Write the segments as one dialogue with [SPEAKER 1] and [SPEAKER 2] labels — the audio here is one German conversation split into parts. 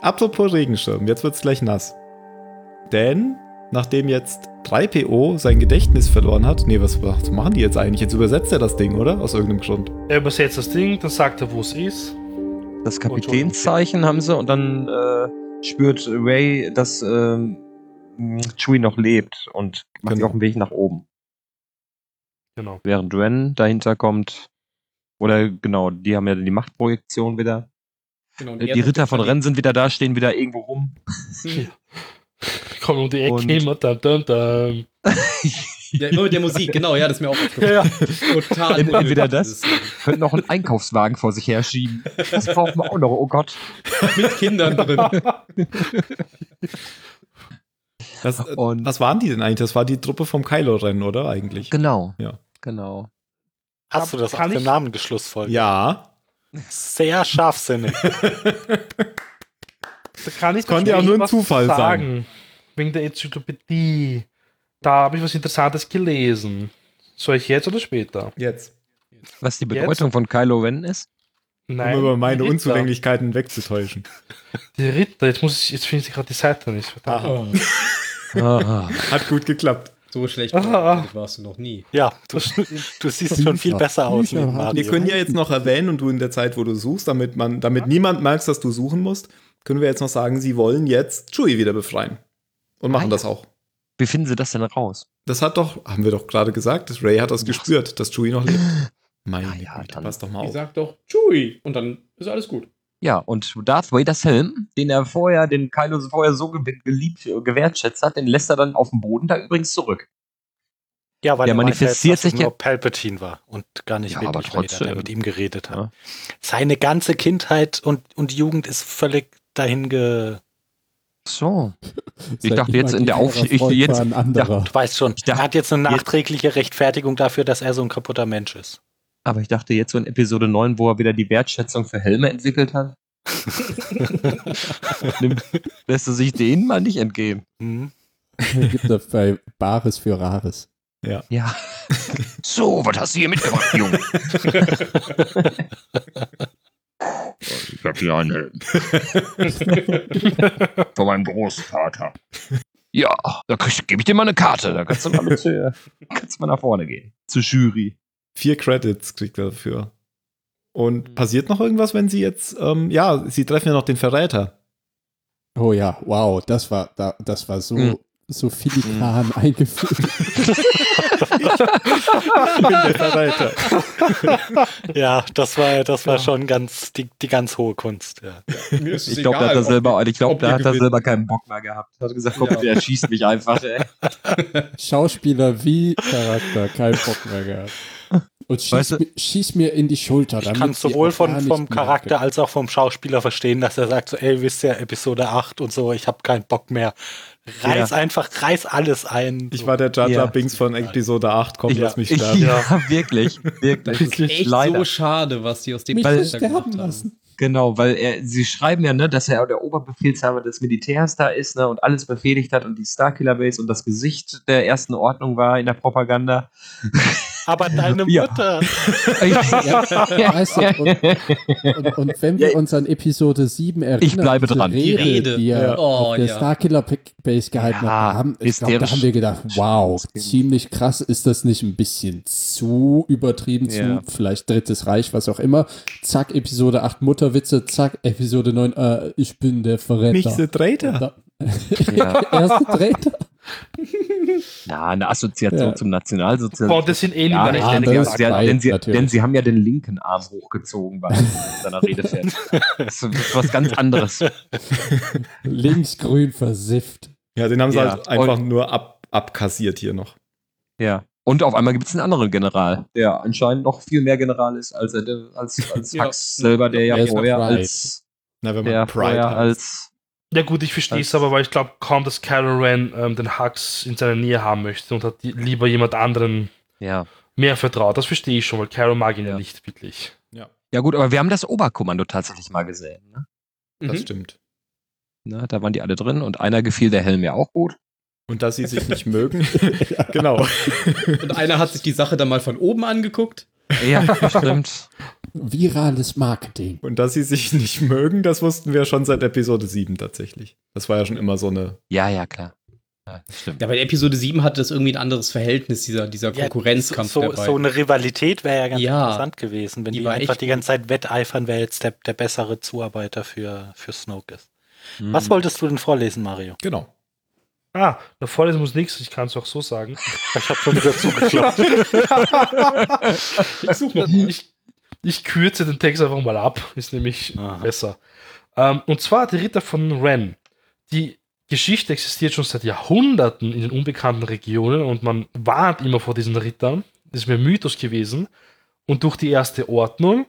[SPEAKER 1] Apropos Regenschirm, jetzt wird's gleich nass. Denn nachdem jetzt 3PO sein Gedächtnis verloren hat, nee, was, was machen die jetzt eigentlich? Jetzt übersetzt er das Ding, oder? Aus irgendeinem Grund.
[SPEAKER 2] Er übersetzt das Ding, dann sagt er, wo es ist.
[SPEAKER 3] Das Kapitänszeichen haben sie und dann äh, spürt Ray, dass ähm, Chewie noch lebt und macht sich
[SPEAKER 1] Genau.
[SPEAKER 3] auf den Weg nach oben.
[SPEAKER 2] Genau.
[SPEAKER 3] Während Ren dahinter kommt. Oder genau, die haben ja die Machtprojektion wieder.
[SPEAKER 4] Genau, und
[SPEAKER 3] Äh,
[SPEAKER 4] er
[SPEAKER 3] Die
[SPEAKER 4] sagt,
[SPEAKER 3] Ritter von Ren sind wieder da, stehen wieder irgendwo rum.
[SPEAKER 2] Kommt um die
[SPEAKER 3] Und-
[SPEAKER 2] Ecke immer. Dum, dum, dum.
[SPEAKER 4] Ja, immer mit der Musik, genau, ja, das ist mir auch aufgefallen.
[SPEAKER 1] Ah,
[SPEAKER 4] Total.
[SPEAKER 3] Immer
[SPEAKER 4] unnötig,
[SPEAKER 3] wieder das.
[SPEAKER 4] dieses Ding.
[SPEAKER 3] Könnten noch einen Einkaufswagen vor sich herschieben. Das brauchen wir auch noch, oh Gott.
[SPEAKER 4] Mit Kindern drin.
[SPEAKER 1] Das, äh,
[SPEAKER 3] Und
[SPEAKER 1] was waren die denn eigentlich? Das war die Truppe vom Kylo-Rennen, oder eigentlich?
[SPEAKER 3] genau.
[SPEAKER 1] Ja.
[SPEAKER 3] Genau.
[SPEAKER 5] Hast du das
[SPEAKER 2] Kann
[SPEAKER 5] auf den
[SPEAKER 2] ich-
[SPEAKER 5] Namen geschlussfolgert?
[SPEAKER 1] Ja.
[SPEAKER 5] Sehr scharfsinnig.
[SPEAKER 2] Da kann ich
[SPEAKER 1] Das konnte ja auch nur ein
[SPEAKER 2] was
[SPEAKER 1] Zufall sein.
[SPEAKER 2] Wegen der Enzyklopädie. Da habe ich was Interessantes gelesen. Soll ich jetzt oder später?
[SPEAKER 1] Jetzt.
[SPEAKER 3] Was die Bedeutung von Kylo Ren ist?
[SPEAKER 1] Um über meine
[SPEAKER 2] die Ritter.
[SPEAKER 1] Unzulänglichkeiten wegzutäuschen.
[SPEAKER 2] Die Ritter, jetzt muss ich, jetzt finde ich gerade die Seite nicht. Verdammt.
[SPEAKER 4] Oh,
[SPEAKER 3] Ah.
[SPEAKER 1] Hat gut geklappt.
[SPEAKER 4] so schlecht
[SPEAKER 2] Ah, ah.
[SPEAKER 4] warst du noch nie.
[SPEAKER 5] Ja, du, du siehst schon viel besser aus, neben
[SPEAKER 1] Wir
[SPEAKER 5] Mario.
[SPEAKER 1] können ja jetzt noch erwähnen, und du in der Zeit, wo du suchst, damit, man, damit niemand merkt, dass du suchen musst, können wir jetzt noch sagen, sie wollen jetzt Chewie wieder befreien. Und machen
[SPEAKER 3] Ah, ja.
[SPEAKER 1] das auch.
[SPEAKER 3] Wie finden sie das denn raus?
[SPEAKER 1] Das hat doch, haben wir doch gerade gesagt, dass Ray hat das gespürt, dass Chewie noch lebt. Mein
[SPEAKER 3] Ja,
[SPEAKER 1] Gott,
[SPEAKER 3] Ah, ja, dann-
[SPEAKER 1] pass doch mal
[SPEAKER 4] Ich
[SPEAKER 1] auf.
[SPEAKER 4] sag doch, Chewie. Und dann ist alles gut.
[SPEAKER 3] Ja, und Darth Vaders Helm, den er vorher, den Kylo vorher so ge geliebt, äh, gewertschätzt hat, den lässt er dann auf dem Boden da übrigens zurück.
[SPEAKER 5] Ja, weil
[SPEAKER 3] Der
[SPEAKER 5] er meinte
[SPEAKER 3] manifestiert
[SPEAKER 5] jetzt, dass
[SPEAKER 3] sich
[SPEAKER 5] es
[SPEAKER 3] ja-
[SPEAKER 5] nur Palpatine war und gar nicht
[SPEAKER 3] Ja, aber
[SPEAKER 5] wirklich Vader, der
[SPEAKER 3] trotzdem.
[SPEAKER 5] mit ihm geredet hat.
[SPEAKER 3] Ja.
[SPEAKER 5] Seine ganze Kindheit und, und Jugend ist völlig dahin ge...
[SPEAKER 3] So. Ich dachte jetzt in der Aufsch- ich jetzt-
[SPEAKER 6] Ein anderer.
[SPEAKER 5] Du weißt schon,
[SPEAKER 3] Ich dachte-
[SPEAKER 5] er hat jetzt eine nachträgliche Rechtfertigung dafür, dass er so ein kaputter Mensch ist.
[SPEAKER 3] Aber ich dachte jetzt so in Episode 9, wo er wieder die Wertschätzung für Helme entwickelt hat. Nimmt, lässt er sich den mal nicht entgehen.
[SPEAKER 5] Hm?
[SPEAKER 6] gibt dabei Bares für Rares.
[SPEAKER 3] Ja. So, was hast du hier mitgebracht, Junge?
[SPEAKER 7] Ich habe hier einen Helm. Von meinem Großvater.
[SPEAKER 3] Ja, da gebe ich dir mal eine Karte. Da kannst du mal, mit, kannst mal nach vorne gehen. Zur Jury.
[SPEAKER 1] Vier Credits kriegt er dafür. Und
[SPEAKER 3] Mhm.
[SPEAKER 1] passiert noch irgendwas, wenn sie jetzt, ähm, ja, sie treffen ja noch den Verräter.
[SPEAKER 6] Oh ja, wow, das war, da, das war so,
[SPEAKER 3] Mhm.
[SPEAKER 6] so
[SPEAKER 3] Hm.
[SPEAKER 6] filigran eingefügt.
[SPEAKER 1] der Verräter.
[SPEAKER 5] Ja, das war, das war schon ganz, die, die ganz hohe Kunst. Ja.
[SPEAKER 4] Mir ist es
[SPEAKER 3] Ich glaube, da hat
[SPEAKER 4] egal,
[SPEAKER 3] er
[SPEAKER 4] ob-
[SPEAKER 3] selber, ich glaub,
[SPEAKER 4] ob ihr
[SPEAKER 3] da hat er
[SPEAKER 4] gewinnt.
[SPEAKER 3] selber keinen Bock mehr gehabt. Hat gesagt, komm,
[SPEAKER 4] Ja.
[SPEAKER 3] der schießt mich einfach. Ey.
[SPEAKER 6] Schauspieler wie Charakter, kein Bock mehr gehabt. Und schieß,
[SPEAKER 3] Weißt du-
[SPEAKER 6] mi- schieß mir in die Schulter.
[SPEAKER 5] Ich
[SPEAKER 6] damit
[SPEAKER 5] kann es
[SPEAKER 6] sie
[SPEAKER 5] sowohl
[SPEAKER 6] auch gar
[SPEAKER 5] von,
[SPEAKER 6] nicht
[SPEAKER 5] vom
[SPEAKER 6] merken.
[SPEAKER 5] Charakter als auch vom Schauspieler verstehen, dass er sagt, so, ey, wisst ihr, Episode 8 und so, ich habe keinen Bock mehr. Reiß einfach, reiß alles ein.
[SPEAKER 1] Ich
[SPEAKER 5] So.
[SPEAKER 1] war der Jar Jar
[SPEAKER 3] Ja.
[SPEAKER 1] Binks von Episode 8, komm,
[SPEAKER 3] Ich-
[SPEAKER 1] lass mich
[SPEAKER 3] ich,
[SPEAKER 1] sterben.
[SPEAKER 3] ja, wirklich.
[SPEAKER 4] Das
[SPEAKER 3] Wirklich.
[SPEAKER 4] ist echt
[SPEAKER 3] Leider.
[SPEAKER 4] so schade, was die aus dem
[SPEAKER 6] Mich
[SPEAKER 3] Weil-
[SPEAKER 6] nicht
[SPEAKER 4] Charakter
[SPEAKER 6] sterben
[SPEAKER 4] gemacht haben.
[SPEAKER 6] lassen.
[SPEAKER 3] Genau, weil er, sie schreiben ja, ne, dass er der Oberbefehlshaber des Militärs da ist ne, und alles befehligt hat und die Starkiller Base und das Gesicht der ersten Ordnung war in der Propaganda.
[SPEAKER 5] Aber deine
[SPEAKER 3] Ja.
[SPEAKER 5] Mutter.
[SPEAKER 6] Ja, weißt du, und, und, und wenn wir
[SPEAKER 3] Ja.
[SPEAKER 6] uns an Episode 7 erinnern,
[SPEAKER 3] Ich bleibe
[SPEAKER 6] diese
[SPEAKER 3] dran.
[SPEAKER 6] Rede,
[SPEAKER 4] Die Rede.
[SPEAKER 6] die er
[SPEAKER 4] Ja. Oh,
[SPEAKER 6] auf der
[SPEAKER 4] ja.
[SPEAKER 6] Starkiller Base gehalten
[SPEAKER 3] Ja,
[SPEAKER 6] haben, ich glaub, da
[SPEAKER 3] hysterisch.
[SPEAKER 6] haben wir gedacht, wow,
[SPEAKER 3] Stimmt.
[SPEAKER 6] ziemlich krass, ist das nicht ein bisschen zu übertrieben,
[SPEAKER 3] Ja.
[SPEAKER 6] zu vielleicht Drittes Reich, was auch immer. Zack, Episode 8 Mutterwitze, zack, Episode 9, äh, ich bin der
[SPEAKER 1] Mich
[SPEAKER 6] Verräter.
[SPEAKER 1] the Traitor.
[SPEAKER 6] Da- Erste Traitor.
[SPEAKER 3] Na, eine Assoziation
[SPEAKER 6] Ja.
[SPEAKER 3] zum
[SPEAKER 2] Boah,
[SPEAKER 3] Nationalsozialismus.
[SPEAKER 2] das sind eh
[SPEAKER 3] Ja,
[SPEAKER 2] die
[SPEAKER 1] ah,
[SPEAKER 6] ja,
[SPEAKER 2] Leute,
[SPEAKER 3] denn,
[SPEAKER 2] die
[SPEAKER 6] das
[SPEAKER 2] gesagt
[SPEAKER 6] ist
[SPEAKER 3] sie,
[SPEAKER 6] geil,
[SPEAKER 3] denn, sie,
[SPEAKER 6] natürlich.
[SPEAKER 3] denn sie haben ja den linken Arm hochgezogen bei seiner Rede fertig. Das ist was ganz anderes.
[SPEAKER 6] Linksgrün versifft.
[SPEAKER 1] Ja, den haben sie
[SPEAKER 3] Ja.
[SPEAKER 1] halt einfach nur ab, abkassiert hier noch.
[SPEAKER 3] Ja. Und auf einmal gibt es einen anderen General, der anscheinend noch viel mehr General ist als, er, als, als
[SPEAKER 4] Ja.
[SPEAKER 3] Hux selber, der ja
[SPEAKER 6] Er ist
[SPEAKER 3] vorher
[SPEAKER 6] Pride.
[SPEAKER 3] als,
[SPEAKER 1] Na, wenn man
[SPEAKER 3] der
[SPEAKER 1] Pride
[SPEAKER 3] vorher
[SPEAKER 1] hat.
[SPEAKER 3] als
[SPEAKER 2] Ja gut, ich verstehe es
[SPEAKER 3] Das-
[SPEAKER 2] aber, weil ich glaube kaum, dass Kylo Ren ähm, den Hux in seiner Nähe haben möchte und hat die, lieber jemand anderen
[SPEAKER 3] ja.
[SPEAKER 2] mehr vertraut. Das verstehe ich schon, weil Kylo mag ihn ja
[SPEAKER 3] Ja.
[SPEAKER 2] nicht wirklich.
[SPEAKER 3] Ja gut, aber wir haben das Oberkommando tatsächlich mal gesehen. Ne?
[SPEAKER 1] Das
[SPEAKER 4] Mhm.
[SPEAKER 1] stimmt.
[SPEAKER 3] Na, da waren die alle drin und einer gefiel der Helm ja auch gut.
[SPEAKER 1] Und dass sie sich nicht mögen. genau.
[SPEAKER 4] Und einer hat sich die Sache dann mal von oben angeguckt.
[SPEAKER 3] Ja, stimmt.
[SPEAKER 6] Virales Marketing.
[SPEAKER 1] Und dass sie sich nicht mögen, das wussten wir schon seit Episode 7 tatsächlich. Das war ja schon immer so eine.
[SPEAKER 3] Ja, ja, klar. Ja, stimmt.
[SPEAKER 4] Ja, bei Episode 7 hatte das irgendwie ein anderes Verhältnis, dieser, dieser
[SPEAKER 5] Ja,
[SPEAKER 4] Konkurrenzkampf
[SPEAKER 5] so, so,
[SPEAKER 4] dabei.
[SPEAKER 5] so eine Rivalität wäre ja ganz
[SPEAKER 4] Ja.
[SPEAKER 5] interessant gewesen, wenn
[SPEAKER 4] Die
[SPEAKER 5] die,
[SPEAKER 4] war
[SPEAKER 5] einfach
[SPEAKER 4] echt
[SPEAKER 5] die ganze Zeit wetteifern, wer jetzt der, der bessere Zuarbeiter für, für Snoke ist.
[SPEAKER 3] Hm. Mhm.
[SPEAKER 5] Was wolltest du denn vorlesen, Mario?
[SPEAKER 1] Genau.
[SPEAKER 2] Ah, da vorne muss nichts, ich kann es auch so sagen.
[SPEAKER 5] Ich habe schon wieder zugeklappt.
[SPEAKER 4] Ich suche noch mal.
[SPEAKER 2] ich, ich kürze den Text einfach mal ab, ist nämlich
[SPEAKER 5] Aha.
[SPEAKER 2] besser. Ähm, und zwar die Ritter von Ren. Die Geschichte existiert schon seit Jahrhunderten in den unbekannten Regionen und man warnt immer vor diesen Rittern. Das ist mir Mythos gewesen. Und durch die erste Ordnung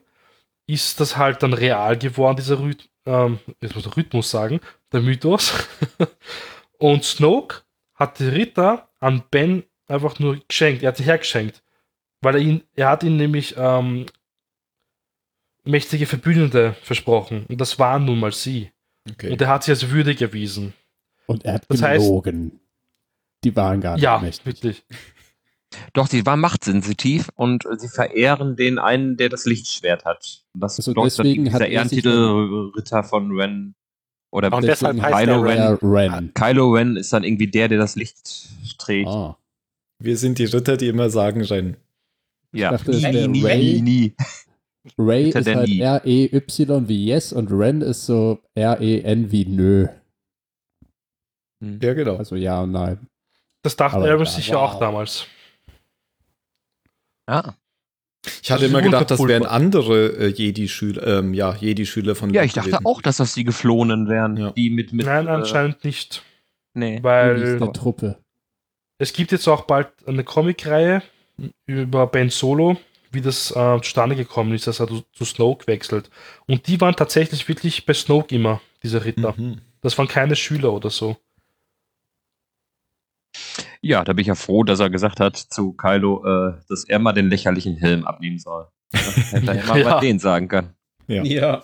[SPEAKER 2] ist das halt dann real geworden, dieser Rhyth ähm, jetzt muss ich Rhythmus sagen, der Mythos. und Snoke hat die Ritter an Ben einfach nur geschenkt. Er hat sie hergeschenkt. Weil er ihn, er hat ihn nämlich ähm, mächtige Verbündete versprochen. Und das waren nun mal sie.
[SPEAKER 1] Okay.
[SPEAKER 2] Und er hat sie als würdig erwiesen.
[SPEAKER 6] Und er hat
[SPEAKER 2] Das heißt-
[SPEAKER 6] gelogen. die waren gar nicht
[SPEAKER 2] ja,
[SPEAKER 6] mächtig.
[SPEAKER 2] wirklich.
[SPEAKER 3] Doch, sie war machtsensitiv und sie verehren den einen, der das Lichtschwert hat. Und Das
[SPEAKER 6] Also
[SPEAKER 3] ist
[SPEAKER 6] deswegen
[SPEAKER 3] dieser
[SPEAKER 6] hat er sich
[SPEAKER 3] Ehrentitel Ritter von Ren. Oder
[SPEAKER 5] Und deshalb
[SPEAKER 6] Deswegen
[SPEAKER 5] heißt
[SPEAKER 3] Kylo
[SPEAKER 5] der
[SPEAKER 3] Ren.
[SPEAKER 5] Ren.
[SPEAKER 6] Er ran.
[SPEAKER 3] Kylo Ren ist dann irgendwie der, der das Licht trägt.
[SPEAKER 6] Ah.
[SPEAKER 1] Wir sind die Ritter, die immer sagen, rennen.
[SPEAKER 3] ja.
[SPEAKER 6] dachte, es wäre
[SPEAKER 3] nie, nie,
[SPEAKER 6] Ray.
[SPEAKER 3] nie.
[SPEAKER 6] Ray
[SPEAKER 3] Hinter
[SPEAKER 6] ist
[SPEAKER 3] der
[SPEAKER 6] halt
[SPEAKER 3] Nie.
[SPEAKER 6] R-E-Y wie yes und Ren ist so R-E-N wie nö.
[SPEAKER 1] Ja, genau.
[SPEAKER 6] Also ja und nein.
[SPEAKER 2] Das dachte
[SPEAKER 6] Aber
[SPEAKER 2] er
[SPEAKER 6] egal.
[SPEAKER 2] sicher auch damals.
[SPEAKER 3] Ah.
[SPEAKER 1] Ich hatte
[SPEAKER 2] Das ist
[SPEAKER 1] immer gedacht, das
[SPEAKER 2] unverpulver.
[SPEAKER 1] wären andere äh, Jedi-Schüler, ähm, ja, Jedi-Schüler von
[SPEAKER 3] Ja,
[SPEAKER 1] Luke
[SPEAKER 3] ich dachte
[SPEAKER 1] gewesen.
[SPEAKER 3] auch, dass das die Geflohenen wären,
[SPEAKER 1] Ja.
[SPEAKER 3] die mit, mit
[SPEAKER 2] Nein,
[SPEAKER 3] äh,
[SPEAKER 2] anscheinend nicht.
[SPEAKER 3] nee.
[SPEAKER 6] Wie hieß
[SPEAKER 2] Weil
[SPEAKER 6] die Truppe.
[SPEAKER 2] es gibt jetzt auch bald eine Comicreihe über Ben Solo, wie das äh, zustande gekommen ist, dass er zu, zu Snoke wechselt. Und die waren tatsächlich wirklich bei Snoke immer, diese Ritter.
[SPEAKER 1] Mhm.
[SPEAKER 2] Das waren keine Schüler oder so.
[SPEAKER 3] Ja, da bin ich ja froh, dass er gesagt hat zu Kylo, äh, dass er mal den lächerlichen Helm abnehmen soll. Ja, Hätte er immer
[SPEAKER 2] Ja.
[SPEAKER 3] mal den sagen können.
[SPEAKER 1] Ja.
[SPEAKER 4] Ja.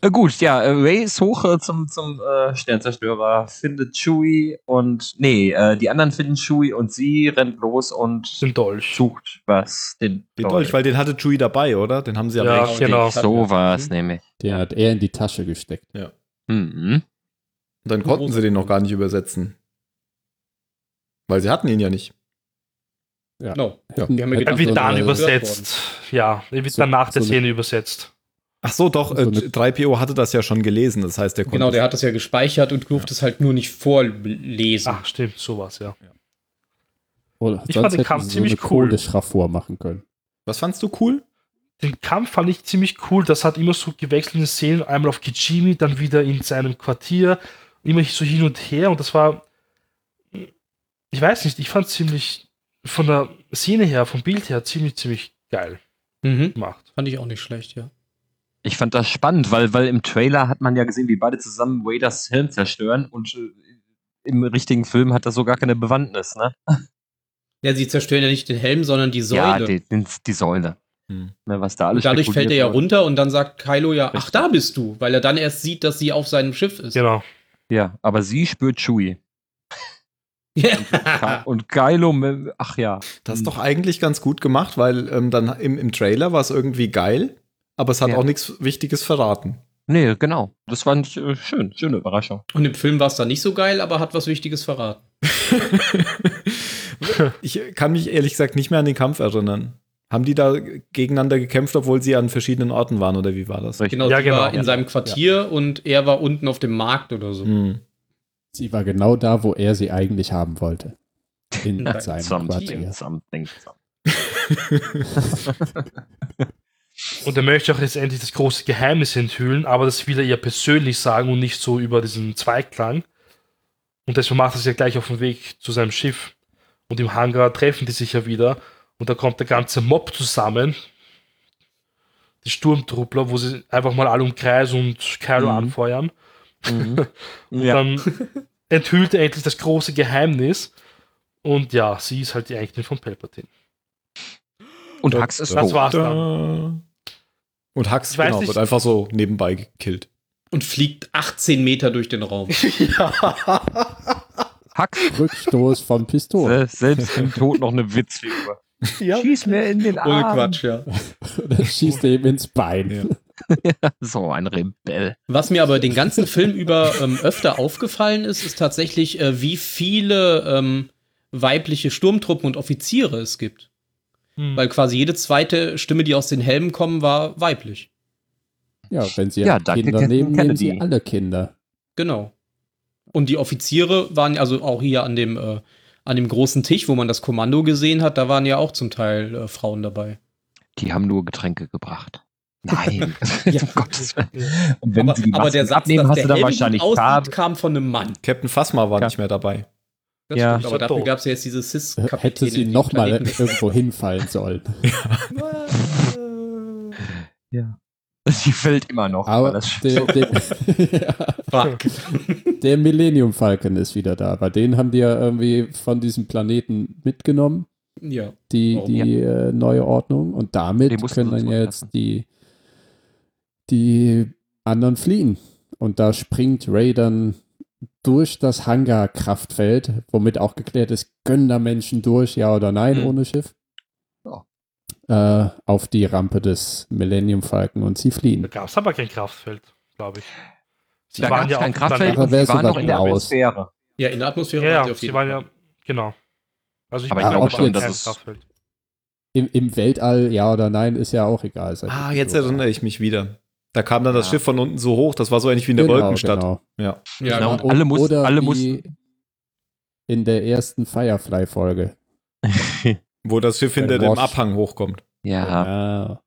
[SPEAKER 3] Äh, gut, ja, äh, Ray ist hoch äh, zum, zum äh, Sternzerstörer, findet Chewie und. Nee, äh, die anderen finden Chewie und sie rennt los und
[SPEAKER 2] Sind Dolch.
[SPEAKER 3] sucht was. Den,
[SPEAKER 1] Den Dolch, weil den hatte Chewie dabei, oder? Den haben sie
[SPEAKER 2] Ja,
[SPEAKER 1] aber
[SPEAKER 2] genau.
[SPEAKER 3] So was
[SPEAKER 4] ne?
[SPEAKER 3] nämlich.
[SPEAKER 6] Den hat er in die Tasche gesteckt.
[SPEAKER 1] Und
[SPEAKER 3] Mhm.
[SPEAKER 1] dann konnten sie den noch gar nicht übersetzen. Weil sie hatten ihn ja nicht.
[SPEAKER 4] No.
[SPEAKER 6] Hätten-
[SPEAKER 4] die haben mir
[SPEAKER 6] hätten
[SPEAKER 4] gedacht,
[SPEAKER 2] Er wird
[SPEAKER 6] so
[SPEAKER 2] dann
[SPEAKER 6] eine-
[SPEAKER 2] übersetzt. Ja, er wird
[SPEAKER 6] So-
[SPEAKER 2] dann nach der
[SPEAKER 6] so eine-
[SPEAKER 2] Szene übersetzt.
[SPEAKER 1] Ach so, doch, äh,
[SPEAKER 6] So eine-
[SPEAKER 1] 3PO hatte das ja schon gelesen. Das heißt, der konnte.
[SPEAKER 4] Genau, der hat das ja gespeichert und durfte es halt nur nicht vorlesen.
[SPEAKER 2] Ach, stimmt, sowas, ja.
[SPEAKER 6] Oder
[SPEAKER 2] Ich
[SPEAKER 6] sonst
[SPEAKER 2] fand den
[SPEAKER 6] hätten
[SPEAKER 2] Kampf
[SPEAKER 6] sie so
[SPEAKER 2] ziemlich
[SPEAKER 6] eine
[SPEAKER 2] cool.
[SPEAKER 6] Kohleschraffur machen können.
[SPEAKER 1] Was fandst du cool?
[SPEAKER 2] Den Kampf fand ich ziemlich cool. Das hat immer so gewechselte Szenen. Einmal auf Kichimi, dann wieder in seinem Quartier. Immer so hin und her. Und das war. Ich weiß nicht, ich fand es ziemlich. Von der Szene her, vom Bild her, ziemlich, ziemlich geil
[SPEAKER 4] Mhm.
[SPEAKER 2] gemacht.
[SPEAKER 4] Fand ich auch nicht schlecht, ja.
[SPEAKER 3] Ich fand das spannend, weil, weil im Trailer hat man ja gesehen, wie beide zusammen Waders Helm zerstören und äh, im richtigen Film hat das so gar keine Bewandtnis, ne?
[SPEAKER 4] Ja, sie zerstören ja nicht den Helm, sondern die Säule.
[SPEAKER 3] Ja, die, den, die Säule.
[SPEAKER 1] Hm.
[SPEAKER 3] Ne, was da alles
[SPEAKER 4] und dadurch fällt
[SPEAKER 3] spekuliert
[SPEAKER 4] er ja
[SPEAKER 3] wurde.
[SPEAKER 4] runter und dann sagt Kylo ja, ach,
[SPEAKER 3] Richtig.
[SPEAKER 4] da bist du, weil er dann erst sieht, dass sie auf seinem Schiff ist.
[SPEAKER 2] Genau.
[SPEAKER 3] Ja, aber sie spürt Chewie.
[SPEAKER 4] Ja.
[SPEAKER 3] Und Kylo, mit- ach ja.
[SPEAKER 1] Das ist doch eigentlich ganz gut gemacht, weil ähm, dann im, im Trailer war es irgendwie geil, aber es hat
[SPEAKER 3] Ja.
[SPEAKER 1] auch nichts Wichtiges verraten.
[SPEAKER 3] Nee, genau. Das fand ich äh, schön. Schöne Überraschung.
[SPEAKER 4] Und im Film war es dann nicht so geil, aber hat was Wichtiges verraten.
[SPEAKER 1] ich kann mich ehrlich gesagt nicht mehr an den Kampf erinnern. Haben die da gegeneinander gekämpft, obwohl sie an verschiedenen Orten waren, oder wie war das?
[SPEAKER 3] Richtig.
[SPEAKER 4] Genau,
[SPEAKER 2] Ja,
[SPEAKER 4] sie
[SPEAKER 2] genau,
[SPEAKER 4] war in
[SPEAKER 2] ja.
[SPEAKER 4] seinem Quartier und er war unten auf dem Markt oder so.
[SPEAKER 1] Hm.
[SPEAKER 6] Sie war genau da, wo er sie eigentlich haben wollte. In
[SPEAKER 4] Nein,
[SPEAKER 6] seinem
[SPEAKER 3] Something,
[SPEAKER 6] Quartier.
[SPEAKER 3] something.
[SPEAKER 2] Und er möchte auch letztendlich das große Geheimnis enthüllen, aber das will er ihr persönlich sagen und nicht so über diesen Zweiklang. Und deswegen macht er es ja gleich auf dem Weg zu seinem Schiff. Und im Hangar treffen die sich ja wieder. Und da kommt der ganze Mob zusammen. Die Sturmtruppler, wo sie einfach mal alle umkreisen und Kylo
[SPEAKER 3] Mhm.
[SPEAKER 2] anfeuern.
[SPEAKER 3] Mhm.
[SPEAKER 2] Und
[SPEAKER 3] ja.
[SPEAKER 2] dann enthüllt er endlich das große Geheimnis. Und ja, sie ist halt die Eignin von Palpatine.
[SPEAKER 3] Und Hux ist
[SPEAKER 2] Das
[SPEAKER 3] tot.
[SPEAKER 2] war's dann.
[SPEAKER 1] Da. Und Hux
[SPEAKER 2] Ich weiß
[SPEAKER 1] genau,
[SPEAKER 2] nicht-
[SPEAKER 1] wird einfach so nebenbei gekillt.
[SPEAKER 4] Und fliegt 18 Meter durch den Raum.
[SPEAKER 3] Hux
[SPEAKER 6] Rückstoß von Pistole.
[SPEAKER 3] äh, selbst im Tod noch eine Witzfigur.
[SPEAKER 2] Ja.
[SPEAKER 3] Schieß mir in den
[SPEAKER 4] Ohne
[SPEAKER 3] Arm.
[SPEAKER 4] Quatsch, ja.
[SPEAKER 6] Und dann schießt er ihm ins Bein.
[SPEAKER 1] Ja.
[SPEAKER 3] So ein Rebell.
[SPEAKER 4] Was mir aber den ganzen Film über ähm, öfter aufgefallen ist, ist tatsächlich, äh, wie viele ähm, weibliche Sturmtruppen und Offiziere es gibt.
[SPEAKER 2] Hm.
[SPEAKER 4] Weil quasi jede zweite Stimme, die aus den Helmen kommen, war weiblich.
[SPEAKER 6] Ja, wenn sie
[SPEAKER 3] Ja,
[SPEAKER 6] ja,
[SPEAKER 3] Duck
[SPEAKER 6] Kinder
[SPEAKER 3] Detection
[SPEAKER 6] nehmen, nehmen sie
[SPEAKER 3] Kennedy.
[SPEAKER 6] alle Kinder.
[SPEAKER 4] Genau. Und die Offiziere waren also auch hier an dem, äh, an dem großen Tisch, wo man das Kommando gesehen hat, da waren ja auch zum Teil äh, Frauen dabei.
[SPEAKER 3] Die haben nur Getränke gebracht. Nein.
[SPEAKER 4] Ja.
[SPEAKER 3] Um Gottes Willen. Und wenn
[SPEAKER 4] aber,
[SPEAKER 3] sie die
[SPEAKER 4] aber der
[SPEAKER 3] Masken
[SPEAKER 4] Satz,
[SPEAKER 3] abnehmen,
[SPEAKER 4] dass
[SPEAKER 3] hast
[SPEAKER 4] der
[SPEAKER 3] du da
[SPEAKER 4] Helm
[SPEAKER 3] wahrscheinlich
[SPEAKER 4] gut aussieht,
[SPEAKER 3] Farbe.
[SPEAKER 4] kam von einem Mann.
[SPEAKER 1] Captain Phasma war
[SPEAKER 3] Ja.
[SPEAKER 1] nicht mehr dabei.
[SPEAKER 4] Das
[SPEAKER 3] Ja.
[SPEAKER 4] stimmt, aber
[SPEAKER 2] Das
[SPEAKER 4] dafür
[SPEAKER 2] doch.
[SPEAKER 4] gab es ja jetzt diese
[SPEAKER 6] Äh,
[SPEAKER 4] Cis-Kapitäne.
[SPEAKER 6] Hätte sie
[SPEAKER 4] die
[SPEAKER 6] nochmal
[SPEAKER 4] Planeten-
[SPEAKER 6] irgendwo hinfallen sollen.
[SPEAKER 3] Die fällt immer noch. weil
[SPEAKER 6] Aber
[SPEAKER 3] das
[SPEAKER 6] der, der, ja,
[SPEAKER 4] Fuck.
[SPEAKER 6] der Millennium Falcon ist wieder da, weil den haben die ja irgendwie von diesem Planeten mitgenommen,
[SPEAKER 4] Ja.
[SPEAKER 6] die,
[SPEAKER 4] Oh,
[SPEAKER 6] die äh, neue Ordnung. Und damit
[SPEAKER 3] Den mussten
[SPEAKER 6] können
[SPEAKER 3] sie
[SPEAKER 6] dann ja jetzt
[SPEAKER 3] zurücklassen.
[SPEAKER 6] die, die anderen fliehen. Und da springt Ray dann durch das Hangar-Kraftfeld, womit auch geklärt ist, können da Menschen durch, ja oder nein,
[SPEAKER 4] Mhm.
[SPEAKER 6] ohne Schiff,
[SPEAKER 3] Ja.
[SPEAKER 6] äh, auf die Rampe des Millennium Falcon und sie
[SPEAKER 2] Da
[SPEAKER 6] fliehen.
[SPEAKER 3] Hm.
[SPEAKER 2] gab es aber kein Kraftfeld, glaube ich. Sie
[SPEAKER 3] da gab es kein
[SPEAKER 2] auch-
[SPEAKER 3] Kraftfeld
[SPEAKER 6] Aber
[SPEAKER 3] und
[SPEAKER 2] Dann,
[SPEAKER 6] wer
[SPEAKER 3] sie
[SPEAKER 6] so
[SPEAKER 3] waren
[SPEAKER 6] was
[SPEAKER 3] noch in der
[SPEAKER 6] raus?
[SPEAKER 3] Atmosphäre.
[SPEAKER 4] ja, in der Atmosphäre
[SPEAKER 2] ja,
[SPEAKER 4] waren sie
[SPEAKER 2] ja,
[SPEAKER 4] auf jeden
[SPEAKER 2] sie waren
[SPEAKER 4] Fall.
[SPEAKER 2] ja, genau. Also ich
[SPEAKER 3] Aber
[SPEAKER 6] ich
[SPEAKER 2] glaube,
[SPEAKER 6] glaube
[SPEAKER 2] es
[SPEAKER 6] schon,
[SPEAKER 2] war
[SPEAKER 6] dass
[SPEAKER 2] kein
[SPEAKER 3] es-
[SPEAKER 2] Kraftfeld.
[SPEAKER 6] Im, Im Weltall, ja oder nein, ist ja auch egal. seit
[SPEAKER 1] Ah,
[SPEAKER 6] die
[SPEAKER 1] jetzt
[SPEAKER 6] Piloten-
[SPEAKER 1] erinnere ich mich wieder. Da kam dann das
[SPEAKER 3] Ja.
[SPEAKER 1] Schiff von unten so hoch, das war so ähnlich wie in der
[SPEAKER 6] Genau,
[SPEAKER 1] Wolkenstadt.
[SPEAKER 6] genau.
[SPEAKER 1] Ja.
[SPEAKER 4] Ja,
[SPEAKER 3] Genau.
[SPEAKER 4] genau.
[SPEAKER 3] Und alle mussten-
[SPEAKER 6] oder
[SPEAKER 3] alle
[SPEAKER 6] wie
[SPEAKER 3] mussten-
[SPEAKER 6] In der ersten Firefly-Folge.
[SPEAKER 1] Wo das Schiff hinter
[SPEAKER 6] Der
[SPEAKER 1] dem
[SPEAKER 6] Ross.
[SPEAKER 1] Abhang hochkommt.
[SPEAKER 3] Ja,
[SPEAKER 6] Ah.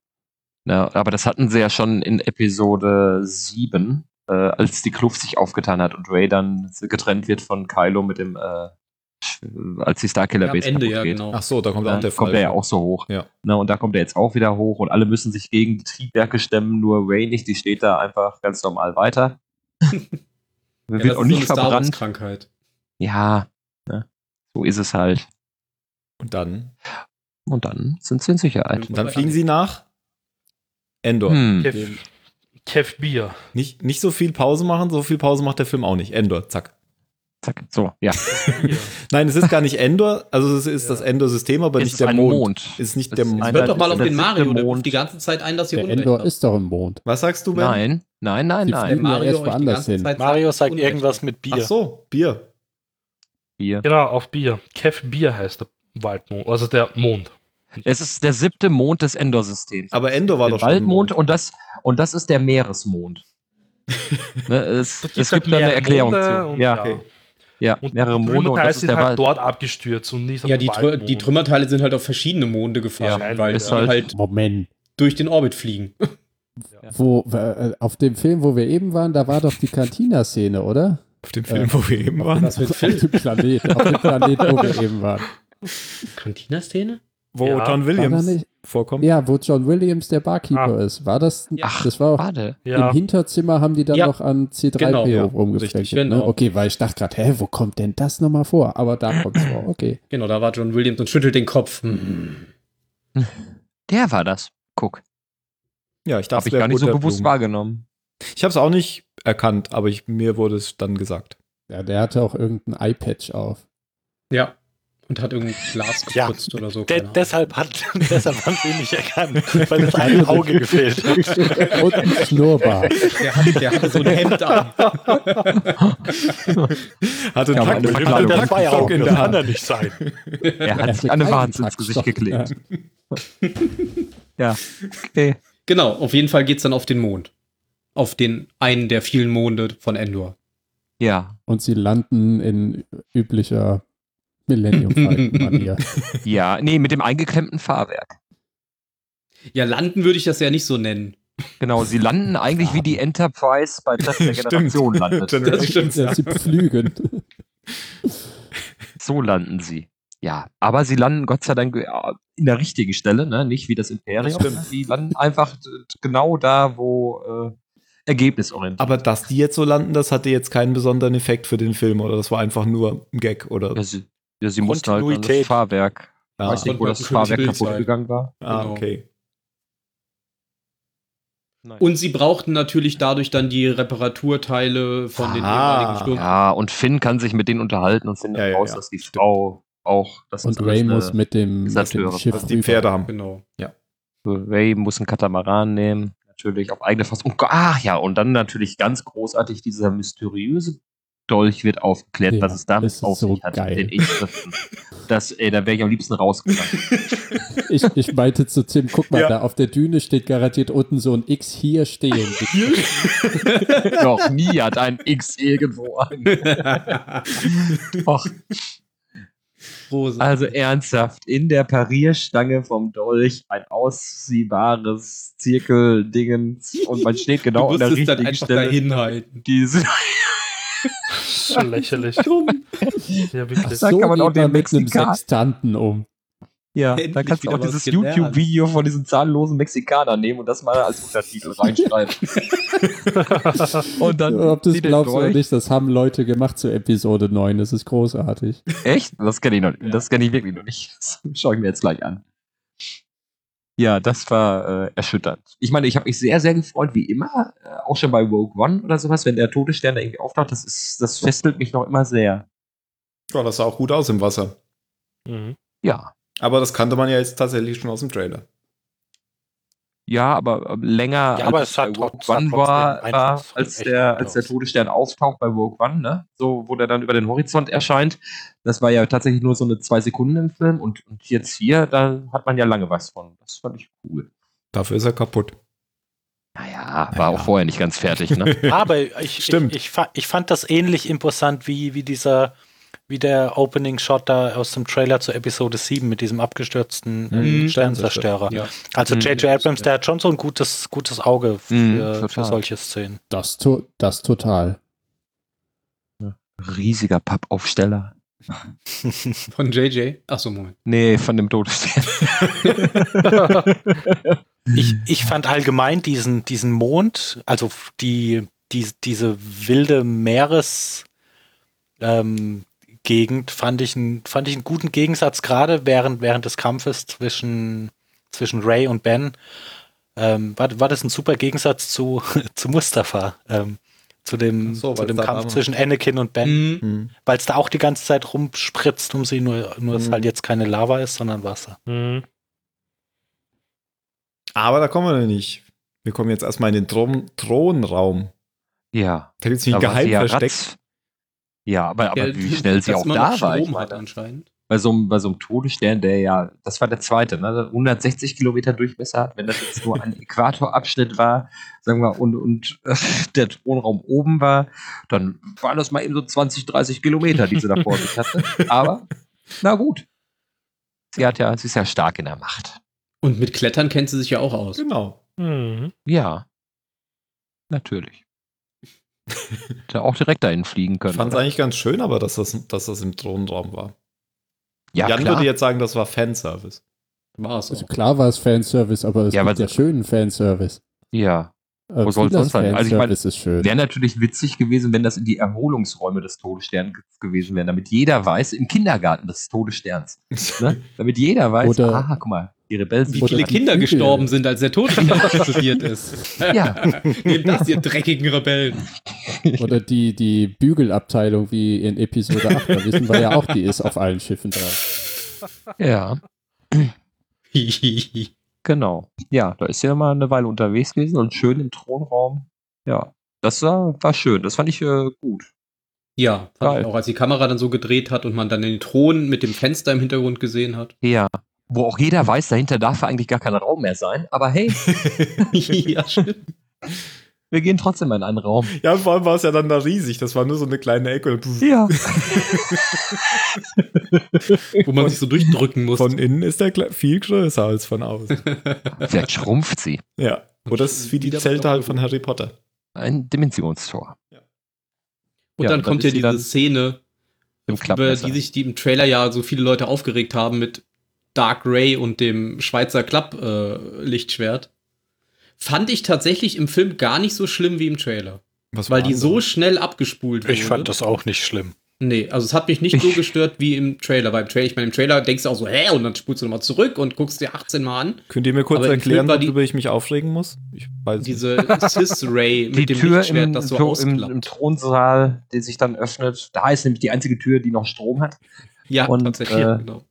[SPEAKER 3] Na, aber das hatten sie ja schon in Episode 7, äh, als die Kluft sich aufgetan hat und Ray dann getrennt wird von Kylo mit dem, äh, Sch- als die Starkiller
[SPEAKER 4] Ja, am
[SPEAKER 3] Base
[SPEAKER 4] Ende,
[SPEAKER 3] kaputt
[SPEAKER 4] ja,
[SPEAKER 3] geht.
[SPEAKER 4] genau.
[SPEAKER 1] Ach so, da kommt auch
[SPEAKER 3] Dann
[SPEAKER 1] der Fall.
[SPEAKER 3] kommt er ja auch so hoch.
[SPEAKER 1] Ja.
[SPEAKER 3] Na, und da kommt er jetzt auch wieder hoch und alle müssen sich gegen die Triebwerke stemmen, nur Ray nicht, die steht da einfach ganz normal weiter.
[SPEAKER 4] ja,
[SPEAKER 3] wird auch nicht
[SPEAKER 4] Star Wars
[SPEAKER 3] verbrannt.
[SPEAKER 4] Krankheit.
[SPEAKER 3] Ja, ne? so ist es halt.
[SPEAKER 1] Und dann,
[SPEAKER 3] Und dann sind sie in Sicherheit.
[SPEAKER 1] und dann fliegen sie nach Endor.
[SPEAKER 3] Hm.
[SPEAKER 2] Kev, Kev Bier.
[SPEAKER 1] Nicht, nicht so viel Pause machen, so viel Pause macht der Film auch nicht. Endor, zack.
[SPEAKER 3] Zack, so, ja.
[SPEAKER 2] Bier.
[SPEAKER 1] Nein, es ist gar nicht Endor, also es ist
[SPEAKER 2] Ja.
[SPEAKER 1] das Endor-System, aber
[SPEAKER 3] Es
[SPEAKER 1] nicht
[SPEAKER 3] ist
[SPEAKER 1] der
[SPEAKER 3] ein
[SPEAKER 1] Mond.
[SPEAKER 3] Mond.
[SPEAKER 1] Ist nicht
[SPEAKER 3] Es
[SPEAKER 1] der
[SPEAKER 3] ist
[SPEAKER 1] Mond.
[SPEAKER 3] ein-
[SPEAKER 4] Hört doch mal
[SPEAKER 3] Das
[SPEAKER 4] auf
[SPEAKER 3] ist
[SPEAKER 4] den
[SPEAKER 3] der
[SPEAKER 4] Mario, der
[SPEAKER 3] Mond.
[SPEAKER 4] ruft die ganze Zeit ein, dass ihr
[SPEAKER 6] Der
[SPEAKER 4] Unrecht
[SPEAKER 6] Endor
[SPEAKER 4] habt.
[SPEAKER 6] ist doch im Mond.
[SPEAKER 1] Was sagst du, Ben?
[SPEAKER 3] Nein, nein, nein,
[SPEAKER 6] Die
[SPEAKER 4] Der
[SPEAKER 3] nein.
[SPEAKER 6] fliegen-
[SPEAKER 4] Mario
[SPEAKER 6] Ja, erst
[SPEAKER 4] euch die
[SPEAKER 6] woanders
[SPEAKER 4] ganze
[SPEAKER 6] hin.
[SPEAKER 4] Zeit sagt,
[SPEAKER 5] Mario sagt
[SPEAKER 4] Unrecht
[SPEAKER 5] irgendwas
[SPEAKER 4] habt.
[SPEAKER 5] mit Bier.
[SPEAKER 1] Ach so, Bier.
[SPEAKER 3] Hier.
[SPEAKER 2] Genau, auf Bier. Kev Bier heißt der Waldmond, also der Mond.
[SPEAKER 3] Es ist der siebte Mond des Endor-Systems.
[SPEAKER 1] Aber Endor war doch
[SPEAKER 3] Der
[SPEAKER 1] schon im
[SPEAKER 3] Waldmond und das, und das ist der Meeresmond. ne, es, es gibt da
[SPEAKER 2] mehrere
[SPEAKER 3] eine Erklärung
[SPEAKER 2] Monde
[SPEAKER 3] zu.
[SPEAKER 2] und-
[SPEAKER 3] Ja,
[SPEAKER 1] Okay.
[SPEAKER 3] ja.
[SPEAKER 2] Und
[SPEAKER 3] mehrere
[SPEAKER 2] die
[SPEAKER 3] Monde und
[SPEAKER 2] Trümmerteile
[SPEAKER 3] das ist
[SPEAKER 2] sind
[SPEAKER 3] der
[SPEAKER 2] halt
[SPEAKER 3] Wald.
[SPEAKER 2] dort abgestürzt und nicht auf
[SPEAKER 4] Ja,
[SPEAKER 2] dem
[SPEAKER 4] die, Trü
[SPEAKER 2] Waldmond.
[SPEAKER 4] die Trümmerteile sind halt auf verschiedene Monde gefahren,
[SPEAKER 2] Ja,
[SPEAKER 4] weil
[SPEAKER 3] ist
[SPEAKER 4] die
[SPEAKER 3] halt-
[SPEAKER 4] halt,
[SPEAKER 6] Moment.
[SPEAKER 4] durch den Orbit fliegen.
[SPEAKER 6] Wo, äh, auf dem Film, wo wir eben waren, da war doch die Cantina-Szene, oder?
[SPEAKER 1] Auf dem Film, wo wir eben waren.
[SPEAKER 6] Das mit Film. Auf dem Planeten, auf dem Planeten, wo wir eben waren.
[SPEAKER 4] Cantina-Szene?
[SPEAKER 1] Wo
[SPEAKER 2] Ja.
[SPEAKER 1] John
[SPEAKER 6] War
[SPEAKER 1] Williams
[SPEAKER 6] da nicht-
[SPEAKER 1] vorkommt.
[SPEAKER 6] Ja, wo John Williams der Barkeeper ist. War das?
[SPEAKER 3] Ach,
[SPEAKER 6] das war auch
[SPEAKER 3] Warte.
[SPEAKER 2] ja.
[SPEAKER 6] Im Hinterzimmer haben die dann
[SPEAKER 4] Ja.
[SPEAKER 6] noch an C3PO
[SPEAKER 4] Genau,
[SPEAKER 1] ja.
[SPEAKER 6] rumgefleckt.
[SPEAKER 4] Richtig, genau.
[SPEAKER 6] Ne? Okay, weil ich dachte gerade, hä, wo kommt denn das nochmal vor? Aber da kommt es vor, okay.
[SPEAKER 4] Genau, da war John Williams und schüttelt den Kopf. Hm.
[SPEAKER 3] Der war das. Guck.
[SPEAKER 1] Ja, ich dachte,
[SPEAKER 3] Habe
[SPEAKER 1] es
[SPEAKER 3] ich
[SPEAKER 1] wär
[SPEAKER 3] gar nicht so
[SPEAKER 1] Butterblumen.
[SPEAKER 3] bewusst wahrgenommen.
[SPEAKER 1] Ich habe es auch nicht erkannt, aber ich, mir wurde es dann gesagt.
[SPEAKER 6] Ja, der hatte auch irgendein Eyepatch auf.
[SPEAKER 4] Ja. Und hat irgendein Glas
[SPEAKER 5] Ja.
[SPEAKER 4] geputzt oder so.
[SPEAKER 5] De
[SPEAKER 4] keine Ahnung.
[SPEAKER 5] deshalb hat deshalb haben sie ihn nicht erkannt, weil das eine Auge gefehlt hat.
[SPEAKER 6] Und ein Schnurrbart.
[SPEAKER 4] der, hat, der hatte so ein Hemd an.
[SPEAKER 1] Hatte
[SPEAKER 3] Ja, aber
[SPEAKER 1] einen Takt-
[SPEAKER 3] eine Verkleidung.
[SPEAKER 1] einen
[SPEAKER 5] Das war ja auch,
[SPEAKER 1] Taktstock in
[SPEAKER 5] das
[SPEAKER 1] der
[SPEAKER 5] kann
[SPEAKER 1] Hand.
[SPEAKER 5] er nicht sein.
[SPEAKER 3] Er hat sich
[SPEAKER 6] hatte
[SPEAKER 3] an eine
[SPEAKER 6] keinen
[SPEAKER 3] Wand ins Gesicht
[SPEAKER 6] Taktstock.
[SPEAKER 3] geklebt. Ja. Okay.
[SPEAKER 4] Genau, auf jeden Fall geht's dann auf den Mond. Auf den einen der vielen Monde von Endor.
[SPEAKER 3] Ja.
[SPEAKER 6] Und sie landen in üblicher Millennium Falcon-Manier.
[SPEAKER 3] Ja. Nee, mit dem eingeklemmten Fahrwerk.
[SPEAKER 4] Ja, landen würde ich das ja nicht so nennen.
[SPEAKER 3] Genau, sie landen eigentlich wie die Enterprise bei Test der
[SPEAKER 1] Stimmt.
[SPEAKER 3] Generation landet.
[SPEAKER 1] Generation.
[SPEAKER 4] stimmt.
[SPEAKER 6] ja, sie pflügen.
[SPEAKER 3] So landen sie. Ja, aber sie landen Gott sei Dank äh, in der richtigen Stelle, ne? nicht wie das Imperium.
[SPEAKER 1] Das stimmt.
[SPEAKER 3] ne? Die landen einfach d- genau da, wo äh, ergebnisorientiert.
[SPEAKER 1] Aber dass die jetzt so landen, das hatte jetzt keinen besonderen Effekt für den Film oder das war einfach nur ein Gag oder.
[SPEAKER 3] Ja, sie, ja, sie mussten halt an das
[SPEAKER 5] Kontinuität.
[SPEAKER 3] Fahrwerk.
[SPEAKER 1] Ah,
[SPEAKER 3] weiß nicht,
[SPEAKER 4] konnte
[SPEAKER 3] wo
[SPEAKER 4] man
[SPEAKER 3] das
[SPEAKER 4] ein schönes
[SPEAKER 3] Fahrwerk
[SPEAKER 4] Bild
[SPEAKER 3] kaputt
[SPEAKER 4] zeigen.
[SPEAKER 3] gegangen war.
[SPEAKER 1] ah
[SPEAKER 4] genau.
[SPEAKER 1] okay.
[SPEAKER 4] Und sie brauchten natürlich dadurch dann die Reparaturteile von den
[SPEAKER 1] Ah,
[SPEAKER 4] jeweiligen Sturm.
[SPEAKER 3] ja, und Finn kann sich mit denen unterhalten und findet
[SPEAKER 1] Ja, ja,
[SPEAKER 3] raus,
[SPEAKER 1] ja.
[SPEAKER 3] dass die Frau auch. Das
[SPEAKER 6] Und
[SPEAKER 3] ist alles äh,
[SPEAKER 6] Ray muss
[SPEAKER 3] eine-
[SPEAKER 6] mit dem,
[SPEAKER 3] ist das
[SPEAKER 6] mit dem
[SPEAKER 3] höhere
[SPEAKER 6] Schiff
[SPEAKER 1] dass die Pferde haben.
[SPEAKER 4] Genau.
[SPEAKER 3] Ray muss einen Katamaran nehmen, natürlich auf eigene Faust. Und, ach ja, und dann natürlich ganz großartig dieser mysteriöse Dolch wird aufgeklärt,
[SPEAKER 6] Ja,
[SPEAKER 3] was es damit
[SPEAKER 6] das ist
[SPEAKER 3] auf
[SPEAKER 6] so
[SPEAKER 3] sich hat.
[SPEAKER 6] geil.
[SPEAKER 3] Den Inschriften. Das, ey, da wäre ich am liebsten rausgegangen.
[SPEAKER 6] Ich, ich meinte zu Tim, guck mal,
[SPEAKER 1] Ja.
[SPEAKER 6] da auf der Düne steht garantiert unten so ein X hier stehen.
[SPEAKER 3] Noch nie hat ein X irgendwo an. Och,
[SPEAKER 4] Rosa.
[SPEAKER 3] also ernsthaft, in der Parierstange vom Dolch ein ausziehbares Zirkeldingens und man steht genau
[SPEAKER 4] du
[SPEAKER 3] an der
[SPEAKER 4] musst es dann
[SPEAKER 3] richtigen
[SPEAKER 4] einfach
[SPEAKER 3] Stelle.
[SPEAKER 4] dahin halten.
[SPEAKER 3] Die sind-
[SPEAKER 2] So lächerlich. ja, wirklich.
[SPEAKER 3] Da
[SPEAKER 6] so
[SPEAKER 3] kann man auch
[SPEAKER 6] geht
[SPEAKER 3] den
[SPEAKER 6] man mit einem
[SPEAKER 3] Mexikaner-
[SPEAKER 6] Sextanten um.
[SPEAKER 3] Ja,
[SPEAKER 4] Endlich
[SPEAKER 3] dann kannst du
[SPEAKER 4] wieder
[SPEAKER 3] auch
[SPEAKER 4] was
[SPEAKER 3] dieses
[SPEAKER 4] gelernt.
[SPEAKER 3] YouTube-Video von diesen zahnlosen Mexikanern nehmen und das mal als Untertitel reinschreiben. und dann.
[SPEAKER 6] Ob du es
[SPEAKER 3] die den
[SPEAKER 6] glaubst oder
[SPEAKER 3] Dolch-
[SPEAKER 6] nicht, das haben Leute gemacht zu Episode 9. Das ist großartig.
[SPEAKER 3] Echt? Das kenne ich noch nicht. Das kenne ich wirklich noch nicht. Das schaue ich mir jetzt gleich an. Ja, das war äh, erschütternd. Ich meine, ich habe mich sehr, sehr gefreut, wie immer, äh, auch schon bei Rogue One oder sowas, wenn der tote Stern da irgendwie auftaucht, das ist, das festelt mich noch immer sehr.
[SPEAKER 1] Ja, das sah auch gut aus im Wasser.
[SPEAKER 2] Mhm.
[SPEAKER 3] Ja.
[SPEAKER 1] Aber das kannte man ja jetzt tatsächlich schon aus dem Trailer.
[SPEAKER 3] Ja, aber ähm, länger
[SPEAKER 5] Ja, aber
[SPEAKER 3] als
[SPEAKER 5] es hat
[SPEAKER 3] bei Rogue
[SPEAKER 5] trotz-
[SPEAKER 3] One
[SPEAKER 5] hat trotzdem
[SPEAKER 3] war,
[SPEAKER 5] einen
[SPEAKER 3] war
[SPEAKER 5] Einfluss
[SPEAKER 3] als,
[SPEAKER 5] echt
[SPEAKER 3] der,
[SPEAKER 5] gut
[SPEAKER 3] als der
[SPEAKER 5] aus.
[SPEAKER 3] Todesstern auftaucht bei Rogue One, ne? So, wo der dann über den Horizont erscheint. Das war ja tatsächlich nur so eine zwei Sekunden im Film und, und jetzt hier, da hat man ja lange was von. Das fand ich cool.
[SPEAKER 1] Dafür ist er kaputt.
[SPEAKER 3] Naja, war
[SPEAKER 1] Naja.
[SPEAKER 3] auch vorher nicht ganz fertig, ne?
[SPEAKER 5] Aber ich,
[SPEAKER 1] Stimmt.
[SPEAKER 5] Ich, ich, fa- ich fand das ähnlich imposant wie, wie dieser, wie der Opening-Shot da aus dem Trailer zu Episode 7 mit diesem abgestürzten
[SPEAKER 1] Mhm.
[SPEAKER 5] äh, Sternzerstörer.
[SPEAKER 4] Ja.
[SPEAKER 5] Also
[SPEAKER 3] Mhm.
[SPEAKER 5] J.J. Abrams, der hat schon so ein gutes, gutes Auge für,
[SPEAKER 3] Mhm,
[SPEAKER 5] für
[SPEAKER 3] total.
[SPEAKER 5] solche Szenen.
[SPEAKER 6] Das, to das total.
[SPEAKER 3] Riesiger Pappaufsteller.
[SPEAKER 4] Von JJ. Achso, Moment.
[SPEAKER 3] Nee, von dem Todesstern.
[SPEAKER 1] Hm.
[SPEAKER 5] Ich, ich fand allgemein diesen, diesen Mond, also die, die, diese wilde Meeres ähm, Gegend, fand ich, einen, fand ich einen guten Gegensatz, gerade während, während des Kampfes zwischen, zwischen Ray und Ben. Ähm, war, war das ein super Gegensatz zu, zu Mustafa, ähm, zu dem,
[SPEAKER 1] Ach so,
[SPEAKER 5] zu
[SPEAKER 1] weil
[SPEAKER 5] dem
[SPEAKER 1] es da
[SPEAKER 5] Kampf
[SPEAKER 1] war-
[SPEAKER 5] zwischen Anakin und Ben,
[SPEAKER 4] Mhm.
[SPEAKER 1] Hm.
[SPEAKER 5] weil es da auch die ganze Zeit rumspritzt um sie, nur, nur es
[SPEAKER 1] Mhm.
[SPEAKER 5] halt jetzt keine Lava ist, sondern Wasser.
[SPEAKER 2] Mhm.
[SPEAKER 1] Aber da kommen wir noch nicht. Wir kommen jetzt erstmal in den Thron Thronraum.
[SPEAKER 3] ja.
[SPEAKER 1] Da gibt es ein
[SPEAKER 3] da war sie ja
[SPEAKER 1] Geheimversteck.
[SPEAKER 3] ratz. Ja, aber, aber
[SPEAKER 4] Ja,
[SPEAKER 3] wie schnell sie
[SPEAKER 4] dass
[SPEAKER 3] auch
[SPEAKER 4] man
[SPEAKER 3] da
[SPEAKER 4] noch
[SPEAKER 3] war. ich
[SPEAKER 4] Strom hat
[SPEAKER 3] meine.
[SPEAKER 4] anscheinend.
[SPEAKER 3] bei so, einem, bei so einem Todesstern, der ja, das war der zweite, ne? der 160 Kilometer Durchmesser hat, wenn das jetzt nur ein Äquatorabschnitt war, sagen wir, und, und äh, der Thronraum oben war, dann waren das mal eben so 20, 30 Kilometer, die sie da vor sich hatte. Aber, na gut. Sie hat ja, sie ist ja stark in der Macht.
[SPEAKER 4] Und mit Klettern kennt sie sich ja auch aus.
[SPEAKER 1] Genau.
[SPEAKER 2] Mhm.
[SPEAKER 3] Ja. Natürlich. Hätte auch direkt dahin fliegen
[SPEAKER 1] Ich
[SPEAKER 3] können.
[SPEAKER 1] fand es
[SPEAKER 3] oder?
[SPEAKER 1] eigentlich ganz schön, aber dass das, dass das im Thronraum war.
[SPEAKER 3] ja,
[SPEAKER 1] Jan
[SPEAKER 3] klar.
[SPEAKER 1] würde jetzt sagen, das war Fanservice.
[SPEAKER 4] War es
[SPEAKER 6] Also
[SPEAKER 4] auch.
[SPEAKER 6] klar war es Fanservice, aber es
[SPEAKER 3] Ja,
[SPEAKER 6] gibt
[SPEAKER 3] aber-
[SPEAKER 6] ja schönen Fanservice.
[SPEAKER 3] ja.
[SPEAKER 6] Äh,
[SPEAKER 3] Wo soll's
[SPEAKER 6] vieles
[SPEAKER 3] sonst sein? Also ich meine,
[SPEAKER 6] Fanservice ist schön.
[SPEAKER 3] Wäre natürlich witzig gewesen, wenn das in die Erholungsräume des Todessterns ge- gewesen wären, damit jeder weiß, im Kindergarten des Todessterns. Ne? Damit jeder weiß,
[SPEAKER 6] Oder-
[SPEAKER 3] aha, guck mal, die Rebellen
[SPEAKER 4] Wie
[SPEAKER 3] sind
[SPEAKER 4] viele
[SPEAKER 3] dran.
[SPEAKER 4] Kinder
[SPEAKER 6] Flügel.
[SPEAKER 4] gestorben sind, als der Todesstern explodiert ist.
[SPEAKER 3] Ja.
[SPEAKER 4] Nehmt das, ihr dreckigen Rebellen.
[SPEAKER 6] Oder die, die Bügelabteilung wie in Episode 8. Da wissen wir ja auch, die ist auf allen Schiffen drauf.
[SPEAKER 3] Ja,
[SPEAKER 4] Hihihi.
[SPEAKER 3] genau. Ja, da ist ja mal eine Weile unterwegs gewesen und schön im Thronraum. Ja, das war, war schön. Das fand ich äh, gut.
[SPEAKER 4] ja, fand
[SPEAKER 3] Geil.
[SPEAKER 4] ich auch als die Kamera dann so gedreht hat und man dann den Thron mit dem Fenster im Hintergrund gesehen hat.
[SPEAKER 3] Ja. Wo auch jeder weiß, dahinter darf ja eigentlich gar kein Raum mehr sein. Aber hey,
[SPEAKER 4] ja, stimmt.
[SPEAKER 3] wir gehen trotzdem in einen Raum.
[SPEAKER 1] Ja, vor allem war es ja dann da riesig. Das war nur so eine kleine Ecke. und pff,
[SPEAKER 3] Ja.
[SPEAKER 4] Wo man sich so durchdrücken muss.
[SPEAKER 1] Von innen ist der kle- viel größer als von außen.
[SPEAKER 3] Vielleicht schrumpft sie.
[SPEAKER 1] ja. Oder es ist wie die
[SPEAKER 4] Wieder
[SPEAKER 1] Zelte halt von
[SPEAKER 4] verloren.
[SPEAKER 1] Harry Potter.
[SPEAKER 3] Ein Dimensionstor.
[SPEAKER 4] Und
[SPEAKER 3] Ja,
[SPEAKER 4] dann
[SPEAKER 3] und
[SPEAKER 4] kommt
[SPEAKER 3] dann
[SPEAKER 4] ja
[SPEAKER 3] ist sie dann
[SPEAKER 4] diese Szene,
[SPEAKER 3] Im
[SPEAKER 4] über
[SPEAKER 3] Klappmesser.
[SPEAKER 4] die sich die im Trailer ja so viele Leute aufgeregt haben mit Dark Ray und dem Schweizer Klapp-Lichtschwert. Fand ich tatsächlich im Film gar nicht so schlimm wie im Trailer.
[SPEAKER 1] Was
[SPEAKER 4] Weil
[SPEAKER 1] war
[SPEAKER 4] die
[SPEAKER 1] das?
[SPEAKER 4] so schnell abgespult wurde.
[SPEAKER 5] Ich fand das auch nicht schlimm.
[SPEAKER 4] Nee, also es hat mich nicht so
[SPEAKER 3] Ich-
[SPEAKER 4] gestört wie im Trailer. Weil im Trailer, ich meine, im Trailer denkst du auch so, hä? Und dann spulst du nochmal zurück und guckst dir 18 Mal an.
[SPEAKER 1] Könnt ihr mir kurz
[SPEAKER 4] Aber im
[SPEAKER 1] erklären,
[SPEAKER 4] Film war die-
[SPEAKER 1] worüber ich mich aufregen muss? Ich weiß es
[SPEAKER 4] Diese Sis-Ray
[SPEAKER 3] die
[SPEAKER 4] mit dem
[SPEAKER 3] Tür
[SPEAKER 4] Lichtschwert,
[SPEAKER 3] im,
[SPEAKER 4] das so
[SPEAKER 3] Thro- im,
[SPEAKER 4] ausklappt.
[SPEAKER 3] im Thronsaal, die sich dann öffnet. Da ist nämlich die einzige Tür, die noch Strom hat.
[SPEAKER 4] Ja,
[SPEAKER 3] Und,
[SPEAKER 4] tatsächlich,
[SPEAKER 3] äh,
[SPEAKER 4] ja, genau.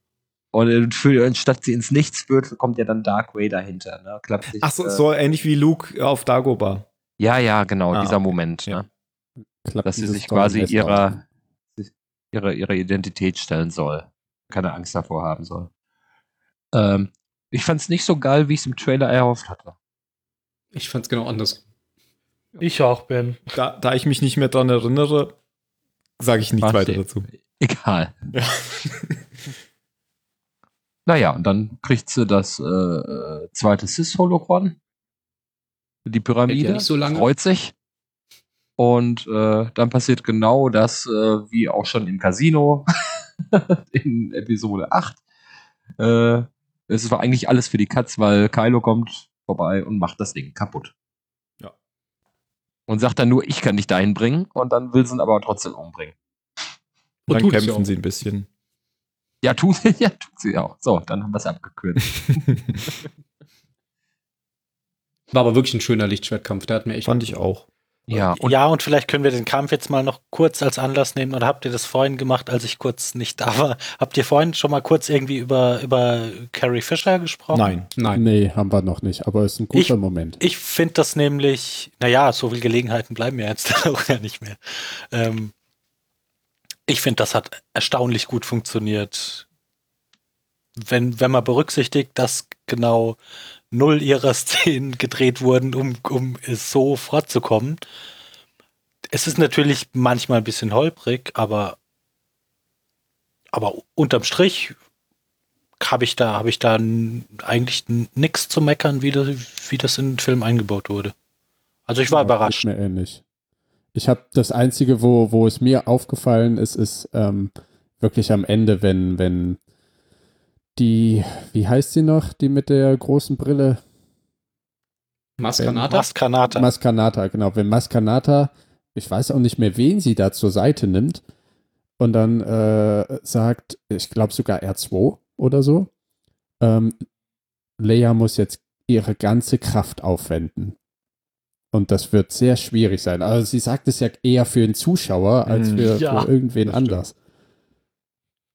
[SPEAKER 3] Und äh, für, anstatt sie ins Nichts wird, kommt ja dann Dark Ray dahinter. Ne? Klappt sich,
[SPEAKER 1] Ach so,
[SPEAKER 3] äh,
[SPEAKER 1] so ähnlich wie Luke auf Dagobah.
[SPEAKER 3] Ja, ja, genau,
[SPEAKER 1] Ah,
[SPEAKER 3] dieser
[SPEAKER 1] okay,
[SPEAKER 3] Moment.
[SPEAKER 1] ja.
[SPEAKER 3] Ne?
[SPEAKER 6] Klappt
[SPEAKER 3] Dass sie
[SPEAKER 6] diese
[SPEAKER 3] sich
[SPEAKER 6] Story
[SPEAKER 3] quasi
[SPEAKER 6] besser aus.
[SPEAKER 3] ihrer, ihrer, ihrer Identität stellen soll. Keine Angst davor haben soll. Ähm, ich fand es nicht so geil, wie ich es im Trailer erhofft hatte.
[SPEAKER 4] Ich fand's genau anders.
[SPEAKER 2] Ich auch, Ben.
[SPEAKER 1] Da, da ich mich nicht mehr dran erinnere, sage ich nichts weiter
[SPEAKER 3] Warte.
[SPEAKER 1] dazu.
[SPEAKER 3] Egal. Naja, und dann kriegt sie das äh, äh, zweite Cis-Holocron. Die
[SPEAKER 4] Hält ja
[SPEAKER 3] Pyramide
[SPEAKER 4] nicht so lange.
[SPEAKER 3] freut sich. Und äh, dann passiert genau das, äh, wie auch schon im Casino in Episode 8. Äh, es war eigentlich alles für die Katz, weil Kylo kommt vorbei und macht das Ding kaputt.
[SPEAKER 1] Ja.
[SPEAKER 3] Und sagt dann nur, ich kann dich dahin bringen. Und dann will sie ihn aber trotzdem umbringen.
[SPEAKER 4] Und
[SPEAKER 1] Dann
[SPEAKER 4] tut es ja
[SPEAKER 1] kämpfen
[SPEAKER 4] auch.
[SPEAKER 1] sie ein bisschen.
[SPEAKER 3] Ja, tut, ja, tut sie auch. So, dann haben wir es abgekürzt.
[SPEAKER 4] War aber wirklich ein schöner Lichtschwertkampf. Der hat mir echt.
[SPEAKER 1] Fand ich auch.
[SPEAKER 3] Ja, und
[SPEAKER 5] ja, und vielleicht können wir den Kampf jetzt mal noch kurz als Anlass nehmen. Oder habt ihr das vorhin gemacht, als ich kurz nicht da war? Habt ihr vorhin schon mal kurz irgendwie über, über Carrie Fisher gesprochen?
[SPEAKER 1] Nein.
[SPEAKER 4] Nein.
[SPEAKER 6] Nee, haben wir noch nicht, aber ist ein guter
[SPEAKER 5] Ich-
[SPEAKER 6] Moment.
[SPEAKER 5] Ich finde das nämlich, naja, so viele Gelegenheiten bleiben mir jetzt auch ja nicht mehr. Ähm, ich finde, das hat erstaunlich gut funktioniert. Wenn, wenn man berücksichtigt, dass genau null ihrer Szenen gedreht wurden, um, um es so fortzukommen. Es ist natürlich manchmal ein bisschen holprig, aber, aber unterm Strich habe ich da, habe ich da n- eigentlich nichts zu meckern, wie das, wie das in den Film eingebaut wurde. Also ich war
[SPEAKER 6] Ja,
[SPEAKER 5] überrascht.
[SPEAKER 6] geht Genau, Mir ähnlich. Ich habe das Einzige, wo, wo es mir aufgefallen ist, ist ähm, wirklich am Ende, wenn, wenn die, wie heißt sie noch, die mit der großen Brille?
[SPEAKER 4] Maskanata?
[SPEAKER 5] Maskanata.
[SPEAKER 6] Maskanata, genau. Wenn Maskanata, ich weiß auch nicht mehr, wen sie da zur Seite nimmt und dann äh, sagt, ich glaube sogar R2 oder so, ähm, Leia muss jetzt ihre ganze Kraft aufwenden. Und das wird sehr schwierig sein. Also sie sagt es ja eher für den Zuschauer als
[SPEAKER 3] Mhm.
[SPEAKER 6] für,
[SPEAKER 2] Ja,
[SPEAKER 6] für irgendwen
[SPEAKER 4] das stimmt.
[SPEAKER 6] anders.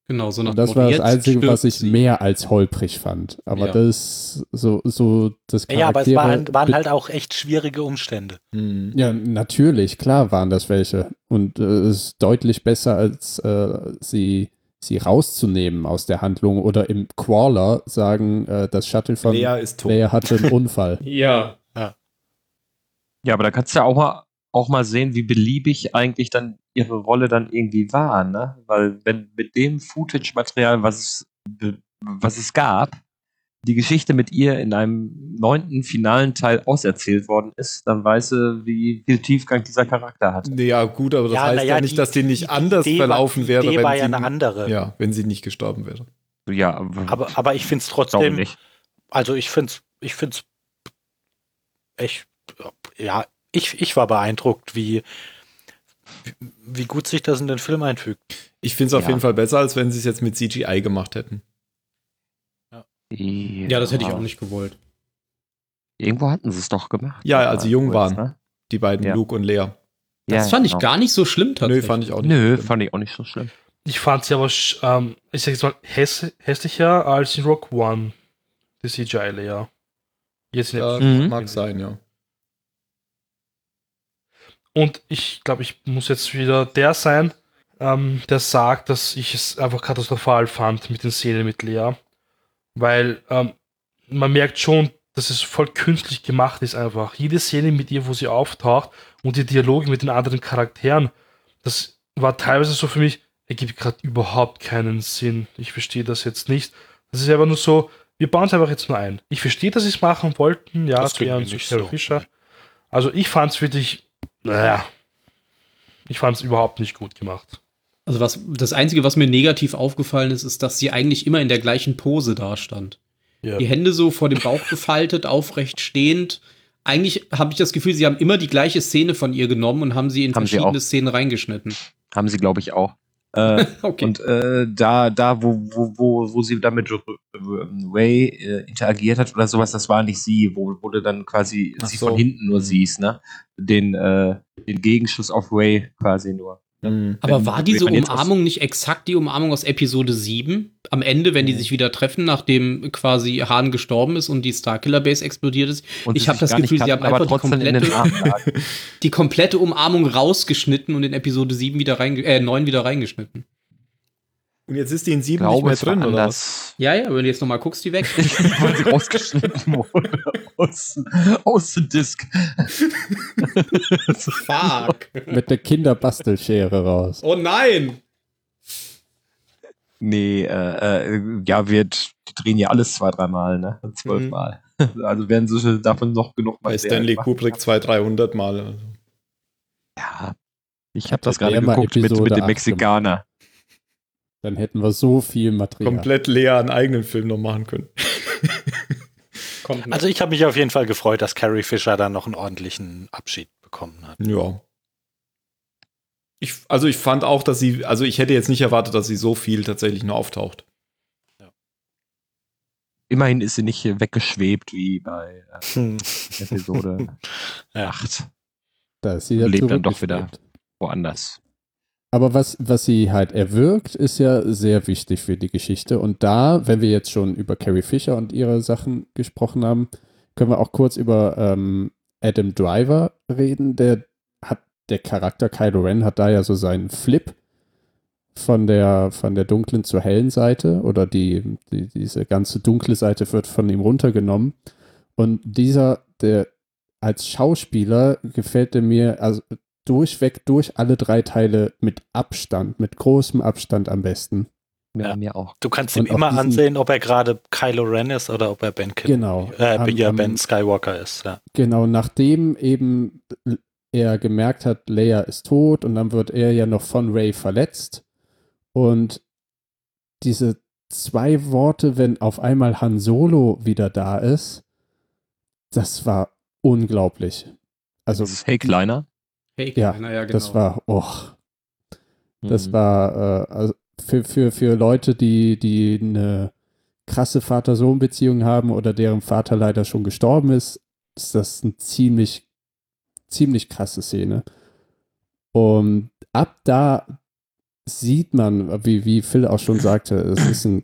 [SPEAKER 4] Genau, so nach
[SPEAKER 6] Und
[SPEAKER 4] dem
[SPEAKER 6] das
[SPEAKER 4] Motto,
[SPEAKER 6] war das
[SPEAKER 4] jetzt
[SPEAKER 6] Einzige,
[SPEAKER 4] stirbt
[SPEAKER 6] was ich
[SPEAKER 4] sie.
[SPEAKER 6] mehr als holprig fand. Aber
[SPEAKER 4] Ja.
[SPEAKER 6] das so, so das
[SPEAKER 5] Ja, aber es
[SPEAKER 6] Charaktere-
[SPEAKER 5] waren, waren halt auch echt schwierige Umstände.
[SPEAKER 1] Mhm.
[SPEAKER 6] Ja, natürlich, klar waren das welche. Und äh, es ist deutlich besser, als äh, sie, sie rauszunehmen aus der Handlung oder im Crawler sagen, äh, das Shuttle von Lea,
[SPEAKER 1] Lea ist tot.
[SPEAKER 6] hatte einen Unfall.
[SPEAKER 4] Ja.
[SPEAKER 3] ja, aber da kannst du ja auch mal, auch mal sehen, wie beliebig eigentlich dann ihre Rolle dann irgendwie war, ne? Weil wenn mit dem Footage-Material, was es, be- was es gab, die Geschichte mit ihr in einem neunten finalen Teil auserzählt worden ist, dann weißt du, wie viel Tiefgang dieser Charakter hat.
[SPEAKER 1] Nee, ja, gut, aber das
[SPEAKER 5] Ja,
[SPEAKER 1] heißt
[SPEAKER 5] na ja,
[SPEAKER 1] ja nicht,
[SPEAKER 5] die-
[SPEAKER 1] dass die nicht
[SPEAKER 5] die
[SPEAKER 1] anders
[SPEAKER 5] Idee war-
[SPEAKER 1] verlaufen
[SPEAKER 5] die
[SPEAKER 1] wäre,
[SPEAKER 5] Idee
[SPEAKER 1] wenn,
[SPEAKER 5] war ja
[SPEAKER 1] sie,
[SPEAKER 5] eine andere.
[SPEAKER 1] Ja, wenn sie nicht gestorben wäre.
[SPEAKER 3] Ja,
[SPEAKER 5] Aber, aber ich finde es
[SPEAKER 3] Mhm. glaube
[SPEAKER 5] trotzdem,
[SPEAKER 3] nicht.
[SPEAKER 5] also ich finde es, ich finde es echt, ja, ich, ich war beeindruckt, wie, wie- wie gut sich das in den Film einfügt.
[SPEAKER 1] Ich finde es auf
[SPEAKER 3] Ja.
[SPEAKER 1] jeden Fall besser, als wenn sie es jetzt mit CGI gemacht hätten.
[SPEAKER 4] Ja, das hätte ich auch nicht gewollt.
[SPEAKER 3] Irgendwo hatten sie es doch gemacht.
[SPEAKER 1] Ja, als sie jung waren.
[SPEAKER 3] Ne?
[SPEAKER 1] Die beiden,
[SPEAKER 3] Ja.
[SPEAKER 1] Luke und Lea.
[SPEAKER 4] Das
[SPEAKER 3] Ja,
[SPEAKER 4] fand
[SPEAKER 3] genau.
[SPEAKER 4] ich gar nicht so schlimm
[SPEAKER 1] Nö,
[SPEAKER 4] tatsächlich.
[SPEAKER 1] fand ich auch nicht.
[SPEAKER 3] Nö,
[SPEAKER 1] so schlimm.
[SPEAKER 3] fand ich auch nicht so schlimm.
[SPEAKER 2] Ich fand sie aber, sch- ähm, ich sag jetzt mal, häss hässlicher als in Rock One, die CGI-Layer. E, Jetzt in
[SPEAKER 1] ja,
[SPEAKER 2] der
[SPEAKER 3] Mhm.
[SPEAKER 1] Mag sein, ja.
[SPEAKER 2] Und ich glaube, ich muss jetzt wieder der sein, ähm, der sagt, dass ich es einfach katastrophal fand mit den Szenen mit Lea. Weil ähm, man merkt schon, dass es voll künstlich gemacht ist einfach. Jede Szene mit ihr, wo sie auftaucht und die Dialoge mit den anderen Charakteren, das war teilweise so für mich, ergibt gerade überhaupt keinen Sinn. Ich verstehe das jetzt nicht. Das ist einfach nur so, wir bauen es einfach jetzt nur ein. Ich verstehe, dass sie es machen wollten, ja,
[SPEAKER 5] Das
[SPEAKER 2] das
[SPEAKER 5] klingt
[SPEAKER 2] wäre
[SPEAKER 5] mir
[SPEAKER 2] zu
[SPEAKER 5] nicht
[SPEAKER 2] Carrie
[SPEAKER 5] so.
[SPEAKER 2] Fisher. Also ich fand es wirklich naja, ich fand es überhaupt nicht gut gemacht.
[SPEAKER 4] Also was, das Einzige, was mir negativ aufgefallen ist, ist, dass sie eigentlich immer in der gleichen Pose dastand.
[SPEAKER 2] Ja.
[SPEAKER 4] Die Hände so vor dem Bauch gefaltet, aufrecht stehend. Eigentlich habe ich das Gefühl, sie haben immer die gleiche Szene von ihr genommen und haben sie in
[SPEAKER 3] Haben sie
[SPEAKER 4] verschiedene
[SPEAKER 3] auch.
[SPEAKER 4] Szenen reingeschnitten.
[SPEAKER 3] Haben sie, glaube ich, auch. Äh,
[SPEAKER 4] Okay.
[SPEAKER 3] Und äh, da, da wo, wo, wo, wo sie damit Ray äh, interagiert hat oder sowas, das war nicht sie, wo, wo du dann quasi
[SPEAKER 1] Ach
[SPEAKER 3] sie
[SPEAKER 1] so. Mhm.
[SPEAKER 3] von hinten nur siehst, ne? Den, äh, den Gegenschuss auf Ray quasi nur.
[SPEAKER 1] Mhm.
[SPEAKER 4] Aber
[SPEAKER 3] Wenn-
[SPEAKER 4] war diese
[SPEAKER 3] wenn man jetzt aus-
[SPEAKER 4] Umarmung nicht exakt die Umarmung aus Episode 7? Am Ende, wenn die
[SPEAKER 3] Mhm.
[SPEAKER 4] sich wieder treffen, nachdem quasi Hahn gestorben ist und die Starkiller Base explodiert ist,
[SPEAKER 3] Und
[SPEAKER 4] Ich
[SPEAKER 3] sie
[SPEAKER 4] hab
[SPEAKER 3] sich
[SPEAKER 4] das
[SPEAKER 3] gar nicht
[SPEAKER 4] Gefühl, sie
[SPEAKER 3] kannten,
[SPEAKER 4] haben
[SPEAKER 3] aber
[SPEAKER 4] einfach die
[SPEAKER 3] trotzdem in den Arm lagen.
[SPEAKER 4] die komplette Umarmung rausgeschnitten und in Episode 7 wieder reinge äh, 9 wieder reingeschnitten.
[SPEAKER 1] Und jetzt ist die in
[SPEAKER 3] Ich
[SPEAKER 1] sieben nicht
[SPEAKER 3] glaube,
[SPEAKER 1] mehr
[SPEAKER 3] es war
[SPEAKER 1] drin, oder was?
[SPEAKER 3] anders.
[SPEAKER 4] Ja, ja, wenn du jetzt nochmal guckst, die weg.
[SPEAKER 3] weil sie rausgeschnitten wurde aus, aus dem Disk.
[SPEAKER 4] Fuck.
[SPEAKER 6] Mit der Kinderbastelschere raus.
[SPEAKER 4] Oh nein.
[SPEAKER 3] Nee, äh, äh, ja, wird, die drehen ja alles zwei, dreimal, ne? Zwölfmal. Also werden sie davon noch genug
[SPEAKER 1] Mhm. Bei
[SPEAKER 3] Material
[SPEAKER 1] Stanley
[SPEAKER 3] gemacht.
[SPEAKER 1] Kubrick 200, 300 Mal.
[SPEAKER 3] Ja. Ich habe das gerade
[SPEAKER 6] wäre mal
[SPEAKER 3] geguckt mit,
[SPEAKER 6] Episode
[SPEAKER 3] mit dem
[SPEAKER 6] 8
[SPEAKER 3] Mexikaner.
[SPEAKER 6] Dann hätten wir so viel Material.
[SPEAKER 1] Komplett leer einen eigenen Film noch machen können.
[SPEAKER 4] Kommt
[SPEAKER 5] Also ich habe mich auf jeden Fall gefreut, dass Carrie Fisher dann noch einen ordentlichen Abschied bekommen hat.
[SPEAKER 1] Ja. Ich, also ich fand auch, dass sie, also ich hätte jetzt nicht erwartet, dass sie so viel tatsächlich nur auftaucht.
[SPEAKER 3] Immerhin ist sie nicht äh, weggeschwebt wie bei äh,
[SPEAKER 5] Hm.
[SPEAKER 3] Episode
[SPEAKER 5] Ja.
[SPEAKER 3] 8.
[SPEAKER 6] Da ist sie ja
[SPEAKER 3] Lebt dann doch
[SPEAKER 6] zurückgeschwebt.
[SPEAKER 3] Woanders.
[SPEAKER 6] Aber was, was sie halt erwirkt, ist ja sehr wichtig für die Geschichte. Und da, wenn wir jetzt schon über Carrie Fisher und ihre Sachen gesprochen haben, können wir auch kurz über ähm, Adam Driver reden. Der hat, der Charakter Kylo Ren hat da ja so seinen Flip von der, von der dunklen zur hellen Seite oder die, die, diese ganze dunkle Seite wird von ihm runtergenommen. Und dieser, der als Schauspieler gefällt er mir, also durchweg durch alle drei Teile mit Abstand, mit großem Abstand am besten.
[SPEAKER 5] Ja.
[SPEAKER 3] mir auch.
[SPEAKER 5] Du kannst ihm
[SPEAKER 6] Und
[SPEAKER 5] immer
[SPEAKER 6] auch diesen-
[SPEAKER 5] ansehen, ob er gerade Kylo Ren ist oder ob er Ben Kid
[SPEAKER 6] Genau.
[SPEAKER 5] äh,
[SPEAKER 6] Am-
[SPEAKER 5] ja,
[SPEAKER 6] am-
[SPEAKER 5] Ben Skywalker ist. Ja.
[SPEAKER 6] Genau, nachdem eben er gemerkt hat, Leia ist tot und dann wird er ja noch von Ray verletzt. Und diese zwei Worte, wenn auf einmal Han Solo wieder da ist, das war unglaublich. Also,
[SPEAKER 3] hey, Kleiner.
[SPEAKER 4] Hey,
[SPEAKER 6] Ja,
[SPEAKER 4] Kleiner, ja, genau.
[SPEAKER 6] das war, oh, Das
[SPEAKER 3] Mhm.
[SPEAKER 6] war äh, also für, für, für Leute, die, die eine krasse Vater-Sohn-Beziehung haben oder deren Vater leider schon gestorben ist, ist das eine ziemlich, ziemlich krasse Szene. Und ab da sieht man, wie, wie Phil auch schon sagte, es ist ein,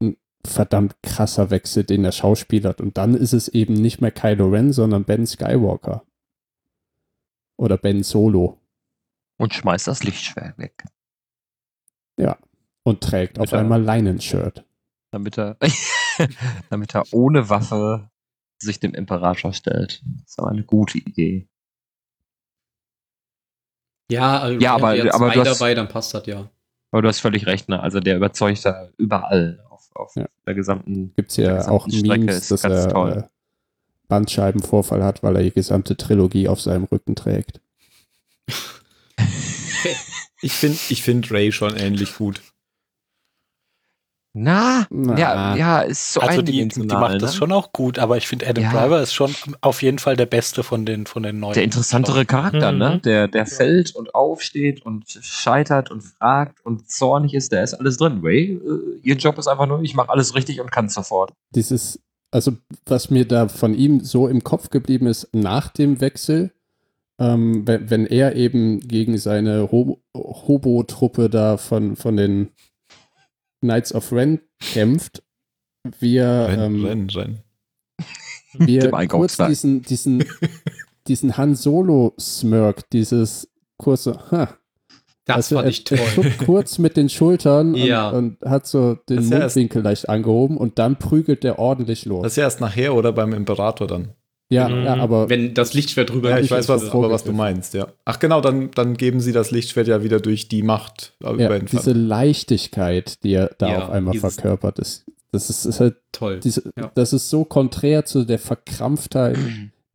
[SPEAKER 6] ein verdammt krasser Wechsel, den der Schauspieler hat. Und dann ist es eben nicht mehr Kylo Ren, sondern Ben Skywalker. Oder Ben Solo.
[SPEAKER 3] Und schmeißt das Lichtschwert weg.
[SPEAKER 6] Und trägt auf
[SPEAKER 3] Ja.
[SPEAKER 6] einmal Leinenshirt.
[SPEAKER 3] damit er, damit er ohne Waffe sich dem Imperator stellt. Das war eine gute Idee.
[SPEAKER 4] Ja, also
[SPEAKER 3] Ja,
[SPEAKER 4] ich hatte
[SPEAKER 3] aber- aber
[SPEAKER 4] zwei
[SPEAKER 3] du hast-
[SPEAKER 4] dabei, dann passt das ja.
[SPEAKER 3] Aber du hast völlig recht, ne? Also der überzeugt da überall auf, auf
[SPEAKER 6] Ja.
[SPEAKER 3] der gesamten.
[SPEAKER 6] Gibt es
[SPEAKER 3] Der
[SPEAKER 6] ja
[SPEAKER 3] gesamten
[SPEAKER 6] auch
[SPEAKER 3] Strecke
[SPEAKER 6] Memes,
[SPEAKER 3] ist
[SPEAKER 6] dass
[SPEAKER 3] ganz
[SPEAKER 6] er
[SPEAKER 3] toll.
[SPEAKER 6] äh, Bandscheibenvorfall hat, weil er die gesamte Trilogie auf seinem Rücken trägt.
[SPEAKER 1] Ich finde ich find Ray schon ähnlich gut.
[SPEAKER 3] Na,
[SPEAKER 6] Na.
[SPEAKER 3] ja, ja, ist so
[SPEAKER 5] also die, die
[SPEAKER 3] eindimensional.
[SPEAKER 5] macht
[SPEAKER 3] ne?
[SPEAKER 5] das schon auch gut, aber ich finde Adam
[SPEAKER 3] Ja.
[SPEAKER 5] Driver ist schon auf jeden Fall der beste von den, von den neuen.
[SPEAKER 3] der interessantere Charakter,
[SPEAKER 2] Mhm.
[SPEAKER 3] ne? Der, der fällt und aufsteht und scheitert und fragt und zornig ist, der ist alles drin. Ray, äh, ihr Job ist einfach nur, ich mache alles richtig und kann sofort.
[SPEAKER 6] Dieses, also was mir da von ihm so im Kopf geblieben ist nach dem Wechsel, ähm, wenn, wenn er eben gegen seine Ho- Hobo-Truppe da von, von den Knights of Ren kämpft, wie er
[SPEAKER 1] Renn,
[SPEAKER 6] ähm,
[SPEAKER 1] renn, renn.
[SPEAKER 6] wie
[SPEAKER 3] Dem
[SPEAKER 6] er kurz
[SPEAKER 3] Einkaufswagen.
[SPEAKER 6] diesen, diesen, diesen Han Solo-Smirk, dieses kurze, ha,
[SPEAKER 4] Das
[SPEAKER 6] Also
[SPEAKER 4] fand
[SPEAKER 6] er,
[SPEAKER 4] ich toll.
[SPEAKER 6] Er zuckt kurz mit den Schultern
[SPEAKER 4] Ja.
[SPEAKER 6] und, und hat so
[SPEAKER 1] Das
[SPEAKER 6] den
[SPEAKER 1] ist ja erst-
[SPEAKER 6] Mundwinkel leicht angehoben und dann prügelt der ordentlich los.
[SPEAKER 1] Das ist ja erst nachher oder beim Imperator dann.
[SPEAKER 6] ja,
[SPEAKER 2] Mhm.
[SPEAKER 6] ja, aber
[SPEAKER 4] Wenn das Lichtschwert drüber
[SPEAKER 1] Ja, ich
[SPEAKER 4] geht,
[SPEAKER 1] weiß, was,
[SPEAKER 4] ist-
[SPEAKER 1] aber was du meinst, ja. Ach genau, dann, dann geben sie das Lichtschwert ja wieder durch die Macht äh, über
[SPEAKER 6] ja,
[SPEAKER 1] den
[SPEAKER 6] diese Leichtigkeit, die er da
[SPEAKER 4] Ja,
[SPEAKER 6] auf einmal
[SPEAKER 4] dieses-
[SPEAKER 6] verkörpert ist, das ist, ist halt
[SPEAKER 4] Toll.
[SPEAKER 6] diese,
[SPEAKER 4] Ja.
[SPEAKER 6] das ist so konträr zu der Verkrampftheit,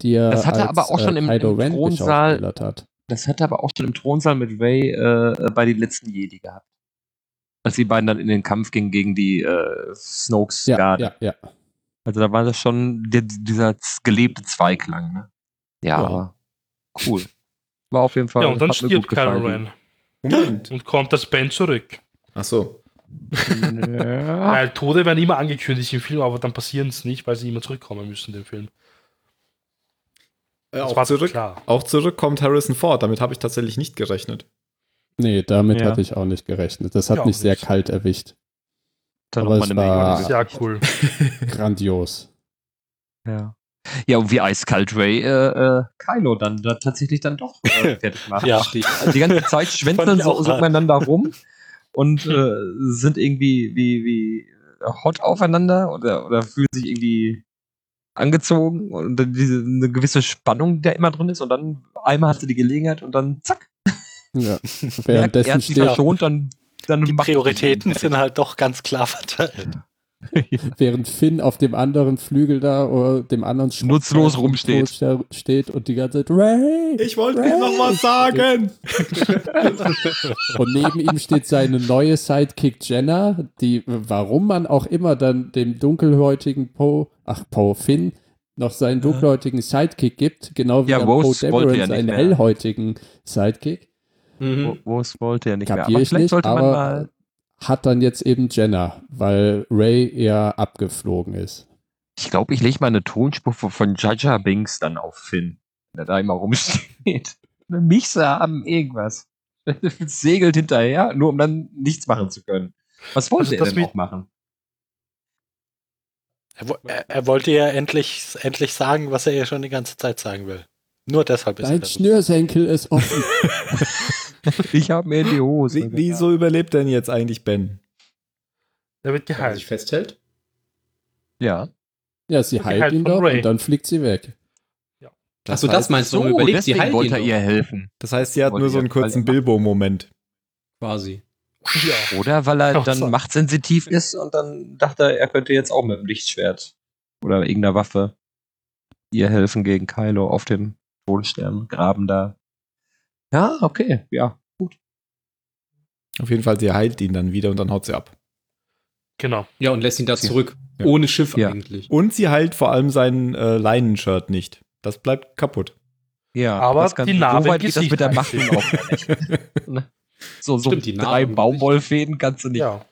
[SPEAKER 6] die er
[SPEAKER 3] Das hat er
[SPEAKER 6] als,
[SPEAKER 3] aber auch schon
[SPEAKER 6] äh,
[SPEAKER 3] im-
[SPEAKER 6] Kylo
[SPEAKER 3] im
[SPEAKER 6] Ren
[SPEAKER 3] Thronsaal-
[SPEAKER 6] geschauspielert hat.
[SPEAKER 3] Das hat er aber auch schon im Thronsaal mit Ray äh, bei den letzten Jedi gehabt. Als die beiden dann in den Kampf gingen gegen die äh, Snokes
[SPEAKER 6] Ja,
[SPEAKER 3] Garde.
[SPEAKER 6] ja, ja.
[SPEAKER 3] Also da war das schon der, dieser z- gelebte Zweiklang. Ne? Ja,
[SPEAKER 1] Ja.
[SPEAKER 3] aber cool. War auf jeden Fall.
[SPEAKER 2] Ja, und dann
[SPEAKER 3] hat mir
[SPEAKER 2] stirbt
[SPEAKER 3] gut gefallen,
[SPEAKER 2] Kylo Ren
[SPEAKER 1] Moment.
[SPEAKER 2] und kommt als Ben zurück.
[SPEAKER 1] Ach so.
[SPEAKER 3] die- Ja.
[SPEAKER 2] Weil Tode werden immer angekündigt im Film, aber dann passieren es nicht, weil sie immer zurückkommen müssen im Film.
[SPEAKER 1] Äh, auch, zurück,
[SPEAKER 2] klar.
[SPEAKER 1] auch zurück kommt Harrison Ford. Damit habe ich tatsächlich nicht gerechnet.
[SPEAKER 6] Nee, damit
[SPEAKER 3] Ja.
[SPEAKER 6] hatte ich auch nicht gerechnet. Das hat
[SPEAKER 2] Ja,
[SPEAKER 6] mich sehr
[SPEAKER 2] nicht.
[SPEAKER 6] kalt erwischt.
[SPEAKER 3] Dann
[SPEAKER 6] Aber
[SPEAKER 3] noch mal
[SPEAKER 6] es
[SPEAKER 3] eine Menge
[SPEAKER 6] war-
[SPEAKER 3] Leute.
[SPEAKER 2] Ja, cool.
[SPEAKER 6] Grandios.
[SPEAKER 3] Ja. ja, und wie eiskalt Ray äh, äh, Kylo dann, da tatsächlich dann doch äh, fertig macht.
[SPEAKER 5] Ja.
[SPEAKER 3] Also die ganze Zeit schwänzeln
[SPEAKER 5] Fand ich
[SPEAKER 3] so,
[SPEAKER 5] auch
[SPEAKER 3] so
[SPEAKER 5] hart.
[SPEAKER 3] umeinander rum und äh, sind irgendwie wie, wie äh, hot aufeinander oder, oder fühlen sich irgendwie angezogen und dann diese eine gewisse Spannung, die da immer drin ist und dann einmal hat sie die Gelegenheit und dann zack,
[SPEAKER 6] Ja.
[SPEAKER 3] merkt, er
[SPEAKER 6] Währenddessen
[SPEAKER 3] hat sie
[SPEAKER 6] steht,
[SPEAKER 3] verschont, dann, dann
[SPEAKER 5] Die
[SPEAKER 3] macht sie
[SPEAKER 5] Prioritäten
[SPEAKER 3] fertig.
[SPEAKER 5] sind halt doch ganz klar verteilt.
[SPEAKER 6] während Finn auf dem anderen Flügel da oder dem anderen Schrank
[SPEAKER 3] Nutzlos rumsteht.
[SPEAKER 6] da steht und die ganze Zeit Ray!
[SPEAKER 1] Ich wollte nicht noch was sagen.
[SPEAKER 6] Und neben ihm steht seine neue Sidekick Jenna, die, warum man auch immer dann dem dunkelhäutigen Poe, ach Poe Finn, noch seinen dunkelhäutigen Sidekick gibt, genau wie
[SPEAKER 3] Ja,
[SPEAKER 6] dann Poe
[SPEAKER 3] Rose wollte
[SPEAKER 6] Dameron
[SPEAKER 3] ja nicht
[SPEAKER 6] seinen
[SPEAKER 3] mehr.
[SPEAKER 6] hellhäutigen Sidekick,
[SPEAKER 4] Mhm.
[SPEAKER 3] Wo- wo es wollte ja nicht mehr.
[SPEAKER 6] kapiere
[SPEAKER 3] Aber
[SPEAKER 6] ich
[SPEAKER 3] vielleicht
[SPEAKER 6] nicht,
[SPEAKER 3] sollte man
[SPEAKER 6] aber
[SPEAKER 3] mal.
[SPEAKER 6] hat dann jetzt eben Jenna, weil Ray eher abgeflogen ist.
[SPEAKER 3] Ich glaube, ich lege mal eine Tonspur von- von Jaja Binks dann auf Finn, wenn er da immer rumsteht. Eine Mixe haben irgendwas. Segelt hinterher, nur um dann nichts machen zu können. Was wollte
[SPEAKER 2] Also
[SPEAKER 3] er
[SPEAKER 2] das
[SPEAKER 3] denn
[SPEAKER 2] mit-
[SPEAKER 3] auch machen?
[SPEAKER 5] Er, wo- er, er wollte ja endlich, endlich sagen, was er ja schon die ganze Zeit sagen will. Nur deshalb ist er
[SPEAKER 6] Dein
[SPEAKER 5] da.
[SPEAKER 6] Schnürsenkel ist offen.
[SPEAKER 3] Ich habe mir in die Hose.
[SPEAKER 1] Wie, wieso überlebt denn jetzt eigentlich Ben?
[SPEAKER 2] Der wird
[SPEAKER 4] Wenn man
[SPEAKER 2] geheilt.
[SPEAKER 4] sich festhält.
[SPEAKER 3] Ja.
[SPEAKER 6] ja, sie
[SPEAKER 2] Die
[SPEAKER 6] heilt
[SPEAKER 2] halt
[SPEAKER 6] ihn
[SPEAKER 2] von
[SPEAKER 6] doch
[SPEAKER 2] Ray.
[SPEAKER 6] und dann fliegt sie weg.
[SPEAKER 2] Ja.
[SPEAKER 4] Ach so, das meinst du, überlebt, sie
[SPEAKER 3] deswegen
[SPEAKER 4] heilt
[SPEAKER 3] wollte er
[SPEAKER 4] ihn
[SPEAKER 3] ihr helfen.
[SPEAKER 1] Das heißt, sie hat
[SPEAKER 3] Wollte
[SPEAKER 1] nur so
[SPEAKER 3] ihr-
[SPEAKER 1] einen kurzen
[SPEAKER 3] weil-
[SPEAKER 1] Bilbo-Moment.
[SPEAKER 4] Quasi.
[SPEAKER 2] Ja.
[SPEAKER 3] Oder weil er
[SPEAKER 2] Doch,
[SPEAKER 3] dann
[SPEAKER 2] so.
[SPEAKER 3] machtsensitiv ist und dann dachte er, er könnte jetzt auch mit dem Lichtschwert oder irgendeiner Waffe ihr helfen gegen Kylo auf dem Todessterngraben da. Ja, okay, ja.
[SPEAKER 1] Auf jeden Fall, sie heilt ihn dann wieder und dann haut sie ab.
[SPEAKER 2] Genau.
[SPEAKER 4] Ja, und lässt ihn da
[SPEAKER 3] Ja.
[SPEAKER 4] zurück.
[SPEAKER 1] Ja.
[SPEAKER 4] Ohne Schiff
[SPEAKER 3] Ja.
[SPEAKER 4] eigentlich.
[SPEAKER 1] Und sie heilt vor allem sein äh, Leinenshirt nicht. Das bleibt kaputt.
[SPEAKER 3] Ja,
[SPEAKER 2] Aber
[SPEAKER 3] das kann-
[SPEAKER 2] die Narbe
[SPEAKER 3] so
[SPEAKER 2] im
[SPEAKER 3] weit geht das
[SPEAKER 2] Gesicht
[SPEAKER 3] mit der Macht
[SPEAKER 2] eigentlich.
[SPEAKER 3] nun auch gar nicht. Ne? So, so
[SPEAKER 4] Stimmt, die Narbe
[SPEAKER 3] drei
[SPEAKER 4] im Gesicht.
[SPEAKER 3] Baumwollfäden kannst du nicht.
[SPEAKER 2] Ja.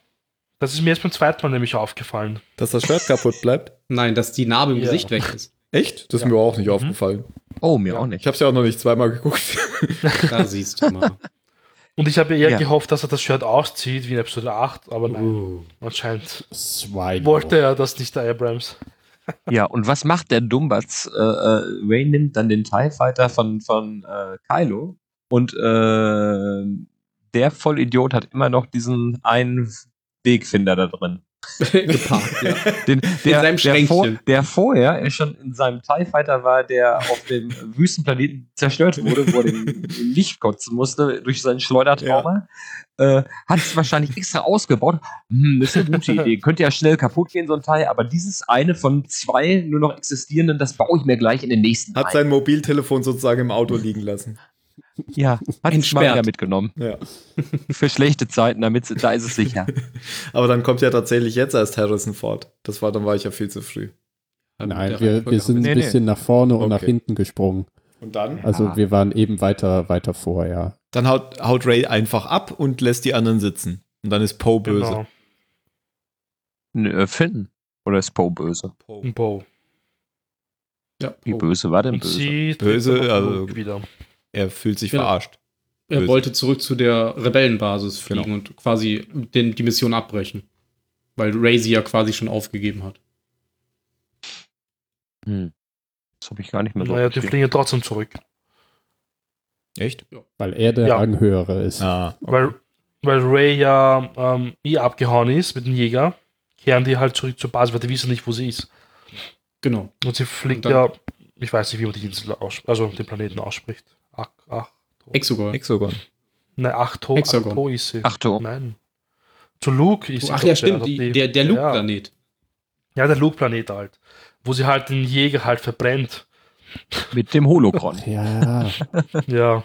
[SPEAKER 2] Das ist mir jetzt beim zweiten Mal nämlich aufgefallen.
[SPEAKER 1] Dass das Shirt kaputt bleibt?
[SPEAKER 4] Nein, dass die Narbe im
[SPEAKER 2] Ja.
[SPEAKER 4] Gesicht weg ist.
[SPEAKER 1] Echt? Das ist
[SPEAKER 2] Ja.
[SPEAKER 1] mir auch nicht
[SPEAKER 2] Mhm.
[SPEAKER 1] aufgefallen.
[SPEAKER 3] Oh, mir
[SPEAKER 2] Ja.
[SPEAKER 3] auch
[SPEAKER 1] Ich
[SPEAKER 3] nicht.
[SPEAKER 1] habe es ja auch noch nicht zweimal geguckt.
[SPEAKER 4] Da siehst du mal.
[SPEAKER 2] Und ich habe ja eher
[SPEAKER 3] Ja.
[SPEAKER 2] gehofft, dass er das Shirt auszieht, wie in Episode 8, aber nein,
[SPEAKER 4] Uh.
[SPEAKER 2] anscheinend
[SPEAKER 6] Swine.
[SPEAKER 2] wollte er das nicht, der Abrams.
[SPEAKER 3] Ja, und was macht der Dumbatz? Äh, äh, Ray nimmt dann den TIE Fighter von, von äh, Kylo und äh, der Vollidiot hat immer noch diesen einen Wegfinder da drin.
[SPEAKER 4] Geparkt, ja.
[SPEAKER 3] Den, der,
[SPEAKER 4] seinem
[SPEAKER 3] der, vor,
[SPEAKER 4] Schränkchen.
[SPEAKER 3] der vorher schon in seinem TIE Fighter war, der auf dem Wüstenplaneten zerstört wurde, wo er den Licht kotzen musste durch sein Schleudertrauma. Äh, hat es wahrscheinlich extra ausgebaut. Hm, das ist eine gute Idee. Könnte ja schnell kaputt gehen, so ein Teil, aber dieses eine von zwei nur noch existierenden, das baue ich mir gleich in den nächsten
[SPEAKER 1] Hat
[SPEAKER 3] ein.
[SPEAKER 1] sein Mobiltelefon sozusagen im Auto liegen lassen.
[SPEAKER 3] Ja, hat es mal
[SPEAKER 4] Entsperrt.
[SPEAKER 3] wieder mitgenommen.
[SPEAKER 1] Ja.
[SPEAKER 3] Für schlechte Zeiten, damit sie- da ist es sicher.
[SPEAKER 1] Aber dann kommt ja tatsächlich jetzt erst Harrison Ford. Das war, dann war ich ja viel zu früh.
[SPEAKER 6] Nein, wir,
[SPEAKER 4] Der
[SPEAKER 6] wir
[SPEAKER 4] Reihenfolge
[SPEAKER 6] sind
[SPEAKER 3] Nee,
[SPEAKER 6] ein
[SPEAKER 3] nee.
[SPEAKER 6] bisschen nach vorne und nach
[SPEAKER 1] Okay.
[SPEAKER 6] hinten gesprungen.
[SPEAKER 1] Und dann?
[SPEAKER 6] Also
[SPEAKER 2] Ah.
[SPEAKER 3] Ja.
[SPEAKER 6] wir waren eben weiter, weiter vor, ja.
[SPEAKER 1] Dann haut, haut Ray einfach ab und lässt die anderen sitzen. Und dann ist Poe böse.
[SPEAKER 2] Genau.
[SPEAKER 3] Nö, äh, Finn. Oder ist Poe böse?
[SPEAKER 2] Ein Bow.
[SPEAKER 4] Ja,
[SPEAKER 3] Wie
[SPEAKER 4] oh.
[SPEAKER 3] böse war denn
[SPEAKER 2] Und
[SPEAKER 3] böse?
[SPEAKER 2] sie
[SPEAKER 1] Böse,
[SPEAKER 2] tritt
[SPEAKER 1] also-
[SPEAKER 2] Luke wieder.
[SPEAKER 1] Er fühlt sich
[SPEAKER 4] Genau.
[SPEAKER 1] verarscht.
[SPEAKER 4] Er
[SPEAKER 1] Böse.
[SPEAKER 4] wollte zurück zu der Rebellenbasis fliegen
[SPEAKER 1] Genau.
[SPEAKER 4] und quasi den, die Mission abbrechen. Weil Ray sie ja quasi schon aufgegeben hat.
[SPEAKER 3] Hm. Das habe ich gar nicht mehr so.
[SPEAKER 2] Naja, die
[SPEAKER 3] verstanden.
[SPEAKER 2] fliegen ja trotzdem zurück.
[SPEAKER 1] Echt?
[SPEAKER 6] Weil er der
[SPEAKER 2] Ja.
[SPEAKER 6] Ranghöhere ist.
[SPEAKER 1] Ah.
[SPEAKER 2] Weil, weil Ray ja ähm, eh abgehauen ist mit dem Jäger, kehren die halt zurück zur Basis, weil die wissen nicht, wo sie ist.
[SPEAKER 4] Genau.
[SPEAKER 2] Und sie fliegt
[SPEAKER 4] Und dann-
[SPEAKER 2] ja, ich weiß nicht, wie man die Insel ausspricht, also den Planeten ausspricht. Ach, ach,
[SPEAKER 4] Exogol.
[SPEAKER 1] Exogon.
[SPEAKER 2] nein, Achto,
[SPEAKER 4] Hexagon.
[SPEAKER 2] Achto ist sie.
[SPEAKER 3] Ach du.
[SPEAKER 2] Nein. Zu Luke ist
[SPEAKER 4] Ach
[SPEAKER 2] sie
[SPEAKER 4] ja,
[SPEAKER 2] doch,
[SPEAKER 4] stimmt.
[SPEAKER 2] also
[SPEAKER 4] Die,
[SPEAKER 2] die-
[SPEAKER 4] der der
[SPEAKER 2] Ja,
[SPEAKER 4] Luke-Planet.
[SPEAKER 2] ja, der Luke-Planet halt. Wo sie halt den Jäger halt verbrennt.
[SPEAKER 3] Mit dem Holocron.
[SPEAKER 6] Ja.
[SPEAKER 2] ja,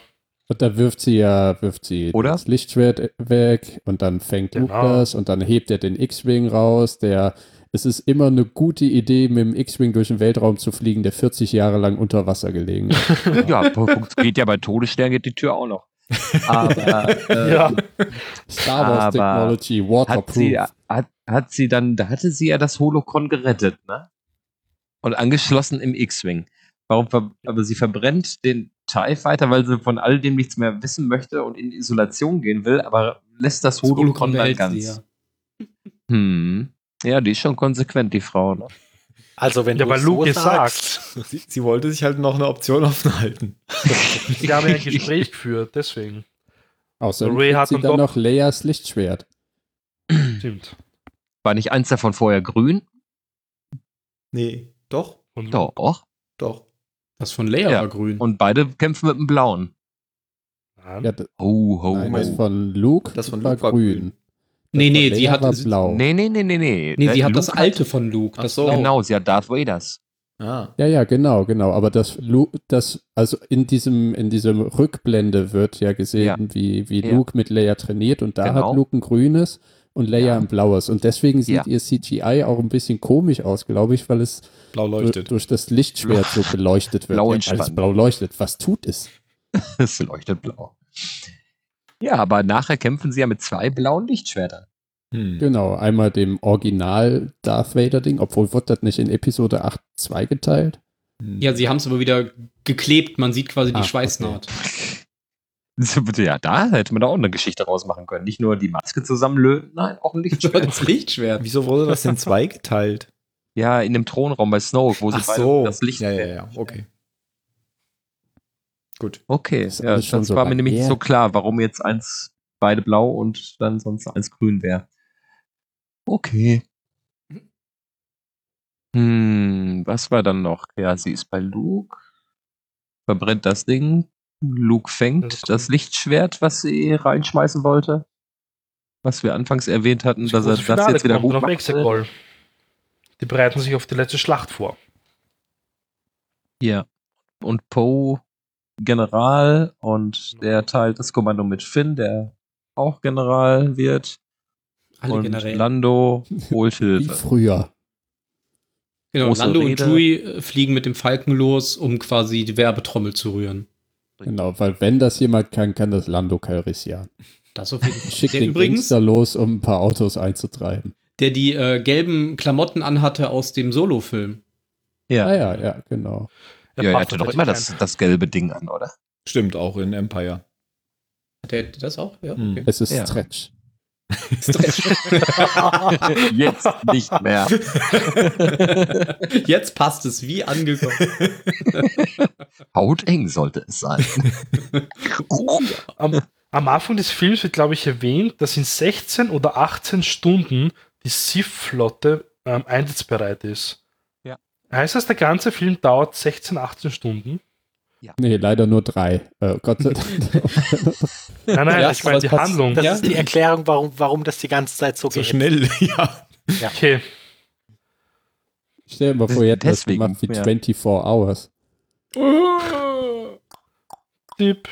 [SPEAKER 6] Und da wirft sie ja, wirft sie
[SPEAKER 3] Oder?
[SPEAKER 6] das Lichtschwert äh, weg und dann fängt Luke
[SPEAKER 2] Genau.
[SPEAKER 6] das und dann hebt er den X-Wing raus, der es ist immer eine gute Idee, mit dem X-Wing durch den Weltraum zu fliegen, der 40 Jahre lang unter Wasser gelegen ist.
[SPEAKER 3] Ja, Punkt. geht ja bei Todesstern geht die Tür auch noch. Aber äh,
[SPEAKER 2] ja,
[SPEAKER 6] Star Wars
[SPEAKER 3] Aber
[SPEAKER 6] Technology,
[SPEAKER 3] hat,
[SPEAKER 6] waterproof.
[SPEAKER 3] sie, hat, hat sie dann, da hatte sie ja das Holocron gerettet, ne? Und angeschlossen im X-Wing. Warum, ver- aber sie verbrennt den TIE Fighter, weil sie von all dem nichts mehr wissen möchte und in Isolation gehen will, aber lässt das
[SPEAKER 4] Das
[SPEAKER 3] Holocron
[SPEAKER 4] Holocron
[SPEAKER 3] dann
[SPEAKER 4] behält
[SPEAKER 3] ganz.
[SPEAKER 4] sie, ja.
[SPEAKER 3] Hm. Ja, die ist schon konsequent, die Frau. Ne?
[SPEAKER 5] Also wenn
[SPEAKER 2] Ja,
[SPEAKER 5] du
[SPEAKER 2] weil
[SPEAKER 5] es
[SPEAKER 2] Luke
[SPEAKER 5] so
[SPEAKER 2] es sagt.
[SPEAKER 1] Sie, sie wollte sich halt noch eine Option offen halten.
[SPEAKER 2] Sie haben ja ein Gespräch geführt, deswegen.
[SPEAKER 6] Außerdem
[SPEAKER 2] Ray
[SPEAKER 6] kriegt
[SPEAKER 2] hat
[SPEAKER 6] sie
[SPEAKER 2] dann
[SPEAKER 6] dann
[SPEAKER 2] doch-
[SPEAKER 6] noch Leias Lichtschwert.
[SPEAKER 2] Stimmt.
[SPEAKER 3] War nicht eins davon vorher grün?
[SPEAKER 1] Nee, doch,
[SPEAKER 2] Und
[SPEAKER 3] Doch.
[SPEAKER 1] doch.
[SPEAKER 4] Das von Leia
[SPEAKER 3] Ja.
[SPEAKER 4] war grün.
[SPEAKER 3] Und beide kämpfen mit dem blauen.
[SPEAKER 2] Nein.
[SPEAKER 6] Ja, d-
[SPEAKER 3] Ho, ho,
[SPEAKER 6] nein, das
[SPEAKER 3] ho.
[SPEAKER 6] von Luke
[SPEAKER 1] Oh Das von
[SPEAKER 6] war
[SPEAKER 1] Luke war grün.
[SPEAKER 6] grün.
[SPEAKER 4] nee,
[SPEAKER 6] Das
[SPEAKER 4] nee,
[SPEAKER 6] von
[SPEAKER 4] sie
[SPEAKER 6] Leia
[SPEAKER 4] hat,
[SPEAKER 6] war
[SPEAKER 4] sie,
[SPEAKER 6] blau.
[SPEAKER 3] Nee, nee, nee, nee, nee.
[SPEAKER 4] nee, sie
[SPEAKER 3] Der
[SPEAKER 4] hat das
[SPEAKER 3] Luke
[SPEAKER 4] alte von Luke.
[SPEAKER 1] Ach
[SPEAKER 4] Das
[SPEAKER 1] so.
[SPEAKER 4] Blaue.
[SPEAKER 3] Genau, sie hat Darth Vaders.
[SPEAKER 1] Ah.
[SPEAKER 6] Ja, ja, genau, genau. Aber das, Lu- das also in diesem, in diesem Rückblende wird ja gesehen,
[SPEAKER 3] Ja.
[SPEAKER 6] wie, wie
[SPEAKER 3] Ja.
[SPEAKER 6] Luke mit Leia trainiert und da
[SPEAKER 3] Genau.
[SPEAKER 6] hat Luke ein grünes und Leia
[SPEAKER 3] Ja.
[SPEAKER 6] ein blaues. Und deswegen sieht
[SPEAKER 3] Ja.
[SPEAKER 6] ihr CGI auch ein bisschen komisch aus, glaube ich, weil es
[SPEAKER 1] Blau leuchtet.
[SPEAKER 6] durch das Lichtschwert so beleuchtet wird.
[SPEAKER 3] Blau
[SPEAKER 6] ja, weil es
[SPEAKER 3] entspannt.
[SPEAKER 6] blau leuchtet. Was tut es?
[SPEAKER 3] Es leuchtet blau. Ja, aber nachher kämpfen sie ja mit zwei blauen Lichtschwertern.
[SPEAKER 1] Hm.
[SPEAKER 6] Genau, einmal dem Original Darth Vader Ding, obwohl wurde das nicht in Episode 8 zweigeteilt.
[SPEAKER 1] Hm.
[SPEAKER 4] Ja, sie haben es aber wieder geklebt. Man sieht quasi die
[SPEAKER 6] Ah,
[SPEAKER 4] Schweißnaht.
[SPEAKER 3] So, bitte, Ja, da hätte man da auch eine Geschichte draus machen können. Nicht nur die Maske zusammenlöten, nein, auch ein Lichtschwert.
[SPEAKER 4] Das Lichtschwert.
[SPEAKER 1] Wieso wurde das denn zweigeteilt?
[SPEAKER 3] ja, in dem Thronraum bei Snoke, wo sie beide das Licht.
[SPEAKER 1] ja, ja, ja, okay. Gut.
[SPEAKER 3] Okay,
[SPEAKER 6] Das ist
[SPEAKER 3] ja,
[SPEAKER 6] alles schon
[SPEAKER 3] das
[SPEAKER 6] so
[SPEAKER 3] war mir
[SPEAKER 6] lange
[SPEAKER 3] nämlich nicht
[SPEAKER 6] her.
[SPEAKER 3] so klar, warum jetzt eins beide blau und dann sonst eins grün wäre. Okay. Hm, was war dann noch? Ja, sie ist bei Luke, verbrennt das Ding. Luke
[SPEAKER 2] Das ist
[SPEAKER 3] fängt
[SPEAKER 2] cool.
[SPEAKER 3] das Lichtschwert, was sie reinschmeißen wollte. Was wir anfangs erwähnt hatten, dass er
[SPEAKER 2] große
[SPEAKER 3] das
[SPEAKER 2] Finale
[SPEAKER 3] jetzt wieder
[SPEAKER 2] kommt
[SPEAKER 3] hoch
[SPEAKER 2] und auf Exegol. Die bereiten sich auf die letzte Schlacht vor.
[SPEAKER 3] Ja. Und Poe General und der teilt das Kommando mit Finn, der auch General wird.
[SPEAKER 4] Alle
[SPEAKER 3] und
[SPEAKER 4] generell.
[SPEAKER 3] Lando holt
[SPEAKER 6] Wie
[SPEAKER 3] Hilfe.
[SPEAKER 6] früher.
[SPEAKER 4] Genau,
[SPEAKER 3] große
[SPEAKER 4] Lando
[SPEAKER 3] Rede.
[SPEAKER 4] und Chewie äh, fliegen mit dem Falken los, um quasi die Werbetrommel zu rühren.
[SPEAKER 6] Genau, weil wenn das jemand kann, kann das Lando Calrissian.
[SPEAKER 4] Das auf jeden Fall.
[SPEAKER 6] Schickt
[SPEAKER 4] Der
[SPEAKER 6] den
[SPEAKER 4] übrigens,
[SPEAKER 6] Gangster los, um ein paar Autos einzutreiben.
[SPEAKER 4] der die äh, gelben Klamotten anhatte aus dem Solo-Film.
[SPEAKER 6] Ah ja, ja, genau.
[SPEAKER 2] Der
[SPEAKER 3] ja, er
[SPEAKER 2] Path
[SPEAKER 3] hatte doch
[SPEAKER 2] tatsächlich
[SPEAKER 3] immer das,
[SPEAKER 2] keinen.
[SPEAKER 3] das gelbe Ding an, oder?
[SPEAKER 1] Stimmt, auch in Empire.
[SPEAKER 4] Hat der das auch? Ja.
[SPEAKER 1] Hm.
[SPEAKER 6] Es ist
[SPEAKER 3] Ja.
[SPEAKER 6] Stretch.
[SPEAKER 3] Jetzt nicht mehr.
[SPEAKER 4] Jetzt passt es wie angekommen.
[SPEAKER 3] Hauteng sollte es sein.
[SPEAKER 2] Am, am Anfang des Films wird, glaube ich, erwähnt, dass in 16 oder 18 Stunden die Sith-Flotte ähm, einsatzbereit ist.
[SPEAKER 3] Ja.
[SPEAKER 2] Heißt das, der ganze Film dauert 16, 18 Stunden?
[SPEAKER 6] Nee, leider nur drei. Äh, Gott sei Dank.
[SPEAKER 2] Nein, nein,
[SPEAKER 4] Ja,
[SPEAKER 2] ich meine die
[SPEAKER 5] das,
[SPEAKER 2] Handlung.
[SPEAKER 5] Das
[SPEAKER 4] Ja.
[SPEAKER 5] ist die Erklärung, warum, warum das die ganze Zeit so,
[SPEAKER 1] So
[SPEAKER 5] geht.
[SPEAKER 1] schnell, ja.
[SPEAKER 2] Okay,
[SPEAKER 6] Stell dir mal vor, ihr hättet das
[SPEAKER 3] Deswegen,
[SPEAKER 6] gemacht wie
[SPEAKER 3] ja.
[SPEAKER 6] 24 Hours.
[SPEAKER 2] Tipp,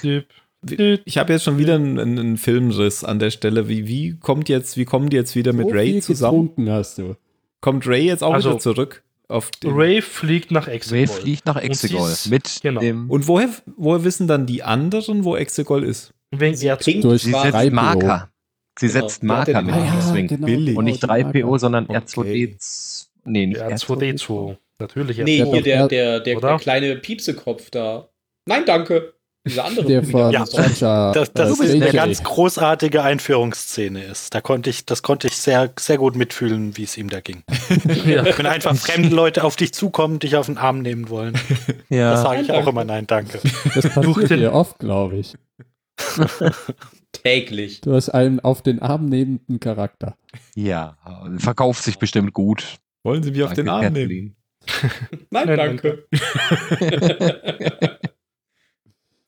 [SPEAKER 2] Tipp,
[SPEAKER 1] Wie-
[SPEAKER 2] Tipp.
[SPEAKER 1] Ich habe jetzt schon wieder einen, einen einen Filmriss an der Stelle. Wie, wie kommt jetzt, wie kommen die jetzt wieder mit
[SPEAKER 6] so
[SPEAKER 1] Ray
[SPEAKER 6] viel
[SPEAKER 1] zusammen?
[SPEAKER 6] getrunken hast du.
[SPEAKER 1] Kommt Ray jetzt auch
[SPEAKER 2] Also,
[SPEAKER 1] wieder zurück? Auf den
[SPEAKER 2] Ray fliegt nach
[SPEAKER 3] Ray
[SPEAKER 2] Exegol.
[SPEAKER 3] fliegt nach Exegol
[SPEAKER 2] ist-
[SPEAKER 3] mit
[SPEAKER 2] genau.
[SPEAKER 3] dem
[SPEAKER 1] Und woher, woher wissen dann die anderen, wo Exegol ist?
[SPEAKER 2] Wegen Erz-
[SPEAKER 4] Trinkt
[SPEAKER 6] Durch
[SPEAKER 3] sie
[SPEAKER 6] war
[SPEAKER 3] setzt
[SPEAKER 6] drei
[SPEAKER 3] Marker. Sie
[SPEAKER 4] Genau,
[SPEAKER 3] setzt
[SPEAKER 4] der hat ja
[SPEAKER 3] Marker
[SPEAKER 4] die
[SPEAKER 3] mit
[SPEAKER 4] Marker.
[SPEAKER 3] dem
[SPEAKER 4] Ah,
[SPEAKER 3] Swing.
[SPEAKER 6] genau.
[SPEAKER 1] Billy.
[SPEAKER 3] Und nicht 3PO, sondern
[SPEAKER 1] Okay.
[SPEAKER 3] R2D2. Nee, nicht
[SPEAKER 2] R2D2. Natürlich
[SPEAKER 4] Nee,
[SPEAKER 6] doch
[SPEAKER 4] hier der,
[SPEAKER 6] er-
[SPEAKER 4] der, der,
[SPEAKER 2] oder?
[SPEAKER 4] der kleine Piepsekopf da. Nein, danke. Dieser andere.
[SPEAKER 6] Der von
[SPEAKER 5] Ja,
[SPEAKER 6] Jar Jar,
[SPEAKER 5] Das, das
[SPEAKER 6] äh,
[SPEAKER 5] ist eine
[SPEAKER 6] JJ.
[SPEAKER 5] ganz großartige Einführungsszene ist. Da konnte ich, das konnte ich sehr, sehr gut mitfühlen, wie es ihm da ging.
[SPEAKER 2] Ja.
[SPEAKER 5] Wenn einfach fremde Leute auf dich zukommen, dich auf den Arm nehmen wollen, das
[SPEAKER 3] Ja.
[SPEAKER 5] sage ich auch immer nein, danke.
[SPEAKER 2] Durch
[SPEAKER 6] Das passiert
[SPEAKER 2] den-
[SPEAKER 6] dir oft, glaube ich.
[SPEAKER 4] täglich.
[SPEAKER 6] Du hast einen auf den Arm nehmenden Charakter.
[SPEAKER 3] ja, verkauft sich bestimmt gut.
[SPEAKER 1] Wollen sie mich auf
[SPEAKER 3] Danke,
[SPEAKER 1] den Arm
[SPEAKER 3] Kathleen.
[SPEAKER 1] nehmen?
[SPEAKER 4] Nein,
[SPEAKER 2] Nein,
[SPEAKER 4] danke.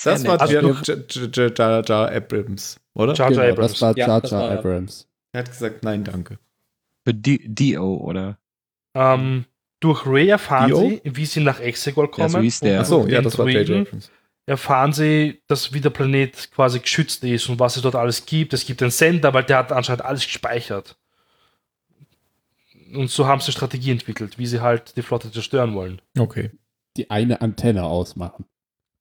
[SPEAKER 1] Das
[SPEAKER 3] Sehr
[SPEAKER 1] war
[SPEAKER 3] nett.
[SPEAKER 1] Dialog J- J- J- Jar Jar Abrams, oder?
[SPEAKER 2] Jar Jar
[SPEAKER 6] genau,
[SPEAKER 2] Abrams.
[SPEAKER 6] das war
[SPEAKER 4] Ja,
[SPEAKER 6] Jar
[SPEAKER 4] das
[SPEAKER 6] Jar
[SPEAKER 4] war-
[SPEAKER 6] Abrams.
[SPEAKER 1] Er hat gesagt, nein, danke.
[SPEAKER 3] Für D- Dio, oder?
[SPEAKER 2] Ähm, durch Ray erfahren
[SPEAKER 1] Dio?
[SPEAKER 2] sie, wie sie nach Exegol kommen.
[SPEAKER 3] so hieß der.
[SPEAKER 2] Und
[SPEAKER 1] Ach so, ja,
[SPEAKER 2] den
[SPEAKER 1] das war J.J.
[SPEAKER 2] Druiden
[SPEAKER 1] Abrams.
[SPEAKER 2] Erfahren sie, dass wie der Planet quasi geschützt ist und was es dort alles gibt. Es gibt einen Sender, weil der hat anscheinend alles gespeichert. Und so haben sie eine Strategie entwickelt, wie sie halt die Flotte zerstören wollen.
[SPEAKER 1] Okay.
[SPEAKER 6] Die eine Antenne ausmachen.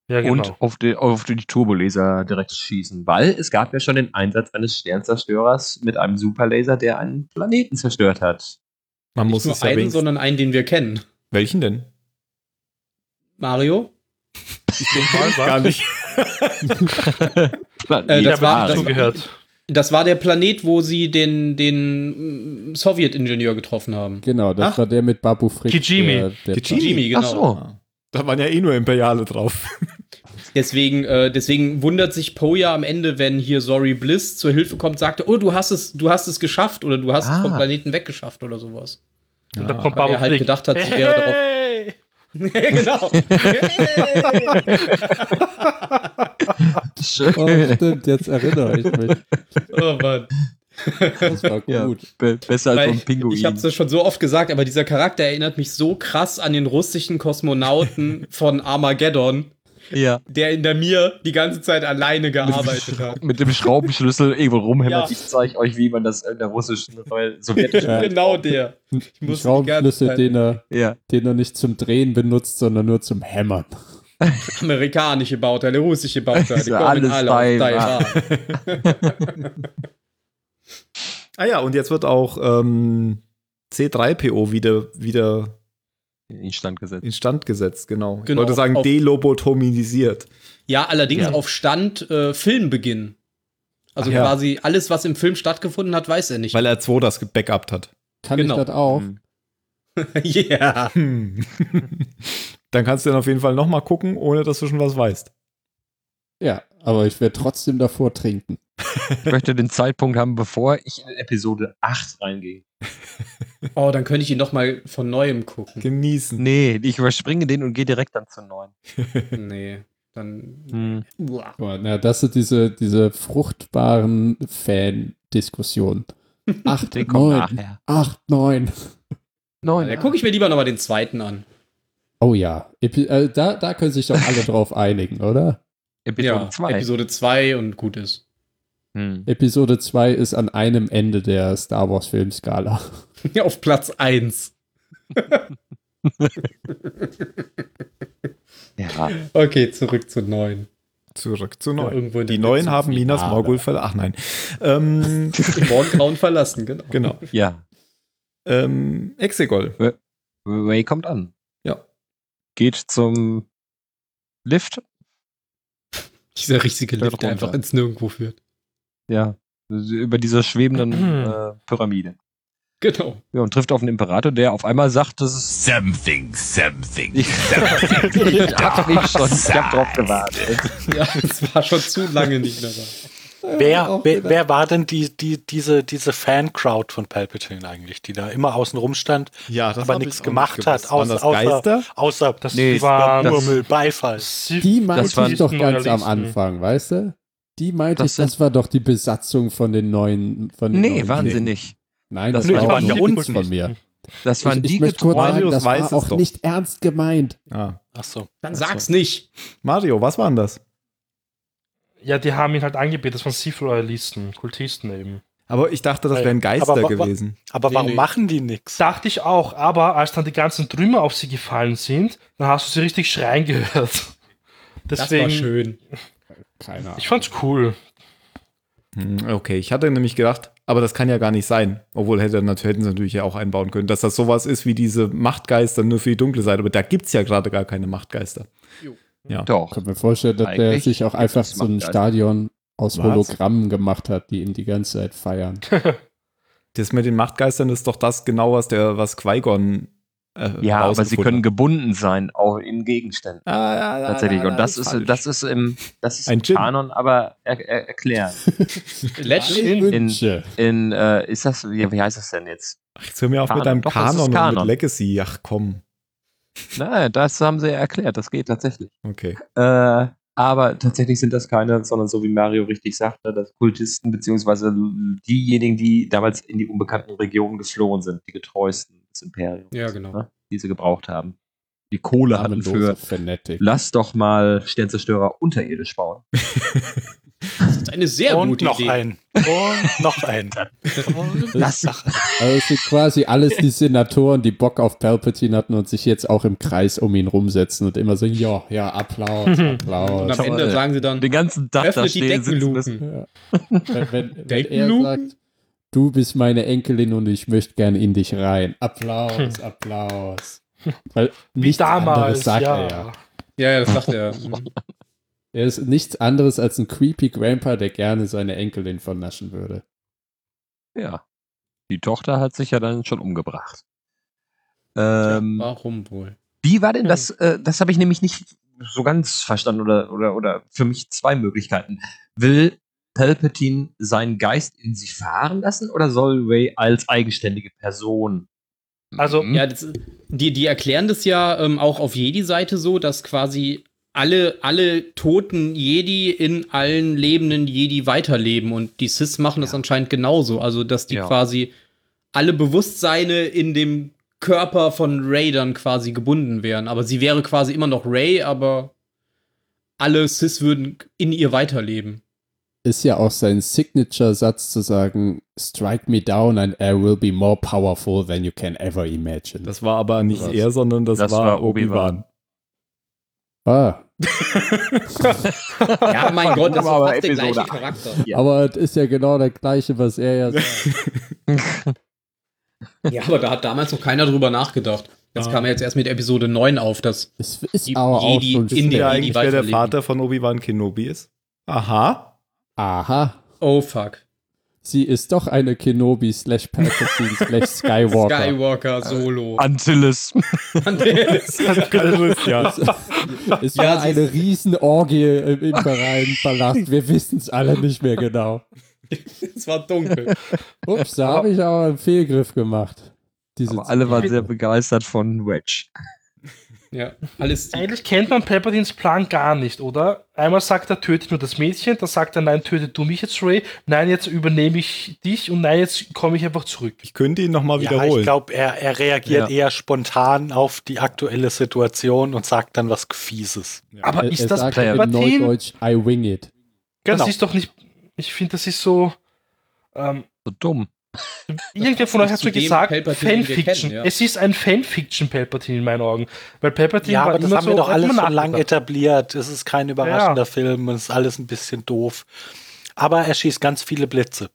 [SPEAKER 2] Ja, genau.
[SPEAKER 3] Und auf die, auf die Turbolaser direkt schießen, weil es gab ja schon den Einsatz eines Sternzerstörers mit einem Superlaser, der einen Planeten zerstört hat.
[SPEAKER 1] Man
[SPEAKER 4] Nicht
[SPEAKER 1] muss
[SPEAKER 4] nur
[SPEAKER 1] es ja
[SPEAKER 4] einen,
[SPEAKER 1] wenigstens.
[SPEAKER 4] sondern einen, den wir kennen.
[SPEAKER 1] Welchen denn?
[SPEAKER 4] Mario?
[SPEAKER 1] Gar nicht.
[SPEAKER 4] Äh,
[SPEAKER 2] Ich
[SPEAKER 4] das
[SPEAKER 2] habe
[SPEAKER 4] war-
[SPEAKER 2] nicht
[SPEAKER 4] das-
[SPEAKER 2] zugehört.
[SPEAKER 4] Das war der Planet, wo sie den, den mm, Sowjetingenieur getroffen haben.
[SPEAKER 6] Genau, das
[SPEAKER 1] Ach.
[SPEAKER 6] war der mit Babu Frick.
[SPEAKER 2] Kijimi.
[SPEAKER 6] Der, der
[SPEAKER 1] Kijimi.
[SPEAKER 4] Jimmy, genau.
[SPEAKER 3] Ach so.
[SPEAKER 1] Oh. Da waren ja eh nur Imperiale drauf.
[SPEAKER 4] Deswegen, äh, deswegen wundert sich Poe ja am Ende, wenn hier Sorry Bliss zur Hilfe kommt, sagt er, oh, du hast es, du hast es geschafft oder du hast es
[SPEAKER 3] Ah.
[SPEAKER 4] vom Planeten weggeschafft oder sowas.
[SPEAKER 2] Und dann kommt
[SPEAKER 4] Weil
[SPEAKER 2] Barbara
[SPEAKER 4] er halt
[SPEAKER 2] Flick.
[SPEAKER 4] gedacht hat, sie wäre darauf.
[SPEAKER 2] Hey!
[SPEAKER 4] genau.
[SPEAKER 3] Schön.
[SPEAKER 6] Oh, stimmt, jetzt erinnere ich mich.
[SPEAKER 4] oh
[SPEAKER 3] Halt
[SPEAKER 4] Mann.
[SPEAKER 6] Das war
[SPEAKER 3] Ja,
[SPEAKER 6] gut.
[SPEAKER 3] be besser als
[SPEAKER 4] Weil
[SPEAKER 3] so ein Pinguin.
[SPEAKER 4] Ich habe es schon so oft gesagt, aber dieser Charakter erinnert mich so krass an den russischen Kosmonauten von Armageddon,
[SPEAKER 3] ja.
[SPEAKER 4] der in der Mir die ganze Zeit alleine gearbeitet hat.
[SPEAKER 3] Mit dem Schraubenschlüssel irgendwo rumhämmert.
[SPEAKER 4] Ja.
[SPEAKER 3] Ich zeige euch, wie man das in der russischen weil sowjetischen.
[SPEAKER 6] Ja.
[SPEAKER 4] Genau der.
[SPEAKER 6] Ein
[SPEAKER 4] muss die ganze
[SPEAKER 6] Schraubenschlüssel,
[SPEAKER 4] Zeit-
[SPEAKER 6] den er,
[SPEAKER 3] ja.
[SPEAKER 6] den er nicht zum Drehen benutzt, sondern nur zum Hämmern.
[SPEAKER 4] Amerikanische Bauteile, russische Bauteile.
[SPEAKER 3] Ist ja alles Taiwan.
[SPEAKER 4] Taiwan.
[SPEAKER 1] Ah ja, und jetzt wird auch ähm, C3PO wieder, wieder
[SPEAKER 3] Instand gesetzt.
[SPEAKER 1] instand gesetzt, genau. Ich
[SPEAKER 4] Genau,
[SPEAKER 1] wollte sagen,
[SPEAKER 4] auf-
[SPEAKER 1] delobotomisiert.
[SPEAKER 4] Ja, allerdings
[SPEAKER 3] Ja.
[SPEAKER 4] auf Stand äh, Filmbeginn. Also
[SPEAKER 1] Ach ja.
[SPEAKER 4] quasi alles, was im Film stattgefunden hat, weiß er nicht.
[SPEAKER 1] Weil er 2 das gebackupt hat.
[SPEAKER 6] Kann
[SPEAKER 4] Genau.
[SPEAKER 6] ich das auch?
[SPEAKER 3] Hm.
[SPEAKER 4] yeah.
[SPEAKER 1] Hm. Dann kannst du dann auf jeden Fall nochmal gucken, ohne dass du schon was weißt.
[SPEAKER 6] Ja, aber ich werde trotzdem davor trinken.
[SPEAKER 3] Ich möchte den Zeitpunkt haben, bevor ich in Episode 8 reingehe.
[SPEAKER 4] Oh, dann könnte ich ihn noch mal von neuem gucken.
[SPEAKER 1] Genießen.
[SPEAKER 3] Nee, ich überspringe den und gehe direkt dann zu 9.
[SPEAKER 4] Nee, dann
[SPEAKER 3] Hm.
[SPEAKER 4] Uah.
[SPEAKER 6] Boah, na, das sind diese, diese fruchtbaren Fan-Diskussionen. Acht,
[SPEAKER 3] Den kommt
[SPEAKER 6] neun,
[SPEAKER 3] nachher.
[SPEAKER 6] acht, neun.
[SPEAKER 3] 9.
[SPEAKER 4] Da gucke ich mir lieber noch mal den zweiten an.
[SPEAKER 6] Oh ja, Epi äh, da, da können sich doch alle drauf einigen, oder?
[SPEAKER 3] Episode
[SPEAKER 1] um
[SPEAKER 3] 2.
[SPEAKER 4] Episode 2 und gut ist.
[SPEAKER 3] Hm.
[SPEAKER 6] Episode 2 ist an einem Ende der Star Wars Filmskala.
[SPEAKER 4] Auf Platz 1.
[SPEAKER 3] Ja.
[SPEAKER 4] Okay, zurück zu 9.
[SPEAKER 1] Zurück zu
[SPEAKER 4] Ja,
[SPEAKER 1] neun.
[SPEAKER 4] irgendwo in
[SPEAKER 1] Die
[SPEAKER 4] der
[SPEAKER 1] neuen
[SPEAKER 4] Mitte.
[SPEAKER 1] haben Minas
[SPEAKER 6] Finale.
[SPEAKER 1] Morgul verlassen. Ach nein. Ähm,
[SPEAKER 3] Ah.
[SPEAKER 4] Die Morgengrauen verlassen, genau.
[SPEAKER 1] genau.
[SPEAKER 3] ja.
[SPEAKER 1] Ähm, Exegol.
[SPEAKER 3] Ray kommt an.
[SPEAKER 1] Ja.
[SPEAKER 3] Geht zum Lift.
[SPEAKER 4] Dieser richtige
[SPEAKER 3] Fällt
[SPEAKER 4] Lift, der
[SPEAKER 3] runter.
[SPEAKER 4] einfach ins Nirgendwo führt.
[SPEAKER 3] Ja. Über dieser schwebenden äh, Pyramide.
[SPEAKER 4] Genau.
[SPEAKER 3] Ja, und trifft auf einen Imperator, der auf einmal sagt, das ist
[SPEAKER 7] Something, something.
[SPEAKER 3] Ich, ich hab mich schon, ich hab drauf gewartet.
[SPEAKER 4] Ja, es war schon zu lange nicht mehr da.
[SPEAKER 6] Äh,
[SPEAKER 5] Wer,
[SPEAKER 6] Auch
[SPEAKER 5] wer,
[SPEAKER 6] wieder.
[SPEAKER 5] wer war denn die, die, diese, diese Fan-Crowd von Palpatine eigentlich, die da immer außen rumstand,
[SPEAKER 1] Ja, das
[SPEAKER 5] Aber
[SPEAKER 1] hab
[SPEAKER 5] nichts
[SPEAKER 1] ich auch
[SPEAKER 5] gemacht
[SPEAKER 1] nicht
[SPEAKER 5] hat,
[SPEAKER 1] gewusst. Waren
[SPEAKER 5] außer-
[SPEAKER 1] das
[SPEAKER 5] außer-
[SPEAKER 1] Geister?
[SPEAKER 5] außer das
[SPEAKER 3] Nee,
[SPEAKER 5] das war
[SPEAKER 3] das-
[SPEAKER 5] Murmel, Beifall?
[SPEAKER 6] Die meinte
[SPEAKER 3] waren-
[SPEAKER 6] ich doch ganz am Anfang, weißt du? Die meinte
[SPEAKER 3] Das
[SPEAKER 6] ich,
[SPEAKER 3] sind-
[SPEAKER 6] das war doch die Besatzung von den neuen. Von den neuen
[SPEAKER 3] Nee, wahnsinnig.
[SPEAKER 6] Nein,
[SPEAKER 3] Das
[SPEAKER 6] das,
[SPEAKER 3] nö,
[SPEAKER 6] war
[SPEAKER 3] die
[SPEAKER 6] auch
[SPEAKER 3] waren
[SPEAKER 6] nur
[SPEAKER 5] ja
[SPEAKER 6] ein
[SPEAKER 5] unten.
[SPEAKER 6] Witz von mir.
[SPEAKER 3] Das waren
[SPEAKER 6] ich,
[SPEAKER 3] die
[SPEAKER 6] ich möchte kurz
[SPEAKER 1] getroffen.
[SPEAKER 6] sagen,
[SPEAKER 1] Marius
[SPEAKER 6] das
[SPEAKER 1] weiß es
[SPEAKER 6] war auch
[SPEAKER 1] doch.
[SPEAKER 6] nicht ernst gemeint.
[SPEAKER 1] Ah.
[SPEAKER 5] Ach so.
[SPEAKER 4] Dann
[SPEAKER 5] Ach
[SPEAKER 4] sag's
[SPEAKER 5] so.
[SPEAKER 4] nicht.
[SPEAKER 1] Mario, was waren das?
[SPEAKER 2] Ja, die haben ihn halt angebetet. Das waren Seafloyalisten, Kultisten eben.
[SPEAKER 1] Aber ich dachte, das
[SPEAKER 5] Äh,
[SPEAKER 1] wären Geister
[SPEAKER 5] aber wa- wa-
[SPEAKER 1] gewesen.
[SPEAKER 5] Aber
[SPEAKER 4] Nee,
[SPEAKER 5] warum
[SPEAKER 4] nee.
[SPEAKER 5] machen die nichts?
[SPEAKER 2] Dachte ich auch, aber als dann die ganzen Trümmer auf sie gefallen sind, dann hast du sie richtig schreien gehört. Deswegen,
[SPEAKER 4] Das war schön.
[SPEAKER 6] Keine Ahnung.
[SPEAKER 2] ich fand's cool.
[SPEAKER 1] Hm, Okay, ich hatte nämlich gedacht, aber das kann ja gar nicht sein. Obwohl hätte, nat- hätten sie natürlich ja auch einbauen können, dass das sowas ist wie diese Machtgeister nur für die dunkle Seite. Aber da gibt es ja gerade gar keine Machtgeister.
[SPEAKER 6] Ich
[SPEAKER 3] Doch.
[SPEAKER 1] äh,
[SPEAKER 6] kann mir vorstellen, dass der
[SPEAKER 3] Eigentlich
[SPEAKER 6] sich auch einfach so ein
[SPEAKER 3] macht er.
[SPEAKER 6] Stadion aus
[SPEAKER 1] Was?
[SPEAKER 6] Hologrammen gemacht hat, die ihn die ganze Zeit feiern.
[SPEAKER 1] Das mit den Machtgeistern ist doch das genau, was der, was Qui-Gon äh,
[SPEAKER 3] Ja, aber sie
[SPEAKER 1] rausgefunden
[SPEAKER 3] können gebunden sein, auch in Gegenständen.
[SPEAKER 1] hat. Ah, ja, ja,
[SPEAKER 3] Tatsächlich.
[SPEAKER 1] ja,
[SPEAKER 3] Und das
[SPEAKER 1] ist
[SPEAKER 3] ist,
[SPEAKER 1] falsch.
[SPEAKER 3] das ist im, das ist
[SPEAKER 1] Ein
[SPEAKER 3] im
[SPEAKER 1] Djinn.
[SPEAKER 3] Kanon, aber er, er, erklärt.
[SPEAKER 4] Legend
[SPEAKER 6] Ich wünsche.
[SPEAKER 3] In, äh, ist das, wie, wie heißt das denn jetzt?
[SPEAKER 1] Ach, jetzt hör mir auf
[SPEAKER 3] Kanon.
[SPEAKER 1] mit deinem
[SPEAKER 3] Doch, das ist
[SPEAKER 1] Kanon, und
[SPEAKER 3] Kanon.
[SPEAKER 1] mit Legacy. Ach komm.
[SPEAKER 3] Nein, das haben sie ja erklärt, das geht tatsächlich.
[SPEAKER 1] Okay.
[SPEAKER 3] Äh, aber tatsächlich sind das keine, sondern so wie Mario richtig sagte, dass Kultisten beziehungsweise diejenigen, die damals in die unbekannten Regionen geflohen sind, die getreuesten des Imperiums,
[SPEAKER 4] Ja, genau.
[SPEAKER 3] ne, die sie gebraucht haben, die Kohle hatten für,
[SPEAKER 6] Namenlose Fanatic.
[SPEAKER 3] lass doch mal Sternzerstörer unterirdisch bauen.
[SPEAKER 4] Das ist eine sehr
[SPEAKER 5] Und
[SPEAKER 4] gute
[SPEAKER 5] noch
[SPEAKER 4] Idee.
[SPEAKER 5] ein. Und noch ein.
[SPEAKER 3] Lass doch.
[SPEAKER 6] Also es sind quasi alles die Senatoren, die Bock auf Palpatine hatten und sich jetzt auch im Kreis um ihn rumsetzen und immer so, ja, ja, Applaus,
[SPEAKER 4] Und
[SPEAKER 6] Applaus.
[SPEAKER 4] am Ende
[SPEAKER 3] Toll.
[SPEAKER 4] sagen sie dann,
[SPEAKER 3] Den ganzen Tag da
[SPEAKER 4] öffnet die
[SPEAKER 3] stehen sitzen müssen.
[SPEAKER 4] Deckenluken.
[SPEAKER 6] Ja. Wenn, wenn, wenn er
[SPEAKER 4] Deckenluken?
[SPEAKER 6] sagt, du bist meine Enkelin und ich möchte gern in dich rein. Applaus, Applaus. Weil
[SPEAKER 2] Wie
[SPEAKER 6] nichts anderes
[SPEAKER 2] damals,
[SPEAKER 6] sagt
[SPEAKER 2] ja.
[SPEAKER 6] er ja.
[SPEAKER 4] Ja, ja, das sagt er.
[SPEAKER 6] Er ist nichts anderes als ein creepy Grandpa, der gerne seine Enkelin vernaschen würde.
[SPEAKER 3] Ja. Die Tochter hat sich ja dann schon umgebracht. Ähm,
[SPEAKER 4] Warum wohl?
[SPEAKER 3] Wie war denn das? Äh, das habe ich nämlich nicht so ganz verstanden oder, oder, oder für mich zwei Möglichkeiten. Will Palpatine seinen Geist in sich fahren lassen oder soll Ray als eigenständige Person?
[SPEAKER 2] Also,
[SPEAKER 3] Mhm.
[SPEAKER 4] Ja, das, die, die erklären das ja ähm, auch auf Jedi-Seite so, dass quasi alle, alle toten Jedi in allen lebenden Jedi weiterleben und die Sis machen das
[SPEAKER 3] Ja.
[SPEAKER 4] anscheinend genauso. Also, dass die
[SPEAKER 3] Ja.
[SPEAKER 4] quasi alle Bewusstseine in dem Körper von Ray dann quasi gebunden wären. Aber sie wäre quasi immer noch Ray, aber alle Sis würden in ihr weiterleben.
[SPEAKER 6] Ist ja auch sein Signature-Satz zu sagen, strike me down and I will be more powerful than you can ever imagine.
[SPEAKER 1] Das war aber nicht
[SPEAKER 6] Das-
[SPEAKER 1] er, sondern das,
[SPEAKER 3] das
[SPEAKER 1] war,
[SPEAKER 3] war
[SPEAKER 1] Obi-Wan.
[SPEAKER 3] Obi-Wan.
[SPEAKER 6] ah,
[SPEAKER 4] Ja, mein Gott, das ist
[SPEAKER 3] Aber
[SPEAKER 4] fast der
[SPEAKER 3] Episode
[SPEAKER 4] gleiche
[SPEAKER 3] acht.
[SPEAKER 4] Charakter.
[SPEAKER 3] Ja.
[SPEAKER 6] aber es ist ja genau das Gleiche, was er ja sagt.
[SPEAKER 4] Ja, aber da hat damals noch keiner drüber nachgedacht. Das kam ja jetzt erst mit Episode 9 auf, dass
[SPEAKER 6] Es ist
[SPEAKER 4] Die
[SPEAKER 6] aber auch
[SPEAKER 4] Jedi
[SPEAKER 6] schon
[SPEAKER 4] in
[SPEAKER 1] Wisst
[SPEAKER 4] der-
[SPEAKER 1] ihr
[SPEAKER 6] schwer.
[SPEAKER 4] Jedi
[SPEAKER 1] eigentlich, wer der
[SPEAKER 4] weiterleben.
[SPEAKER 1] Vater von Obi-Wan Kenobi ist? Aha.
[SPEAKER 6] Aha,
[SPEAKER 4] Oh fuck.
[SPEAKER 6] sie ist doch eine Kenobi slash Palpatine slash Skywalker.
[SPEAKER 4] Skywalker Solo.
[SPEAKER 3] Antilles.
[SPEAKER 1] Also, ja.
[SPEAKER 6] Es
[SPEAKER 4] Ja,
[SPEAKER 6] war
[SPEAKER 4] sie ist-
[SPEAKER 6] eine Riesenorgie im imperialen Palast. Wir wissen es alle nicht mehr genau.
[SPEAKER 4] es war dunkel.
[SPEAKER 6] Ups, da habe ich aber einen Fehlgriff gemacht. Diese
[SPEAKER 3] Aber Also alle waren sehr begeistert von Wedge.
[SPEAKER 4] Ja, alles.
[SPEAKER 2] eigentlich kennt man Palpatines Plan gar nicht, oder? Einmal sagt er, töte nur das Mädchen, dann sagt er, nein, töte du mich jetzt, Ray, nein, jetzt übernehme ich dich und nein, jetzt komme ich einfach zurück.
[SPEAKER 1] Ich könnte ihn nochmal
[SPEAKER 5] Ja, ich
[SPEAKER 1] wiederholen.
[SPEAKER 5] glaube, er, er reagiert
[SPEAKER 3] Ja.
[SPEAKER 5] eher spontan auf die aktuelle Situation und sagt dann was Fieses.
[SPEAKER 2] Aber
[SPEAKER 6] er,
[SPEAKER 2] ist
[SPEAKER 6] er
[SPEAKER 2] das
[SPEAKER 6] sagt
[SPEAKER 3] Palpatine?
[SPEAKER 6] im Neudeutsch, I wing it.
[SPEAKER 2] Das
[SPEAKER 5] Genau.
[SPEAKER 2] ist doch nicht. Ich finde, das ist so. Ähm,
[SPEAKER 3] So dumm.
[SPEAKER 2] irgendwer von euch
[SPEAKER 4] passt
[SPEAKER 2] hat
[SPEAKER 4] zu
[SPEAKER 2] so
[SPEAKER 4] dem
[SPEAKER 2] gesagt,
[SPEAKER 4] Palpatine, den wir
[SPEAKER 2] Fanfiction.
[SPEAKER 4] kennen, ja.
[SPEAKER 2] Es ist ein Fanfiction-Palpatine in meinen Augen. Weil Palpatine
[SPEAKER 5] Ja,
[SPEAKER 2] war
[SPEAKER 5] aber das
[SPEAKER 2] immer
[SPEAKER 5] haben
[SPEAKER 2] so,
[SPEAKER 5] wir doch
[SPEAKER 2] hat
[SPEAKER 5] alles
[SPEAKER 2] man
[SPEAKER 5] schon lang
[SPEAKER 2] nachgedacht.
[SPEAKER 5] etabliert. Es ist kein überraschender Film, es ist alles ein bisschen doof. Aber er schießt ganz viele Blitze.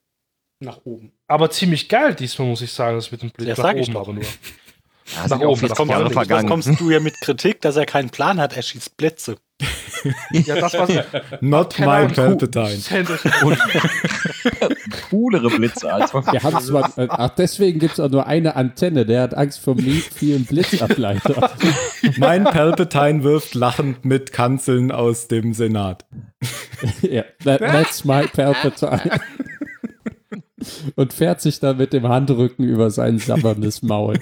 [SPEAKER 4] nach oben.
[SPEAKER 2] Aber ziemlich geil diesmal, muss ich sagen, das mit dem Blitz
[SPEAKER 5] Ja,
[SPEAKER 2] nach
[SPEAKER 5] sag ich
[SPEAKER 2] oben
[SPEAKER 5] doch.
[SPEAKER 2] aber nur.
[SPEAKER 3] Ja,
[SPEAKER 2] Nach
[SPEAKER 4] oh,
[SPEAKER 3] sind ja
[SPEAKER 2] oben,
[SPEAKER 5] Jetzt,
[SPEAKER 3] 40
[SPEAKER 2] das kommt
[SPEAKER 5] kommst,
[SPEAKER 2] ja
[SPEAKER 3] Jahre
[SPEAKER 5] du,
[SPEAKER 2] nicht,
[SPEAKER 5] jetzt
[SPEAKER 3] vergangen.
[SPEAKER 5] also kommst du hier mit Kritik, dass er keinen Plan hat, er schießt Blitze.
[SPEAKER 2] Ja, das war
[SPEAKER 1] Not
[SPEAKER 2] keine
[SPEAKER 1] my
[SPEAKER 2] Ahnung,
[SPEAKER 1] Palpatine.
[SPEAKER 3] Coolere Blitze als von
[SPEAKER 6] Wir haben zwar, äh, ach, deswegen gibt es auch nur eine Antenne. Der hat Angst vor mi- vielen Blitzableiter.
[SPEAKER 1] Mein Palpatine wirft lachend mit Kanzeln aus dem Senat.
[SPEAKER 6] ja, that, that's my Palpatine. Und fährt sich dann mit dem Handrücken über sein sabberndes Maul.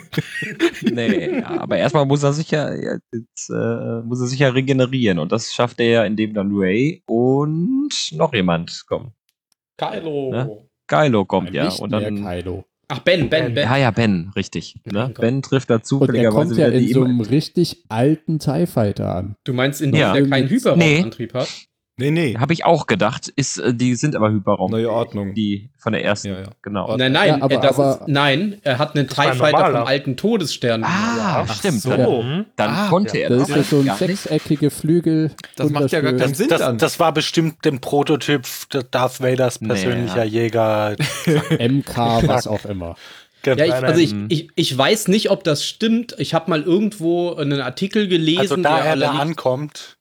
[SPEAKER 3] Nee, ja, aber erstmal muss er sich ja, ja, jetzt, äh, muss er sich ja regenerieren. Und das schafft er ja, indem dann Ray und noch jemand kommen.
[SPEAKER 4] Kylo.
[SPEAKER 3] Ne? Kylo kommt ja.
[SPEAKER 6] Nicht
[SPEAKER 3] Und
[SPEAKER 6] mehr
[SPEAKER 3] dann.
[SPEAKER 6] Kylo.
[SPEAKER 4] Ach, Ben, Ben, Ben.
[SPEAKER 3] Ja, ja, Ben, richtig. Ne?
[SPEAKER 4] Danke.
[SPEAKER 3] Ben trifft da
[SPEAKER 6] Und er
[SPEAKER 3] zufälligerweise
[SPEAKER 6] kommt ja
[SPEAKER 3] wieder
[SPEAKER 6] in
[SPEAKER 3] die
[SPEAKER 6] so
[SPEAKER 3] immer.
[SPEAKER 6] einem richtig alten TIE Fighter an.
[SPEAKER 4] Du meinst, in
[SPEAKER 3] Ja.
[SPEAKER 4] der keinen Hyperraumantrieb hat?
[SPEAKER 1] Nee, nee.
[SPEAKER 3] Habe ich auch gedacht, ist, äh, die sind aber Hyperraum.
[SPEAKER 1] Neue Ordnung.
[SPEAKER 3] Die von der ersten.
[SPEAKER 1] Ja, ja.
[SPEAKER 3] Genau.
[SPEAKER 1] Ordnung.
[SPEAKER 4] Nein, nein,
[SPEAKER 6] Ja, aber-
[SPEAKER 4] äh, das
[SPEAKER 6] aber-
[SPEAKER 4] ist, nein, er hat einen
[SPEAKER 2] Das war ein
[SPEAKER 4] TIE Fighter vom
[SPEAKER 2] normaler.
[SPEAKER 4] alten Todesstern.
[SPEAKER 3] Ah,
[SPEAKER 1] Ja. Ach
[SPEAKER 3] stimmt.
[SPEAKER 1] so.
[SPEAKER 4] Oh.
[SPEAKER 3] Dann,
[SPEAKER 2] Mhm.
[SPEAKER 3] dann
[SPEAKER 1] Ah,
[SPEAKER 3] konnte er
[SPEAKER 6] Das ist ja so ein
[SPEAKER 3] gar nicht.
[SPEAKER 6] sechseckige Flügel.
[SPEAKER 1] Das macht ja gar
[SPEAKER 6] wunderschön.
[SPEAKER 1] keinen
[SPEAKER 5] Das,
[SPEAKER 1] Sinn
[SPEAKER 5] das,
[SPEAKER 1] dann.
[SPEAKER 5] das war bestimmt dem Prototyp der Darth Vaders
[SPEAKER 3] Nee,
[SPEAKER 5] persönlicher Jäger.
[SPEAKER 6] MK, was auch immer.
[SPEAKER 4] Ja, ich,
[SPEAKER 5] Nein, nein.
[SPEAKER 4] also ich,
[SPEAKER 3] nein.
[SPEAKER 4] ich, ich weiß nicht, ob das stimmt. Ich habe mal irgendwo einen Artikel gelesen,
[SPEAKER 5] also da er da
[SPEAKER 4] allerdings-
[SPEAKER 5] ankommt,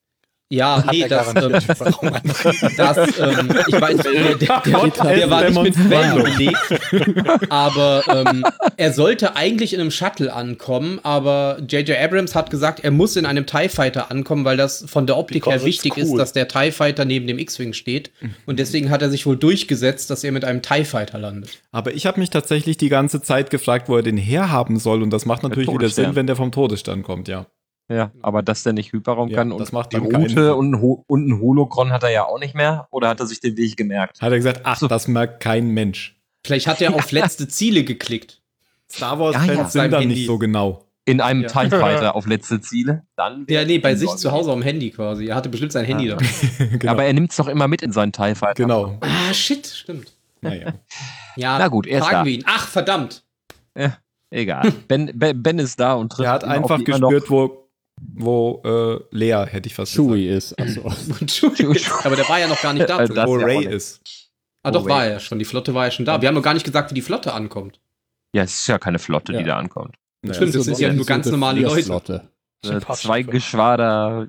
[SPEAKER 4] Ja,
[SPEAKER 5] hat
[SPEAKER 4] nee,
[SPEAKER 5] er
[SPEAKER 4] das, ähm,
[SPEAKER 5] garantiert Hyperraumantrieb.
[SPEAKER 4] Das, ähm, ich weiß, der, der, der, der war nicht mit Quellen belegt, aber ähm, er sollte eigentlich in einem Shuttle ankommen, aber J.J. Abrams hat gesagt, er muss in einem TIE Fighter ankommen, weil das von der Optik
[SPEAKER 5] Because
[SPEAKER 4] her wichtig
[SPEAKER 5] it's cool.
[SPEAKER 4] ist, dass der TIE Fighter neben dem X-Wing steht. Und deswegen hat er sich wohl durchgesetzt, dass er mit einem TIE Fighter landet.
[SPEAKER 1] Aber ich habe mich tatsächlich die ganze Zeit gefragt, wo er den herhaben soll. Und das macht natürlich wieder
[SPEAKER 3] Todesstern.
[SPEAKER 1] Sinn, wenn der vom Todesstern kommt, ja.
[SPEAKER 3] Ja, aber dass der nicht Hyperraum
[SPEAKER 1] Ja,
[SPEAKER 3] kann
[SPEAKER 1] das
[SPEAKER 3] und
[SPEAKER 1] macht
[SPEAKER 3] die
[SPEAKER 1] dann keinen Sinn.
[SPEAKER 3] Route und, ein Ho- und ein Holocron hat er ja auch nicht mehr. Oder hat er sich den Weg gemerkt?
[SPEAKER 1] Hat er gesagt, ach,
[SPEAKER 3] So.
[SPEAKER 1] das merkt kein Mensch.
[SPEAKER 4] Vielleicht hat er auf letzte Ziele geklickt.
[SPEAKER 1] Star Wars-Fans
[SPEAKER 3] Ja, ja.
[SPEAKER 1] sind
[SPEAKER 4] Beim
[SPEAKER 1] dann
[SPEAKER 4] Handy.
[SPEAKER 1] nicht so genau.
[SPEAKER 3] In einem
[SPEAKER 4] Ja.
[SPEAKER 3] TIE Fighter auf letzte Ziele? Dann
[SPEAKER 4] Ja, nee, bei sich
[SPEAKER 3] Sorge.
[SPEAKER 4] zu Hause am Handy quasi. Er hatte bestimmt sein Handy
[SPEAKER 3] Ah.
[SPEAKER 4] da.
[SPEAKER 1] genau.
[SPEAKER 3] Aber er nimmt es doch immer mit in seinen TIE Fighter.
[SPEAKER 1] genau.
[SPEAKER 4] Ah, shit, stimmt.
[SPEAKER 1] Naja.
[SPEAKER 4] Ja,
[SPEAKER 3] Na gut, er ist
[SPEAKER 4] fragen
[SPEAKER 3] da.
[SPEAKER 4] wir ihn. Ach, verdammt.
[SPEAKER 3] Egal. Ben, ben, ben ist da und trifft
[SPEAKER 1] Er hat
[SPEAKER 3] ihn auf
[SPEAKER 1] einfach
[SPEAKER 3] die immer noch-
[SPEAKER 1] gespürt, wo, wo äh, Lea, hätte ich fast
[SPEAKER 6] Chewie ist. also Achso.
[SPEAKER 4] Entschuldigung. Aber der war ja noch gar nicht da.
[SPEAKER 3] Äh, das-
[SPEAKER 1] gesagt, wo
[SPEAKER 3] ja
[SPEAKER 1] Ray
[SPEAKER 3] auch nicht.
[SPEAKER 1] ist.
[SPEAKER 4] ah, doch,
[SPEAKER 3] Oh,
[SPEAKER 4] war
[SPEAKER 3] wait.
[SPEAKER 4] er ja schon. Die Flotte war ja schon da. Wir haben noch gar nicht gesagt, wie die Flotte ankommt.
[SPEAKER 3] Ja, es ist ja keine Flotte,
[SPEAKER 6] Ja.
[SPEAKER 3] die da ankommt.
[SPEAKER 1] Naja.
[SPEAKER 4] Stimmt, das
[SPEAKER 6] So
[SPEAKER 4] sind ja
[SPEAKER 6] eine
[SPEAKER 4] nur ganz
[SPEAKER 6] Episode
[SPEAKER 4] normale Leute.
[SPEAKER 6] Flotte.
[SPEAKER 3] Äh, zwei Geschwader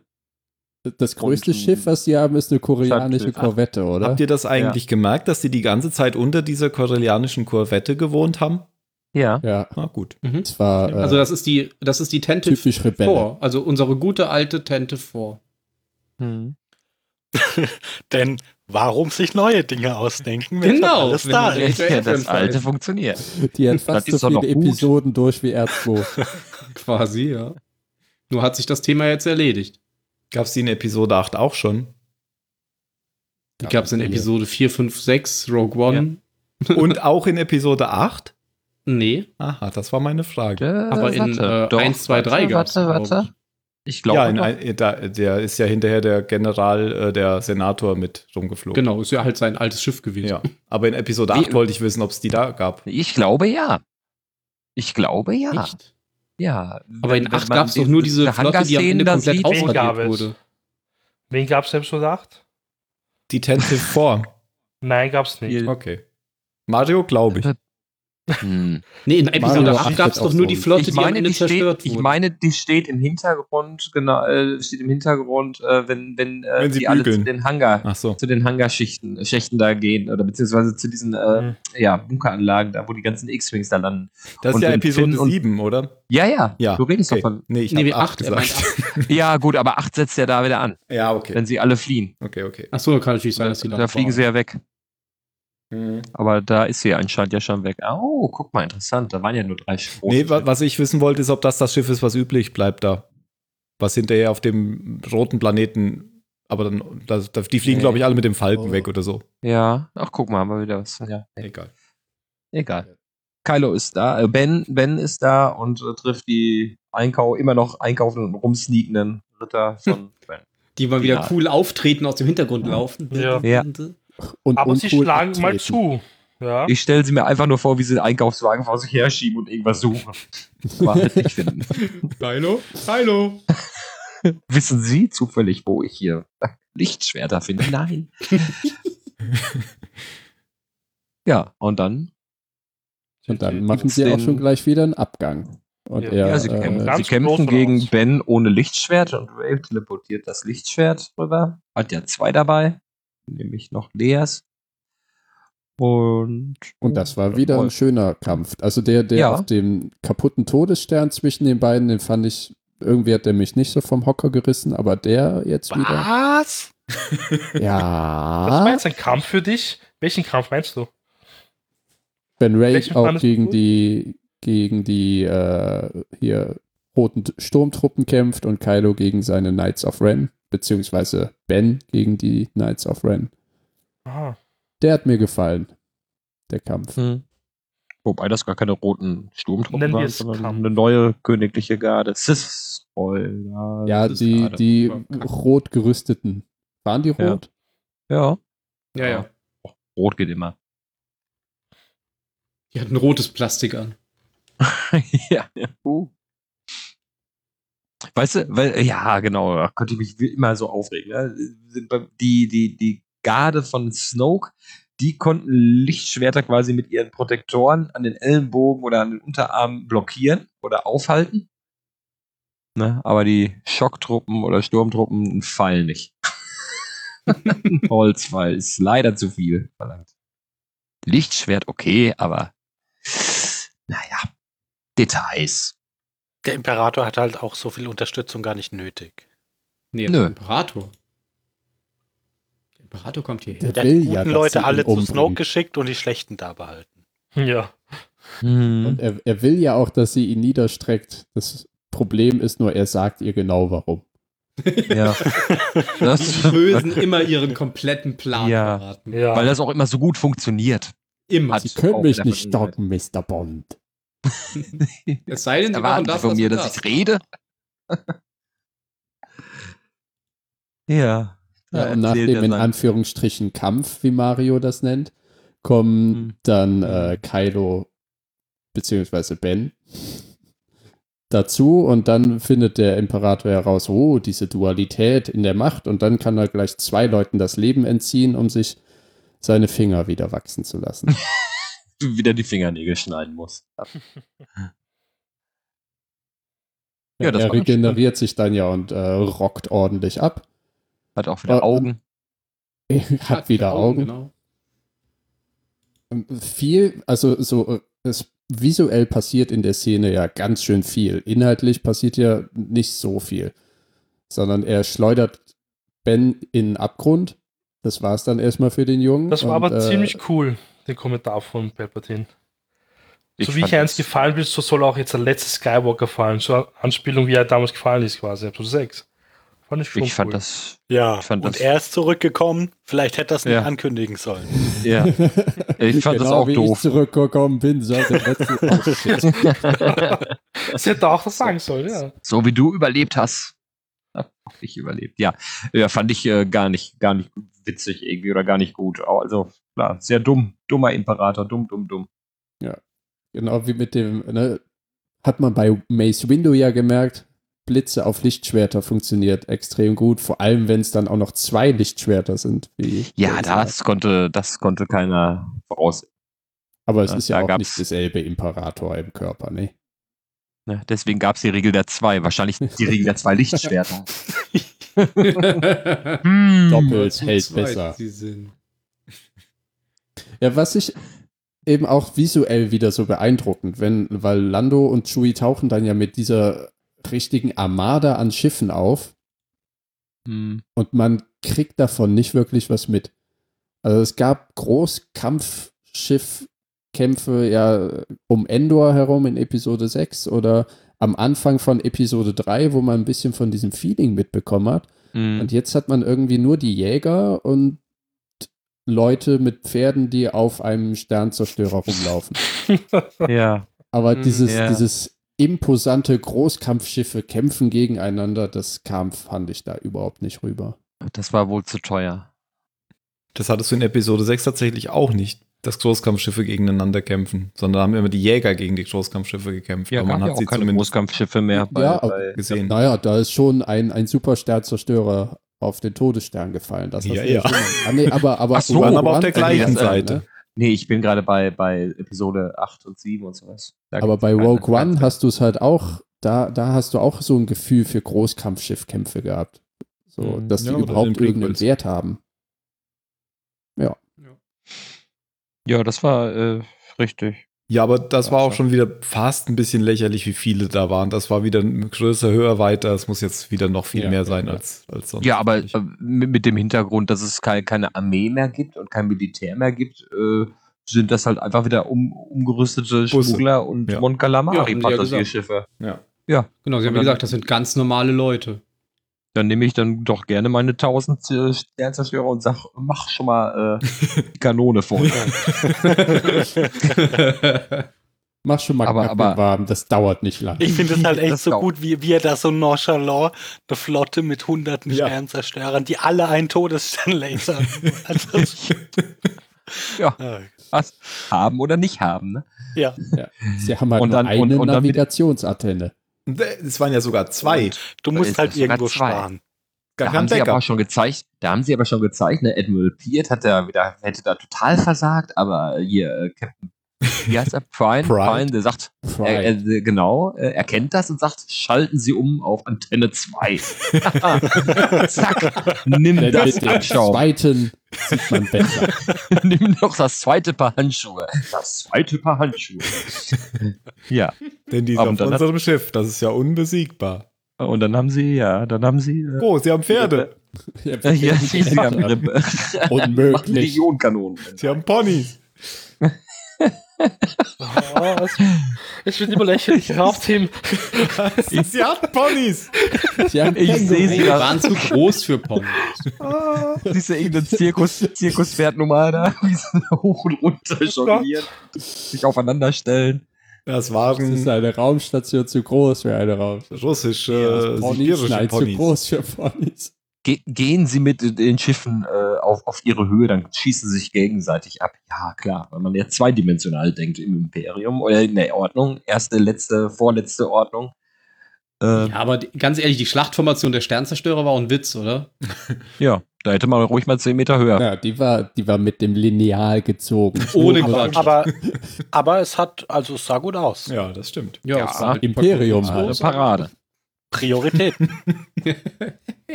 [SPEAKER 6] Das größte
[SPEAKER 3] Und-
[SPEAKER 6] Schiff, was sie haben, ist eine koreanische
[SPEAKER 3] Shuttle.
[SPEAKER 6] Korvette, oder?
[SPEAKER 1] Habt ihr das eigentlich gemerkt, dass die die ganze Zeit unter dieser koreanischen Korvette gewohnt haben?
[SPEAKER 3] Ja.
[SPEAKER 6] ja,
[SPEAKER 1] Na gut.
[SPEAKER 6] das war äh,
[SPEAKER 4] Also das ist die, das ist die Tente
[SPEAKER 6] typisch Rebelle.
[SPEAKER 4] vor. Also unsere gute alte Tente vor. Hm.
[SPEAKER 5] Denn warum sich neue Dinge ausdenken, wenn
[SPEAKER 4] Genau,
[SPEAKER 5] schon alles
[SPEAKER 4] wenn
[SPEAKER 5] da
[SPEAKER 4] man
[SPEAKER 5] ist?
[SPEAKER 4] Ja,
[SPEAKER 3] Ja,
[SPEAKER 4] das
[SPEAKER 3] das
[SPEAKER 4] alte
[SPEAKER 3] alte funktioniert.
[SPEAKER 6] Die hat
[SPEAKER 3] Das
[SPEAKER 6] fast
[SPEAKER 3] ist
[SPEAKER 6] so
[SPEAKER 3] doch noch
[SPEAKER 6] viele
[SPEAKER 3] gut.
[SPEAKER 6] Episoden durch wie R2.
[SPEAKER 4] Quasi, ja. Nur hat sich das Thema jetzt erledigt.
[SPEAKER 1] Gab es die in Episode 8 auch schon?
[SPEAKER 4] Die gab es in Episode 4, 5, 6, Rogue One.
[SPEAKER 1] Und auch in Episode 8?
[SPEAKER 4] Nee,
[SPEAKER 1] Aha, das war meine Frage.
[SPEAKER 4] aber in äh, 1, 2, 3 gab es.
[SPEAKER 3] Warte, warte. Ich glaube,
[SPEAKER 1] ja, in, ein- äh, da, der ist ja hinterher der General, äh, der Senator mit rumgeflogen.
[SPEAKER 4] Genau, ist ja halt sein altes Schiff gewesen.
[SPEAKER 1] Ja. Aber in Episode
[SPEAKER 3] Wie-
[SPEAKER 1] 8 wollte ich wissen, ob es die da gab.
[SPEAKER 3] ich glaube ja. Ich glaube ja.
[SPEAKER 4] Echt?
[SPEAKER 3] Ja.
[SPEAKER 4] Aber in 8 gab es doch nur diese Flotte, die am Ende komplett ausradiert
[SPEAKER 2] gab's.
[SPEAKER 4] wurde.
[SPEAKER 2] Wen gab es in Episode 8?
[SPEAKER 1] Die Tentative 4.
[SPEAKER 2] Nein, gab es nicht.
[SPEAKER 1] Okay. Mario, glaube ich.
[SPEAKER 3] Hm.
[SPEAKER 4] Nee, in Episode
[SPEAKER 6] Mario
[SPEAKER 4] 8
[SPEAKER 6] achtet
[SPEAKER 4] gab es
[SPEAKER 6] auf
[SPEAKER 4] doch nur die
[SPEAKER 6] sowas.
[SPEAKER 4] Flotte,
[SPEAKER 3] Ich
[SPEAKER 4] die am
[SPEAKER 3] meine,
[SPEAKER 4] Ende
[SPEAKER 3] die
[SPEAKER 4] zerstört
[SPEAKER 3] steht, ich
[SPEAKER 4] wurde.
[SPEAKER 3] meine, die steht im Hintergrund, genau, äh, steht im Hintergrund, äh, wenn, wenn, äh,
[SPEAKER 1] Wenn sie
[SPEAKER 3] die alle zu
[SPEAKER 1] bügeln.
[SPEAKER 3] den Hangar,
[SPEAKER 1] Ach so.
[SPEAKER 3] zu den Hangarschichten, äh, Schächten da gehen, oder beziehungsweise zu diesen, äh,
[SPEAKER 2] Mhm.
[SPEAKER 3] ja, Bunkeranlagen, da wo die ganzen X-Wings da landen.
[SPEAKER 1] Das ist
[SPEAKER 3] Und
[SPEAKER 1] ja
[SPEAKER 3] wenn
[SPEAKER 1] Episode
[SPEAKER 3] Finn und-
[SPEAKER 1] 7, oder?
[SPEAKER 3] Ja, ja,
[SPEAKER 1] Ja,
[SPEAKER 3] du redest
[SPEAKER 1] Okay.
[SPEAKER 3] doch von.
[SPEAKER 1] Nee, ich
[SPEAKER 4] Nee,
[SPEAKER 1] nee,
[SPEAKER 4] wie
[SPEAKER 1] habe 8
[SPEAKER 4] acht, er meint
[SPEAKER 1] gesagt.
[SPEAKER 3] Ja, gut, aber acht setzt ja da wieder an,
[SPEAKER 1] Ja, okay. Genau.
[SPEAKER 3] wenn sie alle fliehen.
[SPEAKER 1] Okay, okay.
[SPEAKER 4] Achso, kann natürlich sein,
[SPEAKER 3] Da,
[SPEAKER 4] dass die
[SPEAKER 3] da fliegen sie ja weg.
[SPEAKER 1] Mhm.
[SPEAKER 3] Aber da ist sie anscheinend ja schon weg. Oh, guck mal, interessant. Da waren ja nur drei Schiffe.
[SPEAKER 1] Nee, wa was ich wissen wollte, ist, ob das das Schiff ist, was üblich bleibt da. Was hinterher auf dem roten Planeten, aber dann, das, das, die fliegen,
[SPEAKER 3] Nee.
[SPEAKER 1] glaube ich, alle mit dem Falken
[SPEAKER 6] Oh.
[SPEAKER 1] weg oder so.
[SPEAKER 3] Ja, ach, guck mal, haben wir wieder was. Ja,
[SPEAKER 1] Egal.
[SPEAKER 3] egal. Kylo ist da, äh, Ben, ben ist da und äh, trifft die Einkau immer noch einkaufenden und rumsneakenden Ritter von Ben.
[SPEAKER 4] Die mal wieder
[SPEAKER 3] Ja.
[SPEAKER 4] cool auftreten, aus dem Hintergrund laufen.
[SPEAKER 2] Ja.
[SPEAKER 3] Ja.
[SPEAKER 6] Und
[SPEAKER 2] Aber sie
[SPEAKER 6] uncool
[SPEAKER 2] schlagen mal
[SPEAKER 6] abtreten.
[SPEAKER 2] zu. Ja.
[SPEAKER 3] Ich stelle sie mir einfach nur vor, wie sie den Einkaufswagen vor sich herschieben und irgendwas suchen. Aber halt nicht finden.
[SPEAKER 4] Hallo? Hallo?
[SPEAKER 3] Wissen Sie zufällig, wo ich hier Lichtschwerter finde? Nein. ja, und dann?
[SPEAKER 6] Und dann machen sie
[SPEAKER 3] Gibt's
[SPEAKER 6] auch schon
[SPEAKER 3] den-
[SPEAKER 6] gleich wieder einen Abgang. Und
[SPEAKER 2] Ja.
[SPEAKER 6] er,
[SPEAKER 3] Ja, sie
[SPEAKER 6] äh,
[SPEAKER 3] kämpfen,
[SPEAKER 2] ganz
[SPEAKER 3] sie
[SPEAKER 2] groß
[SPEAKER 3] kämpfen
[SPEAKER 2] raus.
[SPEAKER 3] gegen Ben ohne Lichtschwert und Ray teleportiert das Lichtschwert rüber. Hat ja zwei dabei, nämlich noch Leas. Und,
[SPEAKER 6] und das war wieder ein schöner Kampf. Also der, der
[SPEAKER 3] Ja.
[SPEAKER 6] auf dem kaputten Todesstern zwischen den beiden, den fand ich, irgendwie hat der mich nicht so vom Hocker gerissen, aber der jetzt wieder.
[SPEAKER 5] Was?
[SPEAKER 2] Was
[SPEAKER 6] Ja.
[SPEAKER 2] meinst du, ein Kampf für dich? Welchen Kampf meinst du?
[SPEAKER 6] Wenn Ray
[SPEAKER 2] Welchen
[SPEAKER 6] auch
[SPEAKER 2] fandest
[SPEAKER 6] gegen
[SPEAKER 2] du?
[SPEAKER 6] die, gegen die äh, hier roten T- Sturmtruppen kämpft und Kylo gegen seine Knights of Ren, beziehungsweise Ben gegen die Knights of Ren.
[SPEAKER 2] Aha.
[SPEAKER 6] Der hat mir gefallen. Der Kampf.
[SPEAKER 3] Hm. Wobei das gar keine roten Sturmtruppen
[SPEAKER 2] Nennen wir
[SPEAKER 3] waren,
[SPEAKER 2] es
[SPEAKER 3] sondern
[SPEAKER 2] Kampf.
[SPEAKER 3] eine neue königliche Garde. Sis. Spoiler.
[SPEAKER 6] Ja,
[SPEAKER 3] Sis-
[SPEAKER 6] die,
[SPEAKER 3] Garde.
[SPEAKER 6] die rot gerüsteten. Waren die
[SPEAKER 3] Ja.
[SPEAKER 6] rot?
[SPEAKER 3] Ja,
[SPEAKER 4] Ja, ja.
[SPEAKER 3] rot geht immer.
[SPEAKER 4] Die hatten rotes Plastik an.
[SPEAKER 3] ja. Uh. Weißt du, weil, ja, genau, da könnte ich mich wie immer so aufregen. Ne? Die, die, die Garde von Snoke, die konnten Lichtschwerter quasi mit ihren Protektoren an den Ellenbogen oder an den Unterarmen blockieren oder aufhalten. Ne? Aber die Schocktruppen oder Sturmtruppen einen Pfeil nicht. ein Holzpfeil ist leider zu viel verlangt. Lichtschwert okay, aber naja. Details.
[SPEAKER 5] Der Imperator hat halt auch so viel Unterstützung gar nicht nötig.
[SPEAKER 4] Nee,
[SPEAKER 3] Nö.
[SPEAKER 4] der Imperator. Der Imperator kommt hierher.
[SPEAKER 5] Der hat
[SPEAKER 6] will
[SPEAKER 5] die guten
[SPEAKER 6] dass sie ihn
[SPEAKER 5] Leute alle zu
[SPEAKER 6] umbringen.
[SPEAKER 5] Snoke geschickt und die schlechten da behalten.
[SPEAKER 2] hm, Ja.
[SPEAKER 3] Hm. Mhm.
[SPEAKER 6] Und er, er will ja auch, dass sie ihn niederstreckt. Das Problem ist nur, er sagt ihr genau warum.
[SPEAKER 3] Ja.
[SPEAKER 4] Wie
[SPEAKER 3] Das,
[SPEAKER 4] die Bösen immer ihren kompletten Plan
[SPEAKER 3] Ja.
[SPEAKER 4] verraten.
[SPEAKER 2] ja.
[SPEAKER 3] weil das auch immer so gut funktioniert.
[SPEAKER 4] Immer.
[SPEAKER 3] Hat-
[SPEAKER 6] Sie können
[SPEAKER 3] auch
[SPEAKER 6] mich
[SPEAKER 3] wieder
[SPEAKER 6] nicht
[SPEAKER 3] von
[SPEAKER 6] stoppen, Mr. Bond.
[SPEAKER 4] Es sei
[SPEAKER 6] Genau,
[SPEAKER 4] denn, sie machen
[SPEAKER 3] Erwarten
[SPEAKER 4] das,
[SPEAKER 3] Sie von mir,
[SPEAKER 4] was du
[SPEAKER 3] dass ich
[SPEAKER 4] sagst.
[SPEAKER 3] rede? ja.
[SPEAKER 6] Ja, und nach
[SPEAKER 3] erzählt
[SPEAKER 6] dem
[SPEAKER 3] er
[SPEAKER 6] in
[SPEAKER 3] sein-
[SPEAKER 6] Anführungsstrichen Kampf, wie Mario das nennt, kommen
[SPEAKER 3] Hm.
[SPEAKER 6] dann äh, Kylo beziehungsweise Ben dazu und dann findet der Imperator heraus, oh, diese Dualität in der Macht und dann kann er gleich zwei Leuten das Leben entziehen, um sich seine Finger wieder wachsen zu lassen.
[SPEAKER 3] wieder die Fingernägel schneiden muss. Ja, das
[SPEAKER 6] er
[SPEAKER 3] war ganz ne?
[SPEAKER 6] regeneriert sich dann ja und äh, rockt ordentlich ab.
[SPEAKER 3] Hat auch wieder
[SPEAKER 6] Aber-
[SPEAKER 3] Augen.
[SPEAKER 6] hat, wieder Augen.
[SPEAKER 4] Genau.
[SPEAKER 6] Ähm, Viel, also so, äh, es visuell passiert in der Szene ja ganz schön viel. Inhaltlich passiert ja nicht so viel. Sondern er schleudert Ben in den Abgrund. Das war es dann erstmal für den Jungen.
[SPEAKER 2] Das war
[SPEAKER 6] Und,
[SPEAKER 2] aber
[SPEAKER 6] äh,
[SPEAKER 2] ziemlich cool, den Kommentar von Palpatine. so wie
[SPEAKER 3] fand
[SPEAKER 2] ich eins
[SPEAKER 3] das-
[SPEAKER 2] gefallen bin, so soll auch jetzt der letzte Skywalker fallen. So eine Anspielung, wie er damals gefallen ist, quasi. Episode 6. Fand ich schon
[SPEAKER 3] Ich fand
[SPEAKER 2] cool.
[SPEAKER 3] das.
[SPEAKER 5] Ja,
[SPEAKER 3] Ich fand
[SPEAKER 5] und
[SPEAKER 3] das-
[SPEAKER 5] er ist zurückgekommen. Vielleicht hätte er es nicht
[SPEAKER 3] Ja.
[SPEAKER 5] ankündigen sollen.
[SPEAKER 3] Ja. Ich fand das
[SPEAKER 6] genau,
[SPEAKER 3] auch
[SPEAKER 6] wie
[SPEAKER 3] doof.
[SPEAKER 6] ich zurückgekommen bin, seit der Oh, letzten Aufsicht.
[SPEAKER 2] Das hätte er auch das sagen sollen, ja.
[SPEAKER 3] So wie du überlebt hast. Hab auch ich überlebt. Ja, ja fand ich äh, gar nicht, gar nicht witzig irgendwie oder gar nicht gut. Au- Also klar, sehr dumm, dummer Imperator, dumm, dumm, dumm.
[SPEAKER 6] Genau wie mit dem, ne, hat man bei Mace Window ja gemerkt, Blitze auf Lichtschwerter funktioniert extrem gut, vor allem wenn es dann auch noch zwei Lichtschwerter sind. Wie
[SPEAKER 3] Ja,
[SPEAKER 6] Mace sagt.
[SPEAKER 3] das konnte, das konnte keiner voraus.
[SPEAKER 6] Aber es
[SPEAKER 3] Ja,
[SPEAKER 6] ist
[SPEAKER 3] da
[SPEAKER 6] ja auch
[SPEAKER 3] gab's-
[SPEAKER 6] nicht dasselbe Imperator im Körper, ne?
[SPEAKER 3] Ne? Deswegen gab es die Regel der zwei. Wahrscheinlich die Regel der zwei Lichtschwerter. Hm.
[SPEAKER 6] Doppelt
[SPEAKER 4] Zu
[SPEAKER 6] hält
[SPEAKER 4] zweit
[SPEAKER 6] besser.
[SPEAKER 4] sie sind.
[SPEAKER 6] Ja, was ich eben auch visuell wieder so beeindruckend, wenn, weil Lando und Chewie tauchen dann ja mit dieser richtigen Armada an Schiffen auf,
[SPEAKER 3] Hm.
[SPEAKER 6] und man kriegt davon nicht wirklich was mit. Also es gab Großkampfschiffkämpfe ja um Endor herum in Episode 6 oder am Anfang von Episode 3, wo man ein bisschen von diesem Feeling mitbekommen hat.
[SPEAKER 3] Hm.
[SPEAKER 6] Und jetzt hat man irgendwie nur die Jäger und Leute mit Pferden, die auf einem Sternzerstörer rumlaufen.
[SPEAKER 3] Ja.
[SPEAKER 6] Aber
[SPEAKER 2] Mhm,
[SPEAKER 6] dieses,
[SPEAKER 3] ja.
[SPEAKER 6] dieses imposante Großkampfschiffe kämpfen gegeneinander, das kam, fand ich da überhaupt nicht rüber.
[SPEAKER 3] Das war wohl zu teuer.
[SPEAKER 1] Das hattest du in Episode 6 tatsächlich auch nicht, dass Großkampfschiffe gegeneinander kämpfen, sondern da haben immer die Jäger gegen die Großkampfschiffe gekämpft.
[SPEAKER 3] Ja,
[SPEAKER 1] aber man hat
[SPEAKER 3] gab ja auch
[SPEAKER 1] sie
[SPEAKER 3] keine
[SPEAKER 1] zumindest
[SPEAKER 3] Großkampfschiffe mehr. Bei,
[SPEAKER 6] Ja, aber-
[SPEAKER 3] bei,
[SPEAKER 1] gesehen.
[SPEAKER 6] Naja, da ist schon ein, ein Supersternzerstörer auf den Todesstern gefallen. Das hast
[SPEAKER 1] Ja,
[SPEAKER 6] du
[SPEAKER 1] ja.
[SPEAKER 6] schon mal- Ah, nee, aber, aber
[SPEAKER 3] Ach so,
[SPEAKER 6] Obi-Wan
[SPEAKER 1] aber auf der
[SPEAKER 6] fand ich
[SPEAKER 1] gleichen
[SPEAKER 6] das,
[SPEAKER 1] Seite.
[SPEAKER 6] ne?
[SPEAKER 3] nee, ich bin gerade bei, bei Episode 8 und 7 und sowas. Da
[SPEAKER 6] Aber
[SPEAKER 3] gibt's
[SPEAKER 6] bei
[SPEAKER 3] keine-
[SPEAKER 6] Rogue One
[SPEAKER 3] keine-
[SPEAKER 6] hast du es halt auch, da, da hast du auch so ein Gefühl für Großkampfschiffkämpfe gehabt. So,
[SPEAKER 1] Mhm.
[SPEAKER 6] dass
[SPEAKER 1] Ja,
[SPEAKER 6] die
[SPEAKER 1] oder in
[SPEAKER 6] überhaupt
[SPEAKER 1] den
[SPEAKER 6] irgendeinen
[SPEAKER 1] Prequels.
[SPEAKER 6] Wert haben.
[SPEAKER 3] Ja, das war äh, richtig.
[SPEAKER 1] Ja, aber das war auch
[SPEAKER 3] Ja.
[SPEAKER 1] schon wieder fast ein bisschen lächerlich, wie viele da waren. Das war wieder größer, höher, weiter. Es muss jetzt wieder noch viel
[SPEAKER 6] Ja,
[SPEAKER 1] mehr
[SPEAKER 6] ja,
[SPEAKER 1] sein
[SPEAKER 6] ja.
[SPEAKER 1] als, als sonst.
[SPEAKER 3] Ja, aber äh, mit, mit dem Hintergrund, dass es keine, keine Armee mehr gibt und kein Militär mehr gibt, äh, sind das halt einfach wieder um, umgerüstete
[SPEAKER 1] Busse.
[SPEAKER 3] Schmuggler und
[SPEAKER 1] Ja.
[SPEAKER 3] Mon
[SPEAKER 4] Ja, haben die ja gesagt.
[SPEAKER 3] Passagierschiffe.
[SPEAKER 4] Genau, sie haben
[SPEAKER 3] Und dann-
[SPEAKER 4] gesagt, das sind ganz normale Leute.
[SPEAKER 3] Dann nehme ich dann doch gerne meine 1000 äh, Sternzerstörer und sag, mach schon mal äh, die Kanone voll.
[SPEAKER 6] Mach schon mal
[SPEAKER 3] Aber-
[SPEAKER 6] Kacken
[SPEAKER 3] aber-
[SPEAKER 6] warm, das dauert nicht lang.
[SPEAKER 5] Ich finde es halt echt
[SPEAKER 3] Das
[SPEAKER 5] so
[SPEAKER 3] dauert.
[SPEAKER 5] gut, wie, wie er da so nonchalant eine Flotte mit hunderten
[SPEAKER 1] Ja.
[SPEAKER 5] Sternzerstörern, die alle einen Todessternlaser haben. Also,
[SPEAKER 3] ja,
[SPEAKER 5] äh,
[SPEAKER 3] was? Haben oder nicht haben, ne?
[SPEAKER 5] ja.
[SPEAKER 6] Sie haben halt
[SPEAKER 3] Und
[SPEAKER 6] nur
[SPEAKER 3] dann-
[SPEAKER 6] eine
[SPEAKER 3] und- und dann wieder-
[SPEAKER 6] Navigationsantenne.
[SPEAKER 1] äh, es waren ja sogar zwei.
[SPEAKER 5] Du
[SPEAKER 3] Da
[SPEAKER 5] musst
[SPEAKER 3] ist
[SPEAKER 5] halt
[SPEAKER 3] das sogar
[SPEAKER 5] irgendwo
[SPEAKER 3] zwei.
[SPEAKER 5] sparen.
[SPEAKER 1] Gar
[SPEAKER 3] Da
[SPEAKER 1] kein
[SPEAKER 3] haben, sie aber
[SPEAKER 1] Decker.
[SPEAKER 3] auch schon gezeigt, da haben sie aber schon gezeigt, ne, Admiral Peart hat da wieder, hätte da total versagt, aber hier, äh, Captain, wie heißt er? Prime,
[SPEAKER 1] Pride.
[SPEAKER 3] Prime, der sagt,
[SPEAKER 6] Pride.
[SPEAKER 3] äh, äh, genau, äh, erkennt das und sagt, schalten Sie um auf Antenne 2. Zack, nimm
[SPEAKER 6] Denn
[SPEAKER 3] das
[SPEAKER 6] mit dem
[SPEAKER 3] Handschuh.
[SPEAKER 6] zweiten sieht man besser.
[SPEAKER 3] nimm doch das zweite Paar Handschuhe. Das zweite Paar Handschuhe. ja,
[SPEAKER 1] Denn die sind
[SPEAKER 3] Aber
[SPEAKER 1] auf
[SPEAKER 3] dann hat-
[SPEAKER 1] unserem Schiff. Das ist ja unbesiegbar.
[SPEAKER 3] und dann haben sie, ja, dann haben sie, äh,
[SPEAKER 1] Oh, sie haben Pferde.
[SPEAKER 3] ja, ja, sie, sie haben ihre
[SPEAKER 6] Unmöglich.
[SPEAKER 3] Millionenkanonen.
[SPEAKER 1] Sie haben Ponys.
[SPEAKER 2] Oh, ich bin immer lächerlich Raubteam.
[SPEAKER 1] sie hatten Ponys.
[SPEAKER 6] Sie haben
[SPEAKER 3] Ich
[SPEAKER 6] Kängurus.
[SPEAKER 3] sehe
[SPEAKER 4] Nee,
[SPEAKER 3] sie
[SPEAKER 4] die
[SPEAKER 3] da.
[SPEAKER 4] waren zu groß für Pommes.
[SPEAKER 3] Diese irgendeine Zirkus, Zirkuspferdnummer da, wie sie hoch und runter jonglieren, sich aufeinander stellen.
[SPEAKER 1] Das
[SPEAKER 6] Das ist
[SPEAKER 1] waren
[SPEAKER 6] eine Raumstation zu groß für eine Raumstation.
[SPEAKER 4] Äh,
[SPEAKER 1] russische,
[SPEAKER 6] Ponys,
[SPEAKER 1] sibirische
[SPEAKER 6] nein, zu
[SPEAKER 1] Ponys.
[SPEAKER 6] groß für Ponys.
[SPEAKER 3] Ge gehen sie mit den Schiffen äh, auf, auf ihre Höhe, dann schießen sie sich gegenseitig ab. Ja, klar, weil man ja zweidimensional denkt im Imperium oder in der Ordnung. Erste, letzte, vorletzte Ordnung. Äh,
[SPEAKER 4] Ja, aber die, ganz ehrlich, die Schlachtformation der Sternzerstörer war auch ein Witz, oder?
[SPEAKER 3] ja, da hätte man ruhig mal 10 Meter höher.
[SPEAKER 6] Ja, die war, die war mit dem Lineal gezogen.
[SPEAKER 4] Ohne
[SPEAKER 5] Aber,
[SPEAKER 4] Quatsch.
[SPEAKER 5] aber, aber es hat, also es sah gut aus.
[SPEAKER 1] Ja, das stimmt.
[SPEAKER 4] Ja,
[SPEAKER 3] Ja,
[SPEAKER 4] es war halt
[SPEAKER 6] Imperium
[SPEAKER 4] Packung
[SPEAKER 6] halt.
[SPEAKER 4] groß.
[SPEAKER 3] Parade.
[SPEAKER 5] Prioritäten.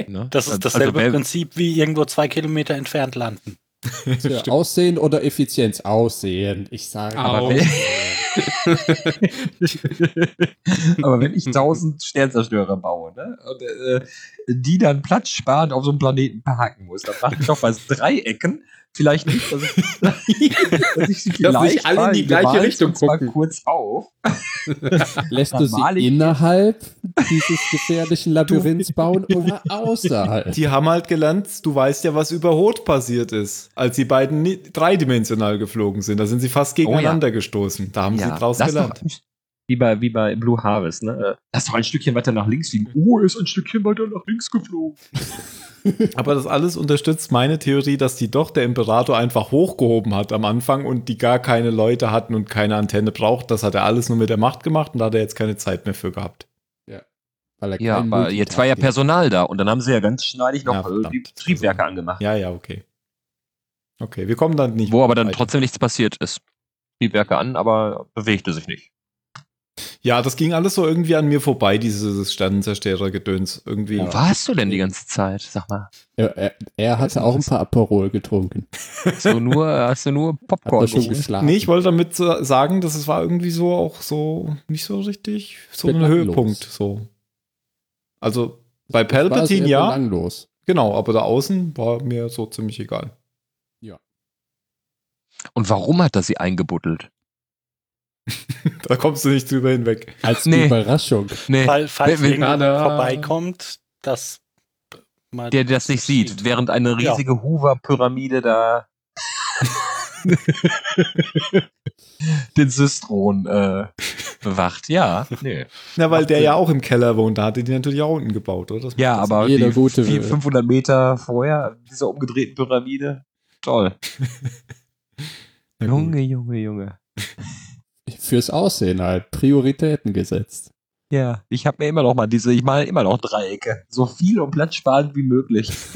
[SPEAKER 3] Ne?
[SPEAKER 5] Das
[SPEAKER 3] Also
[SPEAKER 5] ist dasselbe
[SPEAKER 3] wer-
[SPEAKER 5] Prinzip wie irgendwo zwei Kilometer entfernt landen.
[SPEAKER 6] Tja, Aussehen oder Effizienz? Aussehen. Ich sage
[SPEAKER 4] Au.
[SPEAKER 3] Aber wenn ich 1000 Sternzerstörer baue ne, und äh, die dann Platz sparen auf so einem Planeten parken muss, dann mache ich doch was Dreiecken. Vielleicht nicht, dass ich, dass ich sie
[SPEAKER 4] Dass nicht alle in
[SPEAKER 3] mal
[SPEAKER 4] die gleiche
[SPEAKER 3] gemalt
[SPEAKER 4] Richtung
[SPEAKER 3] und zwar
[SPEAKER 4] gucken.
[SPEAKER 3] kurz auf.
[SPEAKER 6] lässt du
[SPEAKER 3] Normal-
[SPEAKER 6] sie innerhalb dieses gefährlichen Labyrinths bauen oder außerhalb?
[SPEAKER 1] Die haben halt gelernt, du weißt ja, was über Hot passiert ist, als die beiden ni- dreidimensional geflogen sind. Da sind sie
[SPEAKER 3] Oh
[SPEAKER 1] fast gegeneinander gestoßen. Da haben sie draus
[SPEAKER 3] lass
[SPEAKER 1] gelernt.
[SPEAKER 3] Doch, wie, bei, wie bei Blue Harvest, ne? Äh, Lass doch ein Stückchen weiter nach links fliegen. Oh, er ist ein Stückchen weiter nach links geflogen.
[SPEAKER 1] Aber das alles unterstützt meine Theorie, dass die doch der Imperator einfach hochgehoben hat am Anfang und die gar keine Leute hatten und keine Antenne braucht. Das hat er alles nur mit der Macht gemacht und da hat er jetzt keine Zeit mehr für gehabt.
[SPEAKER 6] Weil er
[SPEAKER 3] Ja,
[SPEAKER 6] kein
[SPEAKER 3] aber jetzt war ja
[SPEAKER 6] Multitasking-
[SPEAKER 3] Personal da und dann haben sie ja ganz schneidig
[SPEAKER 1] Ja,
[SPEAKER 3] noch äh,
[SPEAKER 1] verdammt. also
[SPEAKER 3] die Triebwerke angemacht.
[SPEAKER 1] Ja, ja, okay. Okay, wir kommen dann nicht.
[SPEAKER 3] Wo aber dann
[SPEAKER 1] weiter.
[SPEAKER 3] trotzdem nichts passiert ist. Triebwerke an, aber bewegte sich nicht.
[SPEAKER 1] Ja, das ging alles so irgendwie an mir vorbei, dieses Sternenzerstörer-Gedöns. Irgendwie.
[SPEAKER 3] Wo warst du denn die ganze Zeit? Sag mal.
[SPEAKER 6] Er, er, er hatte auch ein paar Aperol getrunken.
[SPEAKER 3] Hast du nur, hast du nur
[SPEAKER 6] Hat er
[SPEAKER 3] Popcorn
[SPEAKER 6] schon
[SPEAKER 3] gegessen?
[SPEAKER 6] geschlafen.
[SPEAKER 1] Nee, ich wollte damit so sagen, dass es war irgendwie so auch so nicht so richtig so ein
[SPEAKER 6] Belanglos.
[SPEAKER 1] Höhepunkt. So. Also bei
[SPEAKER 6] War es eher
[SPEAKER 1] Palpatine ja,
[SPEAKER 6] Belanglos.
[SPEAKER 1] genau, aber da außen war mir so ziemlich egal.
[SPEAKER 3] Und warum hat er sie eingebuddelt?
[SPEAKER 1] Da kommst du nicht drüber hinweg.
[SPEAKER 6] Als
[SPEAKER 3] Nee.
[SPEAKER 6] Überraschung.
[SPEAKER 3] Nee,
[SPEAKER 5] Fall, falls
[SPEAKER 3] wenn-
[SPEAKER 5] irgendjemand
[SPEAKER 4] Tada.
[SPEAKER 5] vorbeikommt, dass man
[SPEAKER 3] der das nicht sieht, während eine
[SPEAKER 5] Ja.
[SPEAKER 3] riesige Hoover-Pyramide da den Systron äh, bewacht. Ja, nee.
[SPEAKER 1] Na, weil
[SPEAKER 3] Macht
[SPEAKER 1] der
[SPEAKER 3] Sinn.
[SPEAKER 1] ja auch im Keller wohnt, da hatte die natürlich auch unten gebaut, oder? Das
[SPEAKER 3] ja
[SPEAKER 1] macht das
[SPEAKER 3] aber
[SPEAKER 6] jeder
[SPEAKER 3] die
[SPEAKER 6] gute
[SPEAKER 3] vier-
[SPEAKER 6] will.
[SPEAKER 3] 500 Meter vorher, diese umgedrehten Pyramide. Toll.
[SPEAKER 1] Sinn. Na gut.
[SPEAKER 3] Junge, Junge.
[SPEAKER 6] Fürs Aussehen halt. Prioritäten gesetzt.
[SPEAKER 3] Ja, ich habe mir immer noch mal diese, ich male immer noch Dreiecke. So viel und platzsparend wie möglich.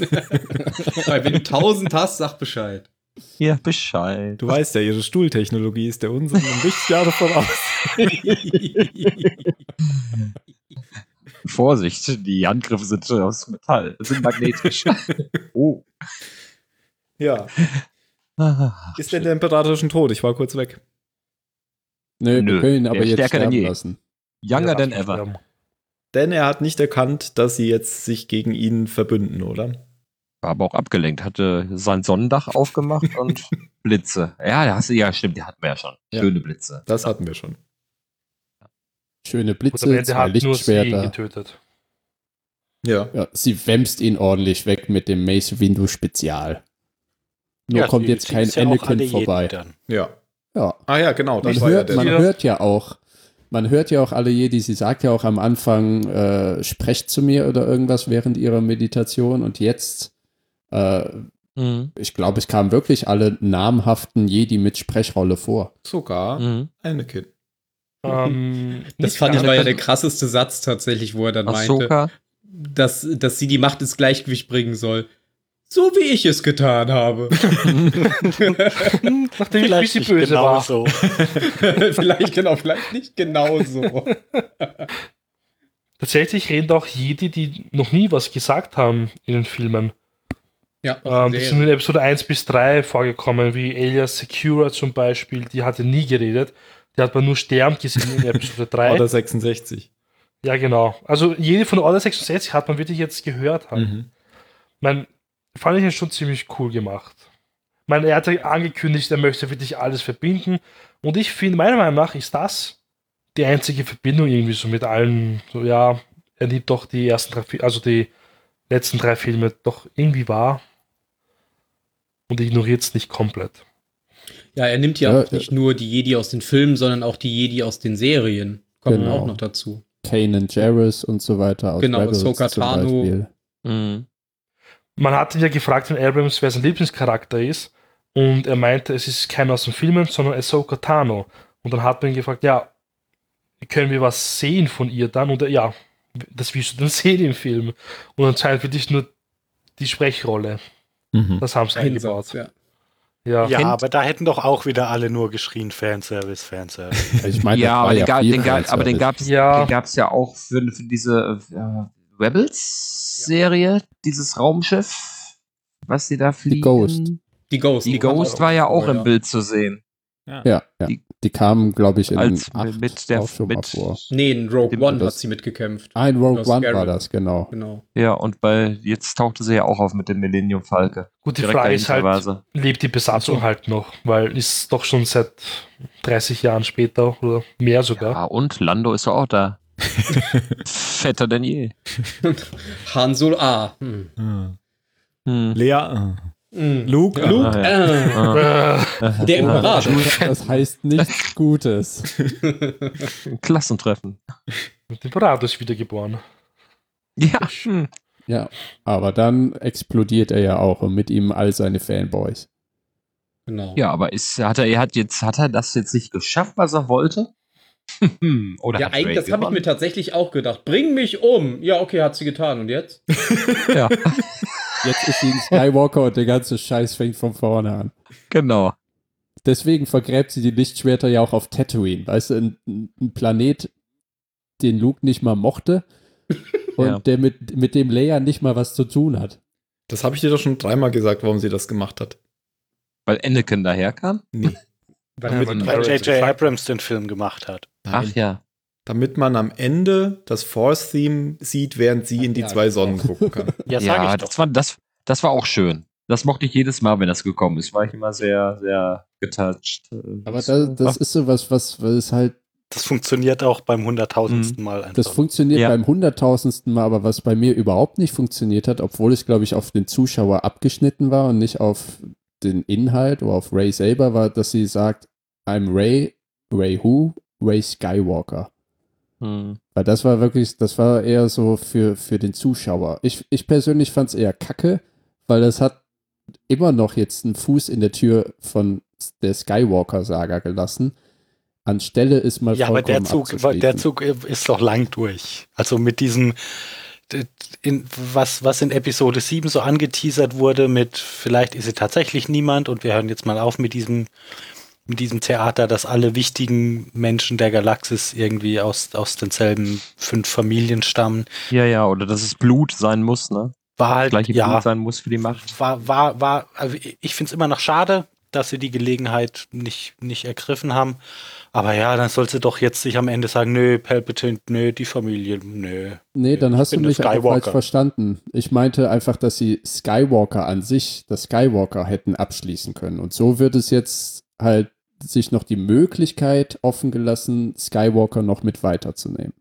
[SPEAKER 4] Weil wenn du 1000 hast, sag Bescheid.
[SPEAKER 3] Ja, Bescheid.
[SPEAKER 1] Du weißt ja, ihre Stuhltechnologie ist der unseren um Licht Jahre voraus.
[SPEAKER 3] Vorsicht, die Handgriffe sind aus Metall, sind magnetisch. oh.
[SPEAKER 1] Ja. Ist denn der Imperator schon tot? Ich war kurz weg.
[SPEAKER 6] Nö,
[SPEAKER 3] Nö,
[SPEAKER 6] wir können ihn
[SPEAKER 3] der
[SPEAKER 6] aber
[SPEAKER 3] ist
[SPEAKER 6] jetzt
[SPEAKER 3] stärker denn
[SPEAKER 6] sterben
[SPEAKER 3] je.
[SPEAKER 6] lassen.
[SPEAKER 3] Younger than
[SPEAKER 2] Ja,
[SPEAKER 3] ever.
[SPEAKER 1] Denn er hat nicht erkannt, dass sie jetzt sich gegen ihn verbünden, oder?
[SPEAKER 3] War aber auch abgelenkt, hatte sein Sonnendach aufgemacht und Blitze. Ja, da hast du, ja, stimmt, die hatten wir ja schon.
[SPEAKER 1] Ja.
[SPEAKER 3] Schöne Blitze.
[SPEAKER 1] Das hatten wir schon.
[SPEAKER 2] Und
[SPEAKER 6] Schöne
[SPEAKER 2] am
[SPEAKER 6] Blitze,
[SPEAKER 2] Ende
[SPEAKER 6] zwei
[SPEAKER 2] hat nur sie
[SPEAKER 6] Lichtschwerter.
[SPEAKER 2] getötet.
[SPEAKER 1] Ja.
[SPEAKER 6] Ja, sie wämst ihn ordentlich weg mit dem Mace Windu Spezial. Nur
[SPEAKER 5] Ja,
[SPEAKER 6] kommt
[SPEAKER 5] die-
[SPEAKER 6] jetzt
[SPEAKER 5] die
[SPEAKER 6] kein
[SPEAKER 5] ist ja auch alle
[SPEAKER 6] Anakin
[SPEAKER 5] jeden
[SPEAKER 6] vorbei.
[SPEAKER 5] dann.
[SPEAKER 1] Ja.
[SPEAKER 6] Ja,
[SPEAKER 1] Ah ja, genau.
[SPEAKER 6] man,
[SPEAKER 1] Das war
[SPEAKER 6] hört,
[SPEAKER 1] ja
[SPEAKER 6] man
[SPEAKER 1] der.
[SPEAKER 2] Ja.
[SPEAKER 6] hört ja auch, man hört ja auch alle Jedi, sie sagt ja auch am Anfang, äh, sprecht zu mir oder irgendwas während ihrer Meditation und jetzt, äh,
[SPEAKER 3] Mhm.
[SPEAKER 6] ich glaube, es kamen wirklich alle namhaften Jedi mit Sprechrolle vor.
[SPEAKER 1] Sogar Anakin.
[SPEAKER 2] Ähm,
[SPEAKER 4] Das
[SPEAKER 2] nicht
[SPEAKER 4] fand ich
[SPEAKER 2] ganz.
[SPEAKER 4] war ja der krasseste Satz tatsächlich, wo er dann meinte,
[SPEAKER 3] Ahsoka,
[SPEAKER 4] dass, dass sie die Macht ins Gleichgewicht bringen soll. So wie ich es getan habe.
[SPEAKER 2] Nachdem ich ein bisschen
[SPEAKER 5] nicht
[SPEAKER 2] böse
[SPEAKER 5] genau
[SPEAKER 2] war.
[SPEAKER 5] so.
[SPEAKER 4] vielleicht genau, vielleicht nicht genau so.
[SPEAKER 2] Tatsächlich reden da auch Jedi, die noch nie was gesagt haben in den Filmen.
[SPEAKER 4] Ja,
[SPEAKER 2] Ähm, die sind in Episode 1 bis 3 vorgekommen, wie Elias Secura zum Beispiel, die hatte nie geredet. Die hat man nur sterbend gesehen in Episode 3.
[SPEAKER 1] Oder 66.
[SPEAKER 2] ja, genau. Also jede von Order 66 hat man wirklich jetzt gehört. Halt.
[SPEAKER 1] Mhm.
[SPEAKER 2] Mein, fand ich jetzt schon ziemlich cool gemacht. Mein, er hatte angekündigt, er möchte wirklich alles verbinden. Und ich finde, meiner Meinung nach ist das die einzige Verbindung irgendwie so mit allen. So, ja, er nimmt doch die ersten drei, Fi- also die letzten drei Filme doch irgendwie wahr. Und ignoriert es nicht komplett.
[SPEAKER 4] Ja, er nimmt ja,
[SPEAKER 6] Ja,
[SPEAKER 4] auch nicht nur die Jedi aus den Filmen, sondern auch die Jedi aus den Serien. Kommen
[SPEAKER 6] Genau.
[SPEAKER 4] auch noch dazu.
[SPEAKER 6] Kanan Jarrus und so weiter aus
[SPEAKER 4] Genau, Ahsoka
[SPEAKER 6] zum
[SPEAKER 4] Tano.
[SPEAKER 6] Beispiel.
[SPEAKER 2] Man hat ihn ja gefragt, wenn Abrams, wer sein Lieblingscharakter ist. Und er meinte, es ist keiner aus den Filmen, sondern Ahsoka Tano. Und dann hat man ihn gefragt, ja, können wir was sehen von ihr dann? Und er, ja, das wirst du dann sehen im Film. Und anscheinend für dich nur die Sprechrolle.
[SPEAKER 1] Mhm.
[SPEAKER 2] Das haben sie
[SPEAKER 4] Ein
[SPEAKER 2] eingebaut.
[SPEAKER 4] Satz, ja.
[SPEAKER 2] Ja.
[SPEAKER 5] Ja,
[SPEAKER 6] Kennt-
[SPEAKER 5] aber da hätten doch auch wieder alle nur geschrien, Fanservice, Fanservice.
[SPEAKER 6] Ich meine,
[SPEAKER 3] ja, aber den, gab, den gab, aber den gab es
[SPEAKER 2] Ja.
[SPEAKER 3] den gab's ja auch für, für diese äh, Rebels-Serie, dieses Raumschiff, was sie da fliegen.
[SPEAKER 6] Ghost.
[SPEAKER 4] Die Ghost.
[SPEAKER 3] Die, Ghost war ja auch im Bild zu sehen.
[SPEAKER 6] Ja, ja.
[SPEAKER 3] Die-
[SPEAKER 6] Die, kamen, glaube ich, in
[SPEAKER 3] Als
[SPEAKER 6] acht
[SPEAKER 3] mit der
[SPEAKER 6] auch schon mal
[SPEAKER 3] mit,
[SPEAKER 6] vor.
[SPEAKER 4] Nee, in Rogue
[SPEAKER 3] Stimmt,
[SPEAKER 4] One hat
[SPEAKER 6] das-
[SPEAKER 4] sie mitgekämpft.
[SPEAKER 6] Ein Rogue
[SPEAKER 4] Das
[SPEAKER 6] One war
[SPEAKER 4] Garrett.
[SPEAKER 6] das, genau.
[SPEAKER 4] Genau.
[SPEAKER 3] Ja, und bei jetzt tauchte sie ja auch auf mit dem Millennium Falke.
[SPEAKER 2] Gut, die
[SPEAKER 3] Direkt
[SPEAKER 2] Frage ist
[SPEAKER 3] dahinter
[SPEAKER 2] halt,
[SPEAKER 3] war sie.
[SPEAKER 2] lebt die Besatzung halt noch, weil ist doch schon seit 30 Jahren später oder mehr sogar.
[SPEAKER 3] Ah, und Lando ist ja auch da. Fetter denn je.
[SPEAKER 4] Han Solo. Ah. Hm.
[SPEAKER 1] Hm.
[SPEAKER 3] Hm.
[SPEAKER 1] Lea. äh.
[SPEAKER 4] Hm.
[SPEAKER 1] Luke. äh.
[SPEAKER 4] Luke.
[SPEAKER 3] Ah,
[SPEAKER 4] Äh. Der Imperator.
[SPEAKER 6] Das, Genau. das heißt nichts Gutes.
[SPEAKER 3] Klassentreffen.
[SPEAKER 2] Und der Imperator ist wiedergeboren.
[SPEAKER 3] Ja. hm.
[SPEAKER 6] Ja, aber dann explodiert er ja auch und mit ihm all seine Fanboys.
[SPEAKER 4] Genau.
[SPEAKER 3] Ja, aber ist, hat er, er hat jetzt, hat er das jetzt nicht geschafft, was er wollte? Hm, Oder
[SPEAKER 4] Ja,
[SPEAKER 3] hat
[SPEAKER 4] eigentlich,
[SPEAKER 3] Ray
[SPEAKER 4] das habe ich mir
[SPEAKER 3] gewonnen?
[SPEAKER 4] tatsächlich auch gedacht. Bring mich um. Ja, okay, hat sie getan. Und jetzt?
[SPEAKER 3] Ja,
[SPEAKER 6] Jetzt ist sie ein Skywalker und der ganze Scheiß fängt von vorne an.
[SPEAKER 3] genau.
[SPEAKER 6] Deswegen vergräbt sie die Lichtschwerter ja auch auf Tatooine. Weißt du, ein, ein Planet, den Luke nicht mal mochte und
[SPEAKER 3] Ja.
[SPEAKER 6] der mit, mit dem Leia nicht mal was zu tun hat.
[SPEAKER 1] Das habe ich dir doch schon dreimal gesagt, warum sie das gemacht hat.
[SPEAKER 3] Weil Anakin daherkam?
[SPEAKER 2] Ja, weil
[SPEAKER 5] Weil
[SPEAKER 2] Barrett-
[SPEAKER 5] J.J. Abrams den Film gemacht hat.
[SPEAKER 1] Nein.
[SPEAKER 3] Ach ja.
[SPEAKER 1] Damit man am Ende das Force-Theme sieht, während sie in die
[SPEAKER 6] Ja,
[SPEAKER 1] zwei
[SPEAKER 6] genau.
[SPEAKER 1] Sonnen gucken kann.
[SPEAKER 5] Ja, sag
[SPEAKER 3] ja,
[SPEAKER 5] ich doch.
[SPEAKER 3] das war, das, das war auch schön. Das mochte ich jedes Mal, wenn das gekommen ist. War ich immer sehr, sehr getouched.
[SPEAKER 6] Aber das, das ist sowas, was, was halt,
[SPEAKER 5] Das funktioniert auch beim hunderttausendsten Mal einfach.
[SPEAKER 6] Mhm. das funktioniert
[SPEAKER 3] Ja.
[SPEAKER 6] beim hunderttausendsten Mal, aber was bei mir überhaupt nicht funktioniert hat, obwohl es, glaube ich, auf den Zuschauer abgeschnitten war und nicht auf den Inhalt oder auf Ray selber, war, dass sie sagt, I'm Ray, Ray who, Ray Skywalker.
[SPEAKER 3] Hm.
[SPEAKER 6] Weil das war wirklich, das war eher so für, für den Zuschauer. Ich, ich persönlich fand es eher kacke, weil das hat immer noch jetzt einen Fuß in der Tür von der Skywalker-Saga gelassen. Anstelle ist mal
[SPEAKER 5] ja, aber der
[SPEAKER 6] vollkommen
[SPEAKER 5] Zug,
[SPEAKER 6] abzuschließen.
[SPEAKER 5] der Zug ist doch lang durch. Also mit diesem, in, was, was in Episode 7 so angeteasert wurde, mit vielleicht ist sie tatsächlich niemand und wir hören jetzt mal auf mit diesem, mit diesem Theater, dass alle wichtigen Menschen der Galaxis irgendwie aus, aus denselben fünf Familien stammen.
[SPEAKER 3] Ja, ja, oder dass es Blut sein muss, ne?
[SPEAKER 5] War halt,
[SPEAKER 3] Gleiche
[SPEAKER 5] ja,
[SPEAKER 3] Blut sein muss für die Macht.
[SPEAKER 5] war, war, war, also ich finde es immer noch schade, dass sie die Gelegenheit nicht, nicht ergriffen haben. Aber ja, dann soll sie doch jetzt sich am Ende sagen, nö, Palpatine, nö, die Familie, nö.
[SPEAKER 6] Nee, dann
[SPEAKER 5] Ich
[SPEAKER 6] hast du
[SPEAKER 5] bin der
[SPEAKER 6] mich einfach
[SPEAKER 5] Skywalker.
[SPEAKER 6] falsch verstanden. Ich meinte einfach, dass sie Skywalker an sich, das Skywalker hätten abschließen können. Und so wird es jetzt halt sich noch die Möglichkeit offen gelassen, Skywalker noch mit weiterzunehmen.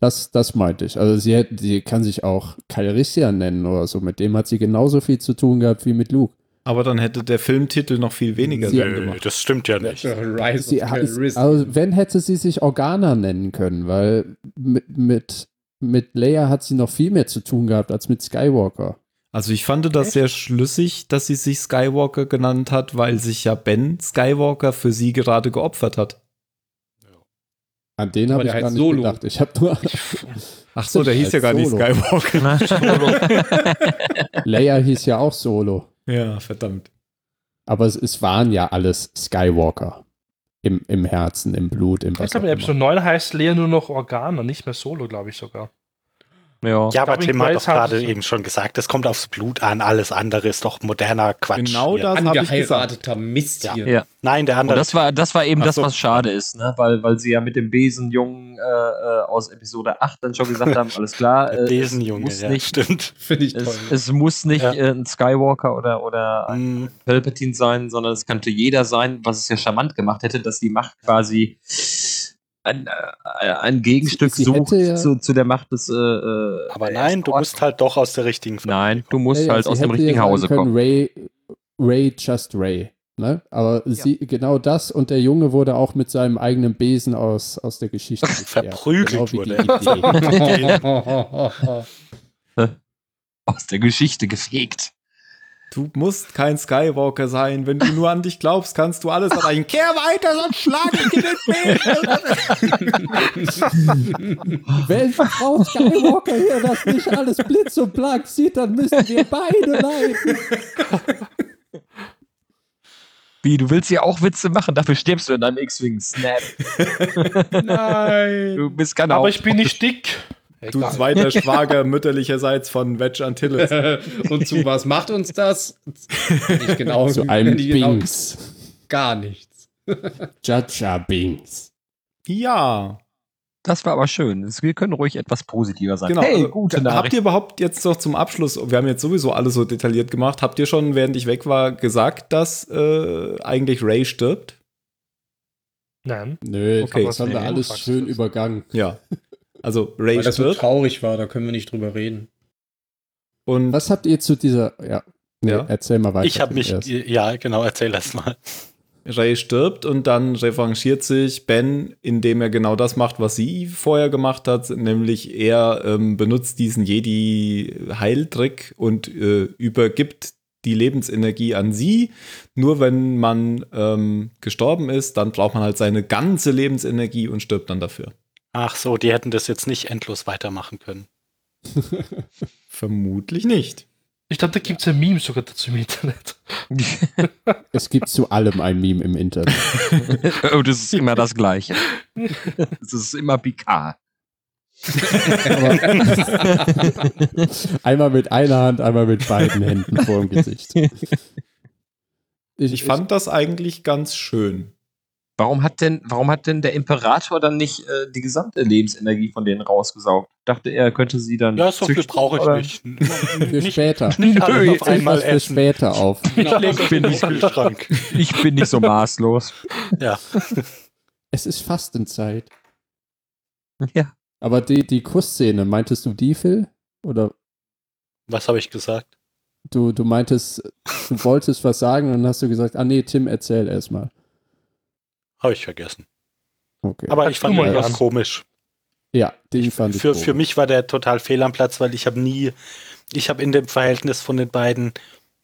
[SPEAKER 6] Das, das meinte ich. Also sie, hätte, sie kann sich auch Calrissian nennen oder so. Mit dem hat sie genauso viel zu tun gehabt wie mit Luke.
[SPEAKER 1] Aber dann hätte der Filmtitel noch viel weniger
[SPEAKER 6] Sie-
[SPEAKER 1] Sinn
[SPEAKER 5] Nö,
[SPEAKER 1] gemacht.
[SPEAKER 5] das stimmt ja nicht.
[SPEAKER 4] Rise
[SPEAKER 6] Sie,
[SPEAKER 4] Calrissian.
[SPEAKER 6] also wenn hätte sie sich Organa nennen können, weil mit, mit, mit Leia hat sie noch viel mehr zu tun gehabt als mit Skywalker.
[SPEAKER 1] Also ich fand das sehr schlüssig, dass sie sich Skywalker genannt hat, weil sich ja Ben Skywalker für sie gerade geopfert hat.
[SPEAKER 6] An den
[SPEAKER 4] Aber
[SPEAKER 6] habe ich
[SPEAKER 4] der
[SPEAKER 6] gar
[SPEAKER 4] heißt
[SPEAKER 6] nicht
[SPEAKER 4] Solo.
[SPEAKER 6] gedacht. Ich habe nur
[SPEAKER 1] Ach so, der
[SPEAKER 6] Als
[SPEAKER 1] hieß ja gar nicht
[SPEAKER 6] Solo.
[SPEAKER 1] Skywalker.
[SPEAKER 6] Leia hieß ja auch Solo,
[SPEAKER 1] Ja, verdammt.
[SPEAKER 6] aber es, es waren ja alles Skywalker im, im Herzen, im Blut, im
[SPEAKER 2] Ich
[SPEAKER 6] was auch
[SPEAKER 2] glaube, in Episode
[SPEAKER 6] immer.
[SPEAKER 2] 9 heißt Lea nur noch Organa, nicht mehr Solo, glaube ich sogar.
[SPEAKER 3] Ja.
[SPEAKER 5] Ja, aber
[SPEAKER 2] Darwin
[SPEAKER 5] Tim hat
[SPEAKER 2] Grace
[SPEAKER 5] doch
[SPEAKER 2] hat
[SPEAKER 5] gerade
[SPEAKER 2] es-
[SPEAKER 5] eben schon gesagt, das kommt aufs Blut an, alles andere ist doch moderner Quatsch.
[SPEAKER 1] Genau
[SPEAKER 5] hier.
[SPEAKER 1] das habe ich gesagt.
[SPEAKER 4] Angeheirateter Mist
[SPEAKER 5] Ja.
[SPEAKER 4] hier.
[SPEAKER 3] Ja.
[SPEAKER 5] Nein, der
[SPEAKER 3] Und
[SPEAKER 5] andere.
[SPEAKER 3] das war, das war eben
[SPEAKER 1] Ach
[SPEAKER 3] das,
[SPEAKER 1] so.
[SPEAKER 3] was schade ist, ne? Weil, weil sie ja mit dem Besenjungen äh, äh, aus Episode 8 dann schon gesagt haben, alles klar,
[SPEAKER 5] der
[SPEAKER 3] äh, es,
[SPEAKER 5] Besenjunge,
[SPEAKER 3] muss
[SPEAKER 5] ja,
[SPEAKER 3] nicht-
[SPEAKER 5] stimmt.
[SPEAKER 4] Finde ich toll.
[SPEAKER 3] es, es muss nicht
[SPEAKER 5] Ja.
[SPEAKER 3] äh, ein Skywalker oder, oder ein
[SPEAKER 5] Hm,
[SPEAKER 3] Palpatine sein, sondern es könnte jeder sein, was es ja charmant gemacht hätte, dass die Macht quasi ein, äh, ein Gegenstück
[SPEAKER 6] Sie- sie
[SPEAKER 3] sucht
[SPEAKER 6] hätte ja-
[SPEAKER 3] zu, zu der Macht des. Äh, äh,
[SPEAKER 5] Aber nein, du musst halt doch aus der richtigen
[SPEAKER 3] Nein, du musst
[SPEAKER 6] Ja, ja,
[SPEAKER 3] halt
[SPEAKER 6] sie
[SPEAKER 3] aus dem
[SPEAKER 6] hätte ja
[SPEAKER 3] richtigen
[SPEAKER 6] sagen
[SPEAKER 3] Hause
[SPEAKER 6] können,
[SPEAKER 3] kommen.
[SPEAKER 6] Ray, Ray just Ray. Ne? Aber sie, genau das und der Junge wurde auch mit seinem eigenen Besen aus, aus der Geschichte geteert.
[SPEAKER 5] Verprügelt
[SPEAKER 6] genau
[SPEAKER 5] wurde
[SPEAKER 6] wie die Idee.
[SPEAKER 3] Aus der Geschichte gefegt.
[SPEAKER 1] Du musst kein Skywalker sein. Wenn du nur an dich glaubst, kannst du alles erreichen. Kehr weiter, sonst schlag ich dir den Weg.
[SPEAKER 6] Wenn Frau Skywalker hier das nicht alles blitz und blank sieht, dann müssen wir beide leiden.
[SPEAKER 3] Wie, du willst ja auch Witze machen, dafür stirbst du in deinem X-Wing. Snap.
[SPEAKER 2] Nein.
[SPEAKER 3] Du bist genau- keine
[SPEAKER 2] Aber ich bin nicht dick.
[SPEAKER 1] Du zweiter Schwager mütterlicherseits von Wedge Antilles.
[SPEAKER 4] Und zu was macht uns das? Nicht genau.
[SPEAKER 6] Zu einem
[SPEAKER 4] nicht genau-
[SPEAKER 6] Bings.
[SPEAKER 4] Gar nichts.
[SPEAKER 6] Jaja Bings.
[SPEAKER 1] Ja,
[SPEAKER 3] Das war aber schön. Wir können ruhig etwas positiver sein.
[SPEAKER 1] genau.
[SPEAKER 3] Hey,
[SPEAKER 1] Also,
[SPEAKER 3] gute
[SPEAKER 1] habt
[SPEAKER 3] Nachricht.
[SPEAKER 1] ihr überhaupt jetzt noch zum Abschluss, wir haben jetzt sowieso alles so detailliert gemacht, habt ihr schon, während ich weg war, gesagt, dass äh, eigentlich Ray stirbt?
[SPEAKER 2] Nein.
[SPEAKER 6] Nö,
[SPEAKER 1] Okay.
[SPEAKER 6] das haben wir
[SPEAKER 2] Nee,
[SPEAKER 6] alles
[SPEAKER 2] Fax
[SPEAKER 6] schön
[SPEAKER 2] ist-
[SPEAKER 6] übergangen.
[SPEAKER 1] Ja. Also Ray
[SPEAKER 4] Weil das so
[SPEAKER 1] stirbt
[SPEAKER 4] traurig war, da können wir nicht drüber reden.
[SPEAKER 1] und
[SPEAKER 6] Was habt ihr zu dieser. Ja. Nee,
[SPEAKER 1] Ja.
[SPEAKER 6] Erzähl mal weiter.
[SPEAKER 5] Ich habe
[SPEAKER 6] Tim
[SPEAKER 5] mich,
[SPEAKER 6] erst.
[SPEAKER 5] ja, genau, erzähl das mal.
[SPEAKER 1] Ray stirbt und dann revanchiert sich Ben, indem er genau das macht, was sie vorher gemacht hat, nämlich er ähm, benutzt diesen Jedi-Heiltrick und äh, übergibt die Lebensenergie an sie. Nur wenn man ähm, gestorben ist, dann braucht man halt seine ganze Lebensenergie und stirbt dann dafür.
[SPEAKER 5] Ach so, die hätten das jetzt nicht endlos weitermachen können.
[SPEAKER 1] Vermutlich nicht.
[SPEAKER 2] Ich glaube, da gibt es ein Meme sogar dazu im Internet.
[SPEAKER 6] Es gibt zu allem ein Meme im Internet.
[SPEAKER 3] oh, das ist immer das Gleiche. Das ist immer Picard.
[SPEAKER 6] einmal mit einer Hand, einmal mit beiden Händen vor dem Gesicht.
[SPEAKER 1] Ich fand das eigentlich ganz schön.
[SPEAKER 3] Warum hat denn, warum hat denn der Imperator dann nicht äh, die gesamte Lebensenergie von denen rausgesaugt? Dachte er, könnte sie dann.
[SPEAKER 5] Ja, so viel
[SPEAKER 3] züchten,
[SPEAKER 5] brauche
[SPEAKER 3] oder?
[SPEAKER 5] ich nicht.
[SPEAKER 6] für
[SPEAKER 5] nicht
[SPEAKER 6] später.
[SPEAKER 5] nicht
[SPEAKER 6] Ich
[SPEAKER 5] alles auf
[SPEAKER 6] hab
[SPEAKER 5] einmal
[SPEAKER 6] was für
[SPEAKER 5] essen.
[SPEAKER 6] später auf.
[SPEAKER 5] Genau, Ich lege es in den Kühlschrank.
[SPEAKER 3] Ich bin nicht so maßlos.
[SPEAKER 5] Ja.
[SPEAKER 6] Es ist Fastenzeit.
[SPEAKER 3] Ja.
[SPEAKER 6] Aber die, die Kussszene, meintest du die, Phil? Oder
[SPEAKER 5] Was habe ich gesagt?
[SPEAKER 6] du, du meintest, du wolltest was sagen und dann hast du gesagt, ah nee, Tim, erzähl erstmal.
[SPEAKER 5] Habe ich vergessen.
[SPEAKER 6] Okay.
[SPEAKER 5] Aber
[SPEAKER 2] Fang
[SPEAKER 5] ich fand
[SPEAKER 2] du mal
[SPEAKER 5] ihn
[SPEAKER 2] an.
[SPEAKER 5] ganz komisch.
[SPEAKER 6] ja, die fand ich
[SPEAKER 5] Für,
[SPEAKER 6] doof.
[SPEAKER 5] für mich war der total fehl am Platz, weil ich habe nie, ich habe in dem Verhältnis von den beiden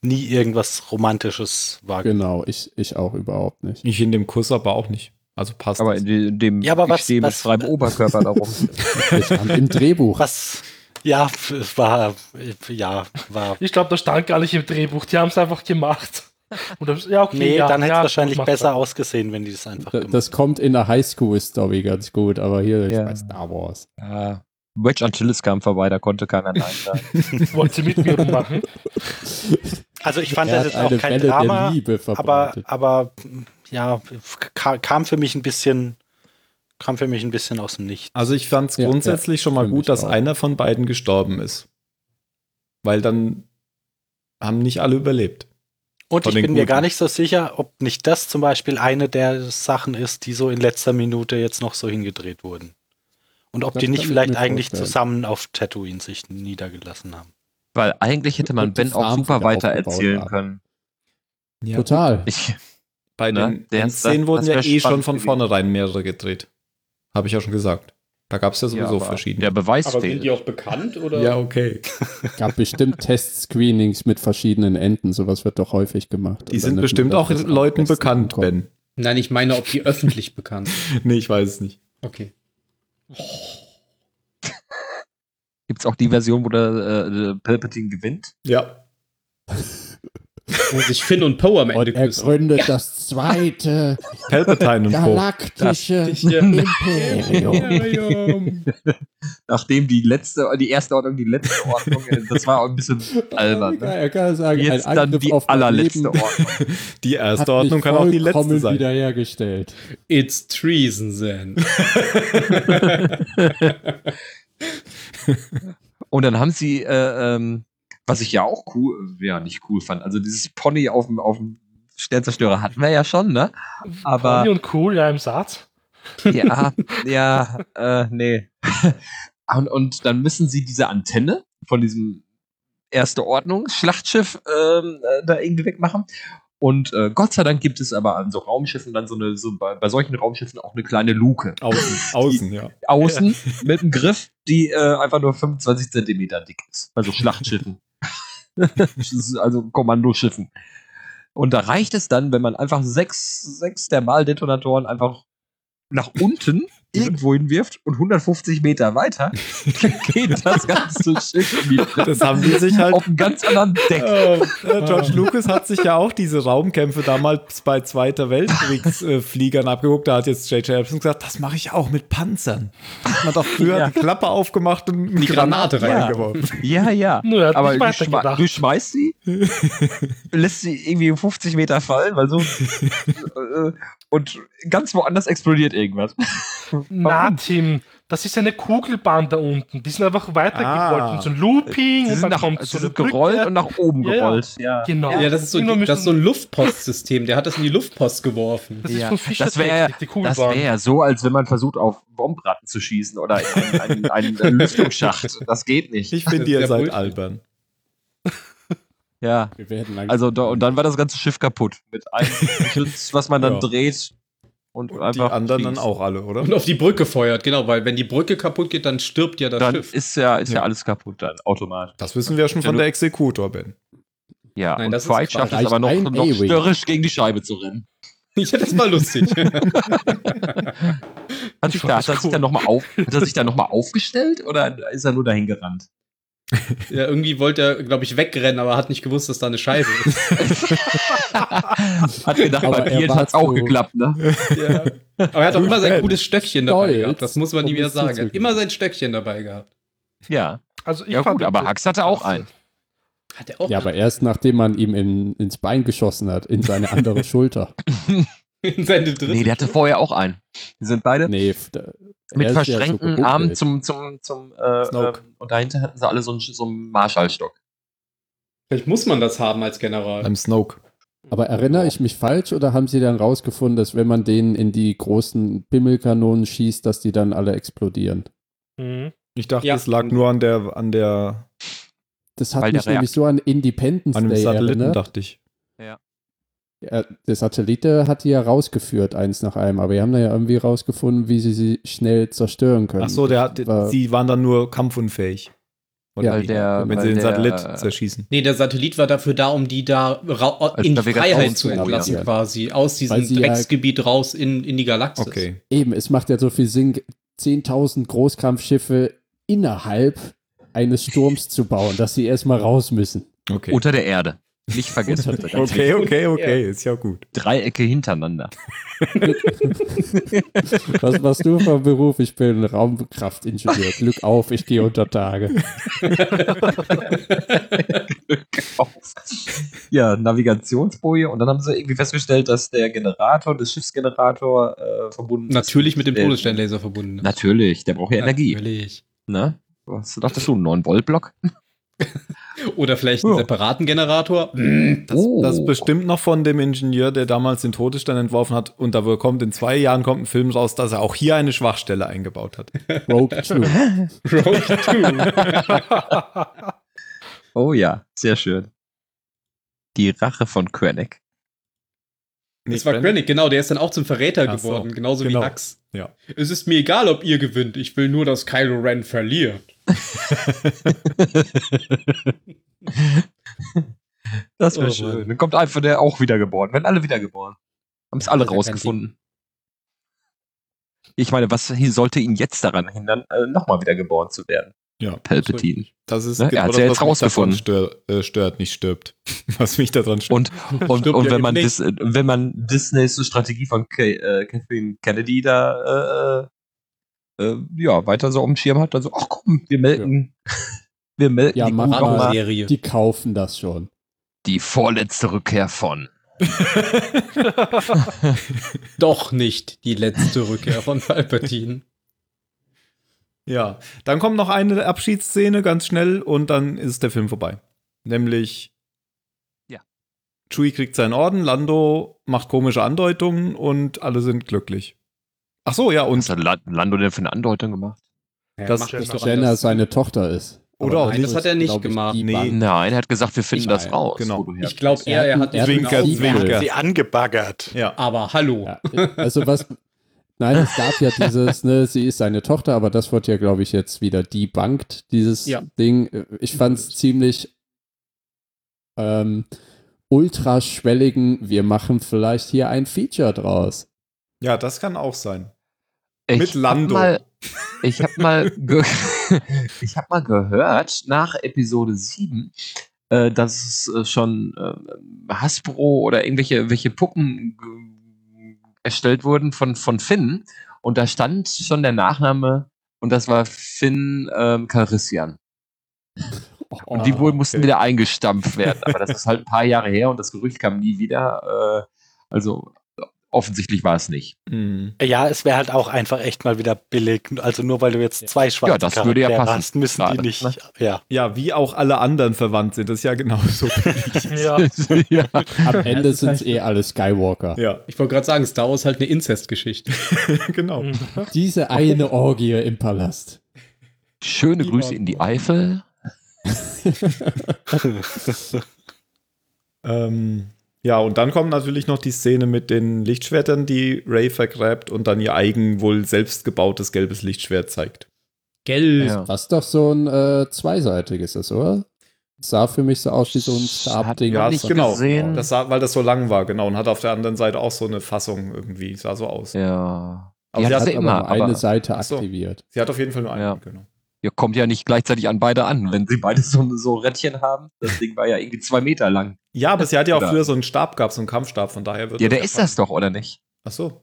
[SPEAKER 5] nie irgendwas Romantisches wahrgenommen.
[SPEAKER 6] Genau, ich, ich auch überhaupt nicht.
[SPEAKER 1] Ich in dem Kuss aber auch nicht. Also passt.
[SPEAKER 3] Aber
[SPEAKER 1] das.
[SPEAKER 3] in de- in dem
[SPEAKER 5] Ja, aber was-
[SPEAKER 3] ich stehe mit
[SPEAKER 5] was-
[SPEAKER 3] freiem Oberkörper darum.
[SPEAKER 6] Ich hab Im Drehbuch.
[SPEAKER 5] Was, ja, f- es war, f- ja, war.
[SPEAKER 2] Ich glaube, das stand gar nicht im Drehbuch. Die haben es einfach gemacht. Und dann- ja, okay,
[SPEAKER 5] Nee,
[SPEAKER 2] ja,
[SPEAKER 5] dann hätte es
[SPEAKER 2] ja,
[SPEAKER 5] wahrscheinlich
[SPEAKER 2] mach
[SPEAKER 5] besser
[SPEAKER 2] das.
[SPEAKER 5] ausgesehen, wenn die das einfach
[SPEAKER 6] Da-
[SPEAKER 5] gemacht
[SPEAKER 6] Das kommt in der Highschool-Story ganz gut, aber hier ist
[SPEAKER 3] Ja.
[SPEAKER 6] bei Star Wars.
[SPEAKER 3] Ja. Äh, Wedge Antilles kam vorbei, da konnte keiner Nein sagen.
[SPEAKER 2] Wollt ihr mit mir machen?
[SPEAKER 5] Also ich fand
[SPEAKER 6] Er
[SPEAKER 5] das
[SPEAKER 6] hat
[SPEAKER 5] jetzt
[SPEAKER 6] eine
[SPEAKER 5] auch kein
[SPEAKER 6] Welle der
[SPEAKER 5] Drama,
[SPEAKER 6] Liebe
[SPEAKER 5] aber,
[SPEAKER 6] verbreitet.
[SPEAKER 5] aber ja, ka- kam für mich ein bisschen, kam für mich ein bisschen aus dem Nichts.
[SPEAKER 1] Also ich fand es
[SPEAKER 6] Ja,
[SPEAKER 1] grundsätzlich schon mal
[SPEAKER 6] find ich
[SPEAKER 1] gut, dass
[SPEAKER 6] auch.
[SPEAKER 1] einer von beiden gestorben ist. Weil dann haben nicht alle überlebt.
[SPEAKER 5] Und
[SPEAKER 1] Von
[SPEAKER 5] ich
[SPEAKER 1] den
[SPEAKER 5] bin mir
[SPEAKER 1] Guten.
[SPEAKER 5] gar nicht so sicher, ob nicht das zum Beispiel eine der Sachen ist, die so in letzter Minute jetzt noch so hingedreht wurden. Und ob
[SPEAKER 6] Das
[SPEAKER 5] die
[SPEAKER 6] kann
[SPEAKER 5] nicht
[SPEAKER 6] ich
[SPEAKER 5] vielleicht
[SPEAKER 6] mir
[SPEAKER 5] eigentlich
[SPEAKER 6] vorstellen.
[SPEAKER 5] zusammen auf Tatooine sich niedergelassen haben.
[SPEAKER 3] Weil eigentlich hätte man
[SPEAKER 6] Und die
[SPEAKER 3] Ben auch
[SPEAKER 6] Farm
[SPEAKER 3] super
[SPEAKER 6] wieder
[SPEAKER 3] weiter
[SPEAKER 6] aufgebaut
[SPEAKER 3] erzählen
[SPEAKER 6] haben.
[SPEAKER 3] können.
[SPEAKER 6] Total.
[SPEAKER 3] Ich,
[SPEAKER 1] Bei
[SPEAKER 3] Ne?
[SPEAKER 1] den
[SPEAKER 3] Der-
[SPEAKER 1] Szenen
[SPEAKER 3] das-
[SPEAKER 1] wurden
[SPEAKER 3] das
[SPEAKER 1] ja
[SPEAKER 3] wär
[SPEAKER 1] eh schon
[SPEAKER 3] spannend
[SPEAKER 1] von
[SPEAKER 3] gewesen.
[SPEAKER 1] vornherein mehrere gedreht. Habe ich ja schon gesagt. Da gab es ja sowieso
[SPEAKER 3] aber Der
[SPEAKER 1] verschiedene.
[SPEAKER 3] Beweis
[SPEAKER 4] Aber sind
[SPEAKER 3] fehlt.
[SPEAKER 4] die auch bekannt? Oder?
[SPEAKER 1] okay.
[SPEAKER 6] Gab bestimmt Test-Screenings mit verschiedenen Enden. Sowas wird doch häufig gemacht.
[SPEAKER 1] Die
[SPEAKER 6] Und dann
[SPEAKER 1] sind
[SPEAKER 6] nimmt
[SPEAKER 1] bestimmt
[SPEAKER 6] man
[SPEAKER 1] auch
[SPEAKER 6] das, was am
[SPEAKER 1] Leuten
[SPEAKER 6] besten
[SPEAKER 1] bekannt,
[SPEAKER 6] ankommt.
[SPEAKER 1] Ben.
[SPEAKER 4] Nein, ich meine, ob die öffentlich bekannt sind.
[SPEAKER 1] Nee, ich weiß es nicht.
[SPEAKER 4] Okay.
[SPEAKER 3] Gibt es auch die Version, wo der äh, Palpatine gewinnt?
[SPEAKER 1] Ja.
[SPEAKER 4] Wo sich Finn und Poe am
[SPEAKER 6] Und
[SPEAKER 4] Ende
[SPEAKER 6] er
[SPEAKER 4] küssen.
[SPEAKER 6] gründet das zweite
[SPEAKER 1] Palpatine und Co.
[SPEAKER 6] galaktische Imperium.
[SPEAKER 4] Imperium.
[SPEAKER 3] Nachdem die letzte, die erste Ordnung, die letzte Ordnung, äh, das war auch ein bisschen albern.
[SPEAKER 6] Ja,
[SPEAKER 3] Ne?
[SPEAKER 6] er kann sagen,
[SPEAKER 3] Jetzt
[SPEAKER 6] ein
[SPEAKER 3] dann
[SPEAKER 6] Angriff
[SPEAKER 3] die
[SPEAKER 6] auf mein
[SPEAKER 3] allerletzte
[SPEAKER 6] Leben
[SPEAKER 3] Ordnung.
[SPEAKER 1] Die erste
[SPEAKER 6] hat
[SPEAKER 1] Ordnung
[SPEAKER 6] mich
[SPEAKER 1] kann auch die letzte
[SPEAKER 6] vollkommen
[SPEAKER 1] sein.
[SPEAKER 6] wiederhergestellt.
[SPEAKER 4] It's treason then.
[SPEAKER 3] Und dann haben sie, äh, ähm, was ich ja auch cool, äh, ja, nicht cool fand, also dieses Pony auf dem, auf dem Sternzerstörer hatten wir ja schon, ne? Aber
[SPEAKER 2] Funny und cool, ja, im Satz.
[SPEAKER 3] Ja, ja, äh, nee. Und, und dann müssen sie diese Antenne von diesem Erste Ordnung Schlachtschiff ähm, äh, da irgendwie wegmachen. Und äh, Gott sei Dank gibt es aber an so Raumschiffen dann so eine, so bei, bei solchen Raumschiffen auch eine kleine Luke
[SPEAKER 1] Außen, außen, ja.
[SPEAKER 3] außen mit einem Griff, die äh, einfach nur 25 Zentimeter dick ist. Also Schlachtschiffen. Das ist also Kommandoschiffen. Und da reicht es dann, wenn man einfach sechs, sechs der Maldetonatoren einfach nach unten irgendwo hinwirft und 150 Meter weiter geht das ganze Schiff wieder
[SPEAKER 1] Das haben die sich halt.
[SPEAKER 3] auf einem ganz anderen Deck.
[SPEAKER 1] Äh, äh, George Lucas hat sich ja auch diese Raumkämpfe damals bei Zweiter Weltkriegsfliegern äh, Fliegern abgeguckt. Da hat jetzt J.J. Abrams gesagt, das mache ich auch mit Panzern. Hat man doch früher die Klappe aufgemacht und eine
[SPEAKER 4] Die Granate
[SPEAKER 1] Granate
[SPEAKER 4] rein.
[SPEAKER 1] reingeworfen.
[SPEAKER 3] Ja, ja.
[SPEAKER 2] Nur er hat
[SPEAKER 3] Aber
[SPEAKER 2] nicht
[SPEAKER 3] du, schma
[SPEAKER 2] weitergedacht.
[SPEAKER 3] du schmeißt sie, lässt sie irgendwie 50 Meter fallen, weil so. äh, und ganz woanders explodiert irgendwas.
[SPEAKER 2] Na, Tim, das ist eine Kugelbahn da unten. Die sind einfach weitergerollt
[SPEAKER 1] Ah.
[SPEAKER 2] und so ein Looping
[SPEAKER 3] Sie
[SPEAKER 2] und dann
[SPEAKER 3] sind, nach, also
[SPEAKER 2] kommt
[SPEAKER 3] sie
[SPEAKER 2] so eine
[SPEAKER 3] sind gerollt
[SPEAKER 2] Brücke.
[SPEAKER 3] und nach oben
[SPEAKER 2] Ja, ja.
[SPEAKER 3] gerollt. Ja.
[SPEAKER 2] Genau.
[SPEAKER 4] Ja, das ist so,
[SPEAKER 2] Immer müssen-
[SPEAKER 4] das ist so ein Luftpostsystem. Der hat das in die Luftpost geworfen.
[SPEAKER 2] Das ist
[SPEAKER 3] Ja,
[SPEAKER 2] von Fischer
[SPEAKER 3] das wär ja-
[SPEAKER 2] Technik, die
[SPEAKER 3] Das
[SPEAKER 2] Kugelbahn.
[SPEAKER 3] wäre ja so, als wenn man versucht, auf Bombratten zu schießen oder in einen, einen, einen Lüftungsschacht. Das geht nicht.
[SPEAKER 1] Ich finde, ihr
[SPEAKER 4] Der
[SPEAKER 1] seid
[SPEAKER 4] Bullshit.
[SPEAKER 1] albern.
[SPEAKER 3] Ja.
[SPEAKER 6] Wir werden lang
[SPEAKER 3] Also da, und dann war das ganze Schiff kaputt. Mit einem Schutz, was man dann
[SPEAKER 1] Ja.
[SPEAKER 3] dreht und,
[SPEAKER 1] Und die
[SPEAKER 3] einfach.
[SPEAKER 1] anderen
[SPEAKER 3] schießt.
[SPEAKER 1] dann auch alle, oder?
[SPEAKER 4] Und auf die Brücke feuert, genau, weil wenn die Brücke kaputt geht, dann stirbt ja das
[SPEAKER 3] Dann
[SPEAKER 4] Schiff.
[SPEAKER 3] ist ja, ist ja.
[SPEAKER 1] Ja.
[SPEAKER 3] alles kaputt dann automatisch.
[SPEAKER 1] Das wissen wir ja schon von der Exekutor, Ben.
[SPEAKER 3] Ja,
[SPEAKER 4] Nein,
[SPEAKER 3] und
[SPEAKER 4] das ist
[SPEAKER 3] Pike
[SPEAKER 4] Quatsch.
[SPEAKER 3] schafft es
[SPEAKER 6] Reicht
[SPEAKER 3] aber noch,
[SPEAKER 6] ein
[SPEAKER 3] noch
[SPEAKER 6] A-Wing.
[SPEAKER 3] störrisch gegen die Scheibe zu rennen.
[SPEAKER 4] Ja, das war lustig.
[SPEAKER 3] Hat sich
[SPEAKER 2] fand
[SPEAKER 3] da,
[SPEAKER 2] das
[SPEAKER 3] hat er sich
[SPEAKER 2] cool.
[SPEAKER 3] dann noch mal auf, hat er sich da nochmal aufgestellt oder ist er nur dahin gerannt?
[SPEAKER 4] ja, irgendwie wollte er, glaube ich, wegrennen, aber hat nicht gewusst, dass da eine Scheibe ist.
[SPEAKER 3] Hat gedacht,
[SPEAKER 6] Aber
[SPEAKER 3] bei
[SPEAKER 6] er
[SPEAKER 3] Bier
[SPEAKER 6] war
[SPEAKER 3] hat es auch
[SPEAKER 6] zu-
[SPEAKER 3] geklappt, ne?
[SPEAKER 4] ja. Aber er hat auch immer sein gutes Stöckchen dabei
[SPEAKER 6] Stolz,
[SPEAKER 4] gehabt. Das muss man ihm
[SPEAKER 6] um
[SPEAKER 4] ja
[SPEAKER 6] es
[SPEAKER 4] sagen. Er hat
[SPEAKER 6] zuzugeben.
[SPEAKER 4] immer sein Stöckchen dabei gehabt.
[SPEAKER 3] Ja.
[SPEAKER 2] Also ich
[SPEAKER 3] Ja
[SPEAKER 2] fand
[SPEAKER 3] gut, aber
[SPEAKER 2] das-
[SPEAKER 3] Hax hatte auch einen.
[SPEAKER 4] Hat er auch.
[SPEAKER 6] ja, aber erst nachdem man ihm in, ins Bein geschossen hat, in seine andere Schulter.
[SPEAKER 4] in seine dritte.
[SPEAKER 3] Nee, der hatte vorher auch einen. Die sind beide
[SPEAKER 6] Nee, f- da-
[SPEAKER 3] mit
[SPEAKER 6] er ist ja so
[SPEAKER 3] verschränkten
[SPEAKER 6] gebuckelt.
[SPEAKER 3] Armen zum, zum, zum, äh, äh,
[SPEAKER 1] Snoke.
[SPEAKER 3] und dahinter hatten sie alle so einen, so einen Marschallstock.
[SPEAKER 4] Vielleicht muss man das haben als General.
[SPEAKER 1] Beim Snoke.
[SPEAKER 6] Aber erinnere ich mich falsch oder haben sie dann rausgefunden, dass wenn man denen in die großen Bimmelkanonen schießt, dass die dann alle explodieren?
[SPEAKER 2] Mhm.
[SPEAKER 1] Ich dachte,
[SPEAKER 4] Ja.
[SPEAKER 1] es lag nur an der, an der,
[SPEAKER 6] Das hat
[SPEAKER 3] Weil der
[SPEAKER 6] mich nämlich so an Independence
[SPEAKER 1] an dem
[SPEAKER 6] Day
[SPEAKER 1] Satelliten,
[SPEAKER 6] erinnert.
[SPEAKER 1] dachte ich.
[SPEAKER 6] Ja, der Satellit der hat die ja rausgeführt, eins nach einem, aber die haben da ja irgendwie rausgefunden, wie sie sie schnell zerstören können.
[SPEAKER 1] Ach so, der hat,
[SPEAKER 6] Ähm, war-
[SPEAKER 1] sie waren dann nur kampfunfähig. Oder
[SPEAKER 6] Ja,
[SPEAKER 1] wie?
[SPEAKER 3] Weil der,
[SPEAKER 1] wenn
[SPEAKER 3] weil
[SPEAKER 1] sie den
[SPEAKER 3] der,
[SPEAKER 1] Satellit zerschießen.
[SPEAKER 4] Nee, der Satellit war dafür da, um die da ra-
[SPEAKER 3] Als
[SPEAKER 4] in die
[SPEAKER 3] Navigation
[SPEAKER 4] Freiheit
[SPEAKER 3] zu
[SPEAKER 4] zu entlassen,
[SPEAKER 6] navigieren.
[SPEAKER 4] quasi. Aus
[SPEAKER 6] Weil
[SPEAKER 4] diesem
[SPEAKER 6] sie ja-
[SPEAKER 4] Drecksgebiet raus in, in die Galaxis.
[SPEAKER 1] Okay.
[SPEAKER 6] Eben, es macht ja so viel Sinn, 10.000 Großkampfschiffe innerhalb eines Sturms zu bauen, dass sie erstmal raus müssen.
[SPEAKER 1] Okay.
[SPEAKER 3] Unter der Erde. Nicht vergessen.
[SPEAKER 1] Okay, okay, okay, ist ja gut.
[SPEAKER 3] Dreiecke hintereinander.
[SPEAKER 6] Was machst du vom Beruf? Ich bin Raumkraftingenieur. Glück auf, ich gehe unter Tage.
[SPEAKER 3] auf. Ja, Navigationsboje. Und dann haben sie irgendwie festgestellt, dass der Generator, das Schiffsgenerator äh, verbunden
[SPEAKER 4] Natürlich mit dem
[SPEAKER 3] Äh,
[SPEAKER 4] Todessternlaser verbunden. ne?
[SPEAKER 3] ist. Natürlich, der braucht ja Energie.
[SPEAKER 4] Natürlich.
[SPEAKER 3] Ne? Was dachtest du, einen 9-Volt-Block?
[SPEAKER 4] Oder vielleicht einen
[SPEAKER 3] Ja.
[SPEAKER 4] separaten Generator. Mhm.
[SPEAKER 1] Hm, Das,
[SPEAKER 3] Oh.
[SPEAKER 1] das ist bestimmt noch von dem Ingenieur, der damals den Todesstern entworfen hat. Und da wohl kommt in zwei Jahren kommt ein Film raus, dass er auch hier eine Schwachstelle eingebaut hat.
[SPEAKER 6] Rogue Two.
[SPEAKER 4] Rogue Two.
[SPEAKER 3] Oh ja, sehr schön. Die Rache von Krennic.
[SPEAKER 4] Das war Krennic, genau, der ist dann auch zum Verräter
[SPEAKER 1] Ach so,
[SPEAKER 4] geworden, genauso
[SPEAKER 1] genau.
[SPEAKER 4] wie Hux.
[SPEAKER 1] Ja.
[SPEAKER 4] Es ist mir egal, ob ihr gewinnt, ich will nur, dass Kylo Ren verliert.
[SPEAKER 3] das wäre
[SPEAKER 4] Oh
[SPEAKER 3] schön.
[SPEAKER 4] Mann.
[SPEAKER 3] Dann kommt einfach der auch wiedergeboren. Werden alle wiedergeboren. Haben es alle
[SPEAKER 4] Das ist ja kein
[SPEAKER 3] rausgefunden. Ich meine, was hier sollte ihn jetzt daran hindern, äh, nochmal wiedergeboren zu werden?
[SPEAKER 1] Ja.
[SPEAKER 3] Palpatine.
[SPEAKER 1] Das ist
[SPEAKER 3] Ne, er hat's ja
[SPEAKER 1] was mich
[SPEAKER 3] jetzt
[SPEAKER 1] daran
[SPEAKER 3] rausgefunden.
[SPEAKER 1] stör, äh, stört, nicht stirbt. Was mich daran stört.
[SPEAKER 3] Und, und,
[SPEAKER 4] Stimmt
[SPEAKER 3] und
[SPEAKER 4] ja
[SPEAKER 3] wenn,
[SPEAKER 4] eben
[SPEAKER 3] man
[SPEAKER 4] nicht.
[SPEAKER 3] Dis, äh, wenn man Disneys so Strategie von Ka äh, Kathleen Kennedy da äh, äh, ja, weiter so auf dem Schirm hat, dann so, ach komm, wir melden, wir melden
[SPEAKER 6] Ja,
[SPEAKER 3] die
[SPEAKER 6] mach
[SPEAKER 3] Kuh noch
[SPEAKER 6] mal.
[SPEAKER 3] mal.
[SPEAKER 4] Serie.
[SPEAKER 6] Die kaufen das schon.
[SPEAKER 3] Die vorletzte Rückkehr von.
[SPEAKER 4] Doch nicht die letzte Rückkehr von Palpatine.
[SPEAKER 1] ja. Dann kommt noch eine Abschiedsszene ganz schnell und dann ist der Film vorbei. Nämlich.
[SPEAKER 3] Ja.
[SPEAKER 1] Chewie kriegt seinen Orden, Lando macht komische Andeutungen und alle sind glücklich. Ach so, ja, und
[SPEAKER 3] Was hat La- Lando denn für eine Andeutung gemacht?
[SPEAKER 1] Das-
[SPEAKER 4] macht
[SPEAKER 2] das
[SPEAKER 4] doch
[SPEAKER 6] Jenna
[SPEAKER 4] anders.
[SPEAKER 6] seine Tochter ist.
[SPEAKER 1] Oder auch
[SPEAKER 4] Nein, das
[SPEAKER 1] nicht.
[SPEAKER 4] hat er nicht
[SPEAKER 6] glaub ich,
[SPEAKER 4] gemacht.
[SPEAKER 6] die
[SPEAKER 1] Nee.
[SPEAKER 6] Bank.
[SPEAKER 3] Nein, er hat gesagt, wir finden
[SPEAKER 6] Nein,
[SPEAKER 3] das raus.
[SPEAKER 1] genau.
[SPEAKER 3] wo du her
[SPEAKER 4] Ich glaube eher, er hat
[SPEAKER 6] Er hat einen
[SPEAKER 1] Zwinker,
[SPEAKER 6] Auftrag.
[SPEAKER 1] Zwinker.
[SPEAKER 5] Hat sie angebaggert.
[SPEAKER 1] Ja.
[SPEAKER 4] Aber hallo.
[SPEAKER 1] Oh.
[SPEAKER 6] Ja, also was. Nein, es gab ja dieses, ne, sie ist seine Tochter, aber das wird ja, glaube ich, jetzt wieder debunked, dieses
[SPEAKER 4] Ja.
[SPEAKER 6] Ding. Ich fand es ziemlich ähm, ultraschwelligen, wir machen vielleicht hier ein Feature draus.
[SPEAKER 1] ja, das kann auch sein. mit Lando.
[SPEAKER 3] Hab mal, ich habe mal, ge ich hab mal gehört, nach Episode 7, äh, dass es äh, schon äh, Hasbro oder irgendwelche welche Puppen ge- erstellt wurden von, von Finn. Und da stand schon der Nachname und das war Finn ähm, Carissian. Und
[SPEAKER 1] Ah,
[SPEAKER 3] die wohl mussten wieder eingestampft werden. Aber das ist halt ein paar Jahre her und das Gerücht kam nie wieder. Äh, also offensichtlich war es nicht.
[SPEAKER 1] Mhm.
[SPEAKER 5] Ja, es wäre halt auch einfach echt mal wieder billig. Also nur weil du jetzt zwei schwarze
[SPEAKER 3] Ja, das würde ja
[SPEAKER 5] Charaktere
[SPEAKER 3] passen.
[SPEAKER 5] hast, müssen
[SPEAKER 3] Gerade,
[SPEAKER 5] die nicht.
[SPEAKER 3] ne?
[SPEAKER 5] Ja.
[SPEAKER 1] Ja, wie auch alle anderen verwandt sind, das ist ja genau genauso.
[SPEAKER 2] Ja.
[SPEAKER 3] ja.
[SPEAKER 6] Am Ende sind es eh alle Skywalker.
[SPEAKER 1] ja,
[SPEAKER 4] Ich wollte gerade sagen, Star Wars ist halt eine Inzestgeschichte.
[SPEAKER 1] genau.
[SPEAKER 6] Diese eine Orgie im Palast.
[SPEAKER 3] Schöne Grüße in die Eifel.
[SPEAKER 1] Ähm, ja, und dann kommt natürlich noch die Szene mit den Lichtschwertern, die Ray vergräbt und dann ihr eigen wohl selbst gebautes gelbes Lichtschwert zeigt.
[SPEAKER 4] Gell.
[SPEAKER 3] Ja.
[SPEAKER 6] Was doch so ein äh, zweiseitiges ist, oder? Sah für mich so aus wie so ein Stabding. Oh.
[SPEAKER 1] Ja,
[SPEAKER 3] Noch
[SPEAKER 1] das-
[SPEAKER 3] nicht
[SPEAKER 1] genau.
[SPEAKER 3] gesehen.
[SPEAKER 1] Das sah, weil das so lang war, genau. Und hat auf der anderen Seite auch so eine Fassung irgendwie, sah so aus.
[SPEAKER 3] Ja.
[SPEAKER 1] Aber
[SPEAKER 3] Die
[SPEAKER 1] sie
[SPEAKER 3] hat
[SPEAKER 1] hat
[SPEAKER 3] sie
[SPEAKER 6] hat
[SPEAKER 3] immer,
[SPEAKER 6] aber nur eine
[SPEAKER 3] aber
[SPEAKER 6] Seite
[SPEAKER 1] Ach so.
[SPEAKER 6] aktiviert.
[SPEAKER 1] Sie hat auf jeden Fall nur einen,
[SPEAKER 3] Ja.
[SPEAKER 1] genau.
[SPEAKER 3] ihr kommt ja nicht gleichzeitig an beide an, wenn sie beide so, so Rädchen haben. Das Ding war ja irgendwie zwei Meter lang.
[SPEAKER 1] Ja, aber sie hat ja auch
[SPEAKER 3] Oder-
[SPEAKER 1] früher so einen Stab gehabt, so einen Kampfstab, von daher wird
[SPEAKER 3] Ja, der ist das doch, oder nicht?
[SPEAKER 1] Ach so.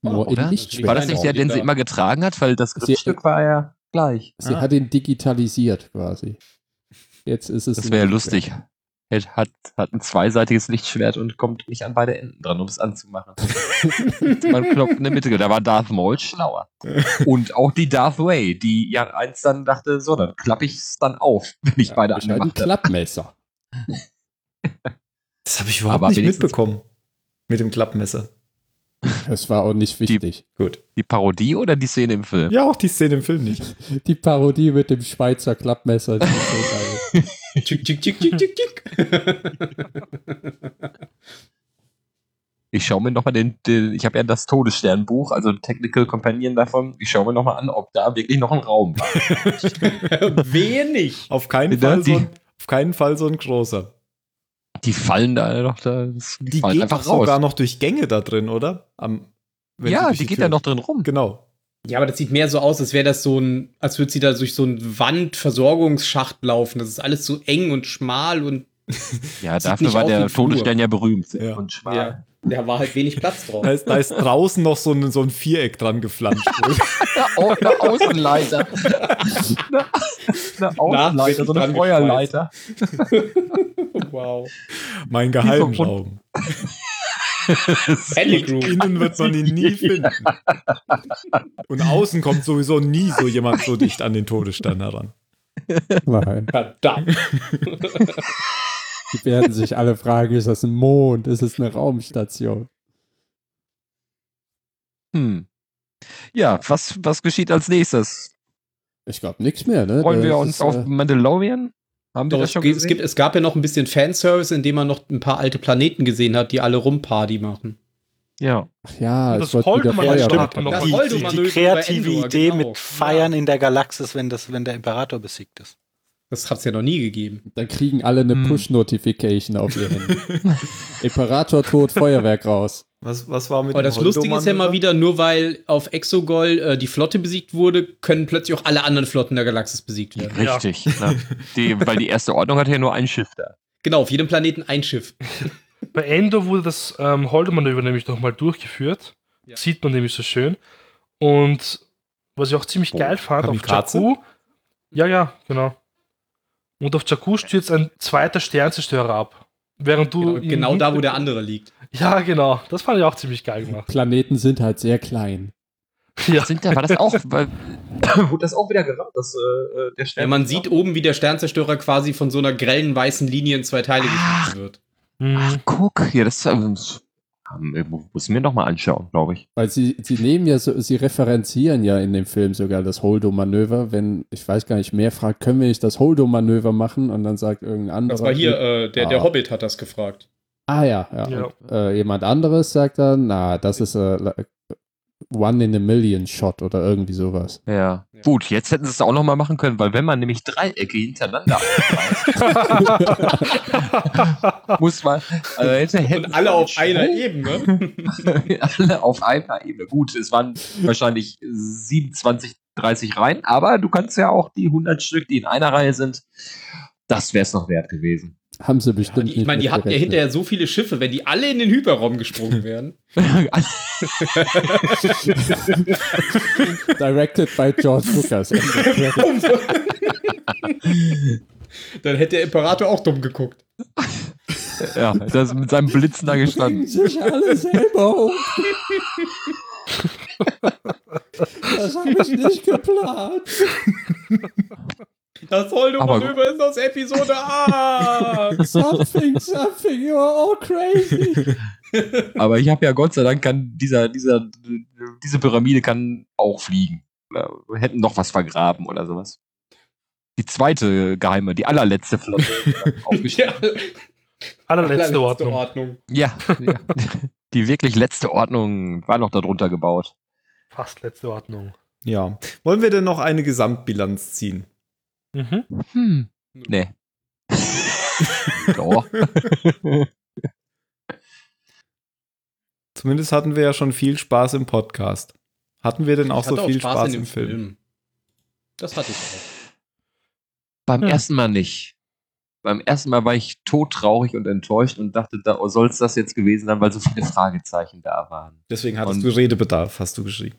[SPEAKER 6] Nur
[SPEAKER 3] Oh, Oder?
[SPEAKER 6] in Lichtschwert.
[SPEAKER 3] War das nicht der, den sie immer getragen hat? Weil das Griffstück war ja gleich.
[SPEAKER 6] Sie
[SPEAKER 1] Ah.
[SPEAKER 6] hat ihn digitalisiert quasi. Jetzt ist es.
[SPEAKER 3] Das
[SPEAKER 6] ein
[SPEAKER 3] wäre ja
[SPEAKER 6] Lichtschwert.
[SPEAKER 3] lustig. Er hat, hat ein zweiseitiges Lichtschwert und kommt nicht an beide Enden dran, um es anzumachen. Man klopft in der Mitte. Da war Darth Maul schlauer. Und auch die Darth Way, die ja eins dann dachte, so, dann klappe ich es dann auf, wenn ich beide
[SPEAKER 6] Ich hatte ein
[SPEAKER 3] angemacht habe.
[SPEAKER 6] Klappmesser.
[SPEAKER 1] Das habe ich
[SPEAKER 3] Aber wenigstens-
[SPEAKER 1] mitbekommen. Mit dem Klappmesser.
[SPEAKER 6] Das war auch nicht wichtig.
[SPEAKER 1] Gut.
[SPEAKER 3] Die Parodie oder die Szene im Film?
[SPEAKER 1] Ja, auch die Szene im Film nicht.
[SPEAKER 6] Die, Parodie mit dem Schweizer Klappmesser. Die ist so geil.
[SPEAKER 4] Tschick, tschick, tschick, tschick, tschick, tschick.
[SPEAKER 3] Ich schaue mir nochmal den, den, ich habe ja das Todessternbuch, also Technical Companion davon. Ich schaue mir nochmal an, ob da wirklich noch ein Raum war.
[SPEAKER 4] Wenig.
[SPEAKER 1] Auf keinen,
[SPEAKER 3] Ja,
[SPEAKER 1] Fall so,
[SPEAKER 3] die-
[SPEAKER 1] ein, auf keinen Fall so ein großer.
[SPEAKER 3] Die fallen da noch, da, die,
[SPEAKER 1] Die
[SPEAKER 3] fallen
[SPEAKER 1] geht doch
[SPEAKER 3] einfach raus.
[SPEAKER 1] sogar noch durch Gänge da drin, oder? Am, wenn sie
[SPEAKER 3] ja,
[SPEAKER 1] durch
[SPEAKER 3] die geht
[SPEAKER 1] Tür-
[SPEAKER 3] ja noch drin rum.
[SPEAKER 1] Genau.
[SPEAKER 4] Ja, aber das sieht mehr so aus, als wäre das so ein, als würde sie da durch so einen Wandversorgungsschacht laufen. Das ist alles so eng und schmal und
[SPEAKER 3] Ja,
[SPEAKER 4] Sieht
[SPEAKER 3] dafür
[SPEAKER 4] nicht
[SPEAKER 3] war
[SPEAKER 4] aus
[SPEAKER 3] der
[SPEAKER 4] wie Flur.
[SPEAKER 3] Todesstern ja berühmt
[SPEAKER 1] Ja.
[SPEAKER 3] und schmal.
[SPEAKER 4] ja, da war halt wenig Platz drauf.
[SPEAKER 1] Da ist, da ist draußen noch so ein, so ein Viereck dran geflanscht.
[SPEAKER 3] Au- eine Außenleiter. eine, eine Außenleiter, so eine
[SPEAKER 4] dran
[SPEAKER 3] Feuerleiter.
[SPEAKER 4] Oh, wow.
[SPEAKER 1] mein Geheimraum.
[SPEAKER 4] Panic Room.
[SPEAKER 1] Innen wird man ihn nie finden. Und außen kommt sowieso nie so jemand so dicht an den Todesstern heran.
[SPEAKER 6] Nein.
[SPEAKER 4] Verdammt.
[SPEAKER 6] Die werden sich alle fragen, ist das ein Mond? Ist es eine Raumstation?
[SPEAKER 3] Hm. Ja, was, was geschieht als nächstes?
[SPEAKER 6] Ich glaube, nichts mehr, ne?
[SPEAKER 3] Wollen wir
[SPEAKER 6] Das
[SPEAKER 3] uns
[SPEAKER 6] ist,
[SPEAKER 3] auf
[SPEAKER 6] äh,
[SPEAKER 3] Mandalorian? Haben wir
[SPEAKER 4] Doch,
[SPEAKER 3] das
[SPEAKER 4] es,
[SPEAKER 3] schon
[SPEAKER 4] gibt, es, gibt,
[SPEAKER 3] gesehen?
[SPEAKER 4] es gab ja noch ein bisschen Fanservice, indem man noch ein paar alte Planeten gesehen hat, die alle Rumparty machen.
[SPEAKER 3] Ja.
[SPEAKER 6] ach ja,
[SPEAKER 2] Das
[SPEAKER 6] es wollte wieder
[SPEAKER 2] Holdemann-
[SPEAKER 6] Feuer
[SPEAKER 2] Stimmt.
[SPEAKER 6] machen.
[SPEAKER 2] Noch-
[SPEAKER 5] Die,
[SPEAKER 4] Holdo
[SPEAKER 5] die, die
[SPEAKER 4] Manöver
[SPEAKER 5] kreative
[SPEAKER 4] bei Endor,
[SPEAKER 5] Idee
[SPEAKER 4] genau.
[SPEAKER 5] mit Feiern in der Galaxis, wenn, das, wenn der Imperator besiegt ist.
[SPEAKER 4] Das hat es ja noch nie gegeben.
[SPEAKER 6] Dann kriegen alle eine
[SPEAKER 3] Hm.
[SPEAKER 6] Push-Notification auf ihr Handy. Imperator tot, Feuerwerk raus.
[SPEAKER 1] Was, was war mit
[SPEAKER 4] Aber
[SPEAKER 1] dem
[SPEAKER 4] das Lustige ist ja
[SPEAKER 1] Holdo-Manöver?
[SPEAKER 4] mal wieder, nur weil auf Exogol äh, die Flotte besiegt wurde, können plötzlich auch alle anderen Flotten der Galaxis besiegt werden.
[SPEAKER 3] Richtig. ne? Die, weil die erste Ordnung hatte ja nur ein Schiff da.
[SPEAKER 4] Genau, auf jedem Planeten ein Schiff.
[SPEAKER 2] Bei Endor wurde das ähm, Holdemanöver nämlich nochmal durchgeführt.
[SPEAKER 4] Ja.
[SPEAKER 2] Sieht man nämlich so schön. Und was ich auch ziemlich
[SPEAKER 1] Oh,
[SPEAKER 2] geil fand, auf
[SPEAKER 1] Kamikaze?
[SPEAKER 2] Jakku. Ja, ja, genau. Und auf Jakku stürzt ein zweiter Sternzerstörer ab. Während du.
[SPEAKER 4] Genau,
[SPEAKER 2] ihn-
[SPEAKER 4] genau da, wo der andere liegt.
[SPEAKER 2] Ja, genau. Das fand ich auch ziemlich geil gemacht.
[SPEAKER 6] Planeten sind halt sehr klein.
[SPEAKER 2] Ja.
[SPEAKER 3] Sind da, war das auch, weil, wurde das auch wieder geraubt, dass äh, der Stern.
[SPEAKER 4] Ja, man sieht oben, wie der Sternzerstörer quasi von so einer grellen weißen Linie in zwei Teile
[SPEAKER 3] Ach.
[SPEAKER 4] geschnitten wird.
[SPEAKER 3] Ach,
[SPEAKER 2] Mhm.
[SPEAKER 3] guck, hier, das ähm, ähm, muss ich mir nochmal anschauen, glaube ich.
[SPEAKER 6] Weil sie, sie nehmen ja so, sie referenzieren ja in dem Film sogar das Holdo-Manöver, wenn, ich weiß gar nicht, mehr fragt, können wir nicht das Holdo-Manöver machen? Und dann sagt irgendein anderer.
[SPEAKER 4] Das war hier, äh, der, der
[SPEAKER 6] Ah.
[SPEAKER 4] Hobbit hat das gefragt.
[SPEAKER 6] Ah ja, ja.
[SPEAKER 2] Ja.
[SPEAKER 6] Und, äh, jemand anderes sagt dann, na, das ist äh, One in a Million Shot oder irgendwie sowas.
[SPEAKER 3] Ja. Gut, jetzt hätten sie es auch nochmal machen können, weil wenn man nämlich Dreiecke hintereinander abreißt, muss man also hätte, hätten
[SPEAKER 4] Und alle auf einer Ebene.
[SPEAKER 3] sie alle auf einer Ebene. Gut, es waren wahrscheinlich 27, 30 Reihen, aber du kannst ja auch die 100 Stück, die in einer Reihe sind, das wäre es noch wert gewesen.
[SPEAKER 6] Haben sie bestimmt
[SPEAKER 4] Ich meine, die hatten ja hinterher so viele Schiffe, wenn die alle in den Hyperraum gesprungen wären.
[SPEAKER 6] hinterher. Directed by George Lucas.
[SPEAKER 4] Dann hätte der Imperator auch dumm geguckt.
[SPEAKER 3] ja, da ist mit seinem Blitzen da gestanden.
[SPEAKER 6] sich alle selber um. Das habe ich nicht geplant.
[SPEAKER 4] Das
[SPEAKER 3] Aber
[SPEAKER 4] Holdo-Manöver ist aus Episode A.
[SPEAKER 6] Something, something, you're all crazy.
[SPEAKER 3] Aber ich habe ja Gott sei Dank kann dieser, dieser, diese Pyramide kann auch fliegen. Oder hätten noch was vergraben oder sowas. Die zweite geheime, die allerletzte Flotte. aufgestellt.
[SPEAKER 4] Ja,
[SPEAKER 2] Allerletzte Ordnung.
[SPEAKER 4] Ordnung.
[SPEAKER 3] ja, ja. Die wirklich letzte Ordnung war noch darunter gebaut.
[SPEAKER 2] Fast letzte Ordnung.
[SPEAKER 1] Ja. Wollen wir denn noch eine Gesamtbilanz ziehen?
[SPEAKER 2] Mhm.
[SPEAKER 3] Hm. Nee. Doch.
[SPEAKER 1] Zumindest hatten wir ja schon viel Spaß im Podcast. Hatten wir denn auch
[SPEAKER 4] Ich
[SPEAKER 1] so
[SPEAKER 4] hatte
[SPEAKER 1] viel Spaß, im Film?
[SPEAKER 4] Das hatte ich auch.
[SPEAKER 3] Beim
[SPEAKER 2] Ja.
[SPEAKER 3] ersten Mal nicht. Beim ersten Mal war ich todtraurig und enttäuscht und dachte, da soll es das jetzt gewesen sein, weil so viele Fragezeichen da waren.
[SPEAKER 1] Deswegen hattest
[SPEAKER 3] Und-
[SPEAKER 1] du Redebedarf, hast du geschrieben.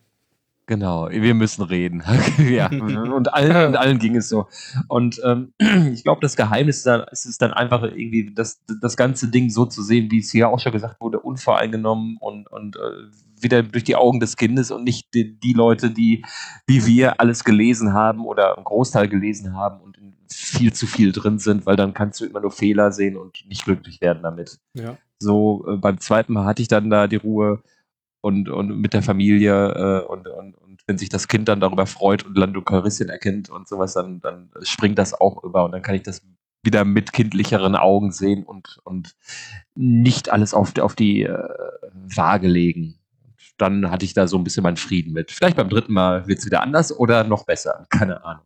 [SPEAKER 3] Genau, wir müssen reden. ja. Und allen, und allen ging es so. Und ähm, ich glaube, das Geheimnis da ist es dann einfach irgendwie, das, das ganze Ding so zu sehen, wie es hier auch schon gesagt wurde, unvoreingenommen und, und äh, wieder durch die Augen des Kindes und nicht die, die Leute, die wie wir alles gelesen haben oder einen Großteil gelesen haben und in viel zu viel drin sind, weil dann kannst du immer nur Fehler sehen und nicht glücklich werden damit.
[SPEAKER 4] Ja.
[SPEAKER 3] So äh, beim zweiten Mal hatte ich dann da die Ruhe und, und mit der Familie äh, und, und, und wenn sich das Kind dann darüber freut und Landokarissen erkennt und sowas, dann, dann springt das auch über und dann kann ich das wieder mit kindlicheren Augen sehen und, und nicht alles auf, die- auf die äh, Waage legen. Dann hatte ich da so ein bisschen meinen Frieden mit. Vielleicht beim dritten Mal wird es wieder anders oder noch besser. Keine Ahnung.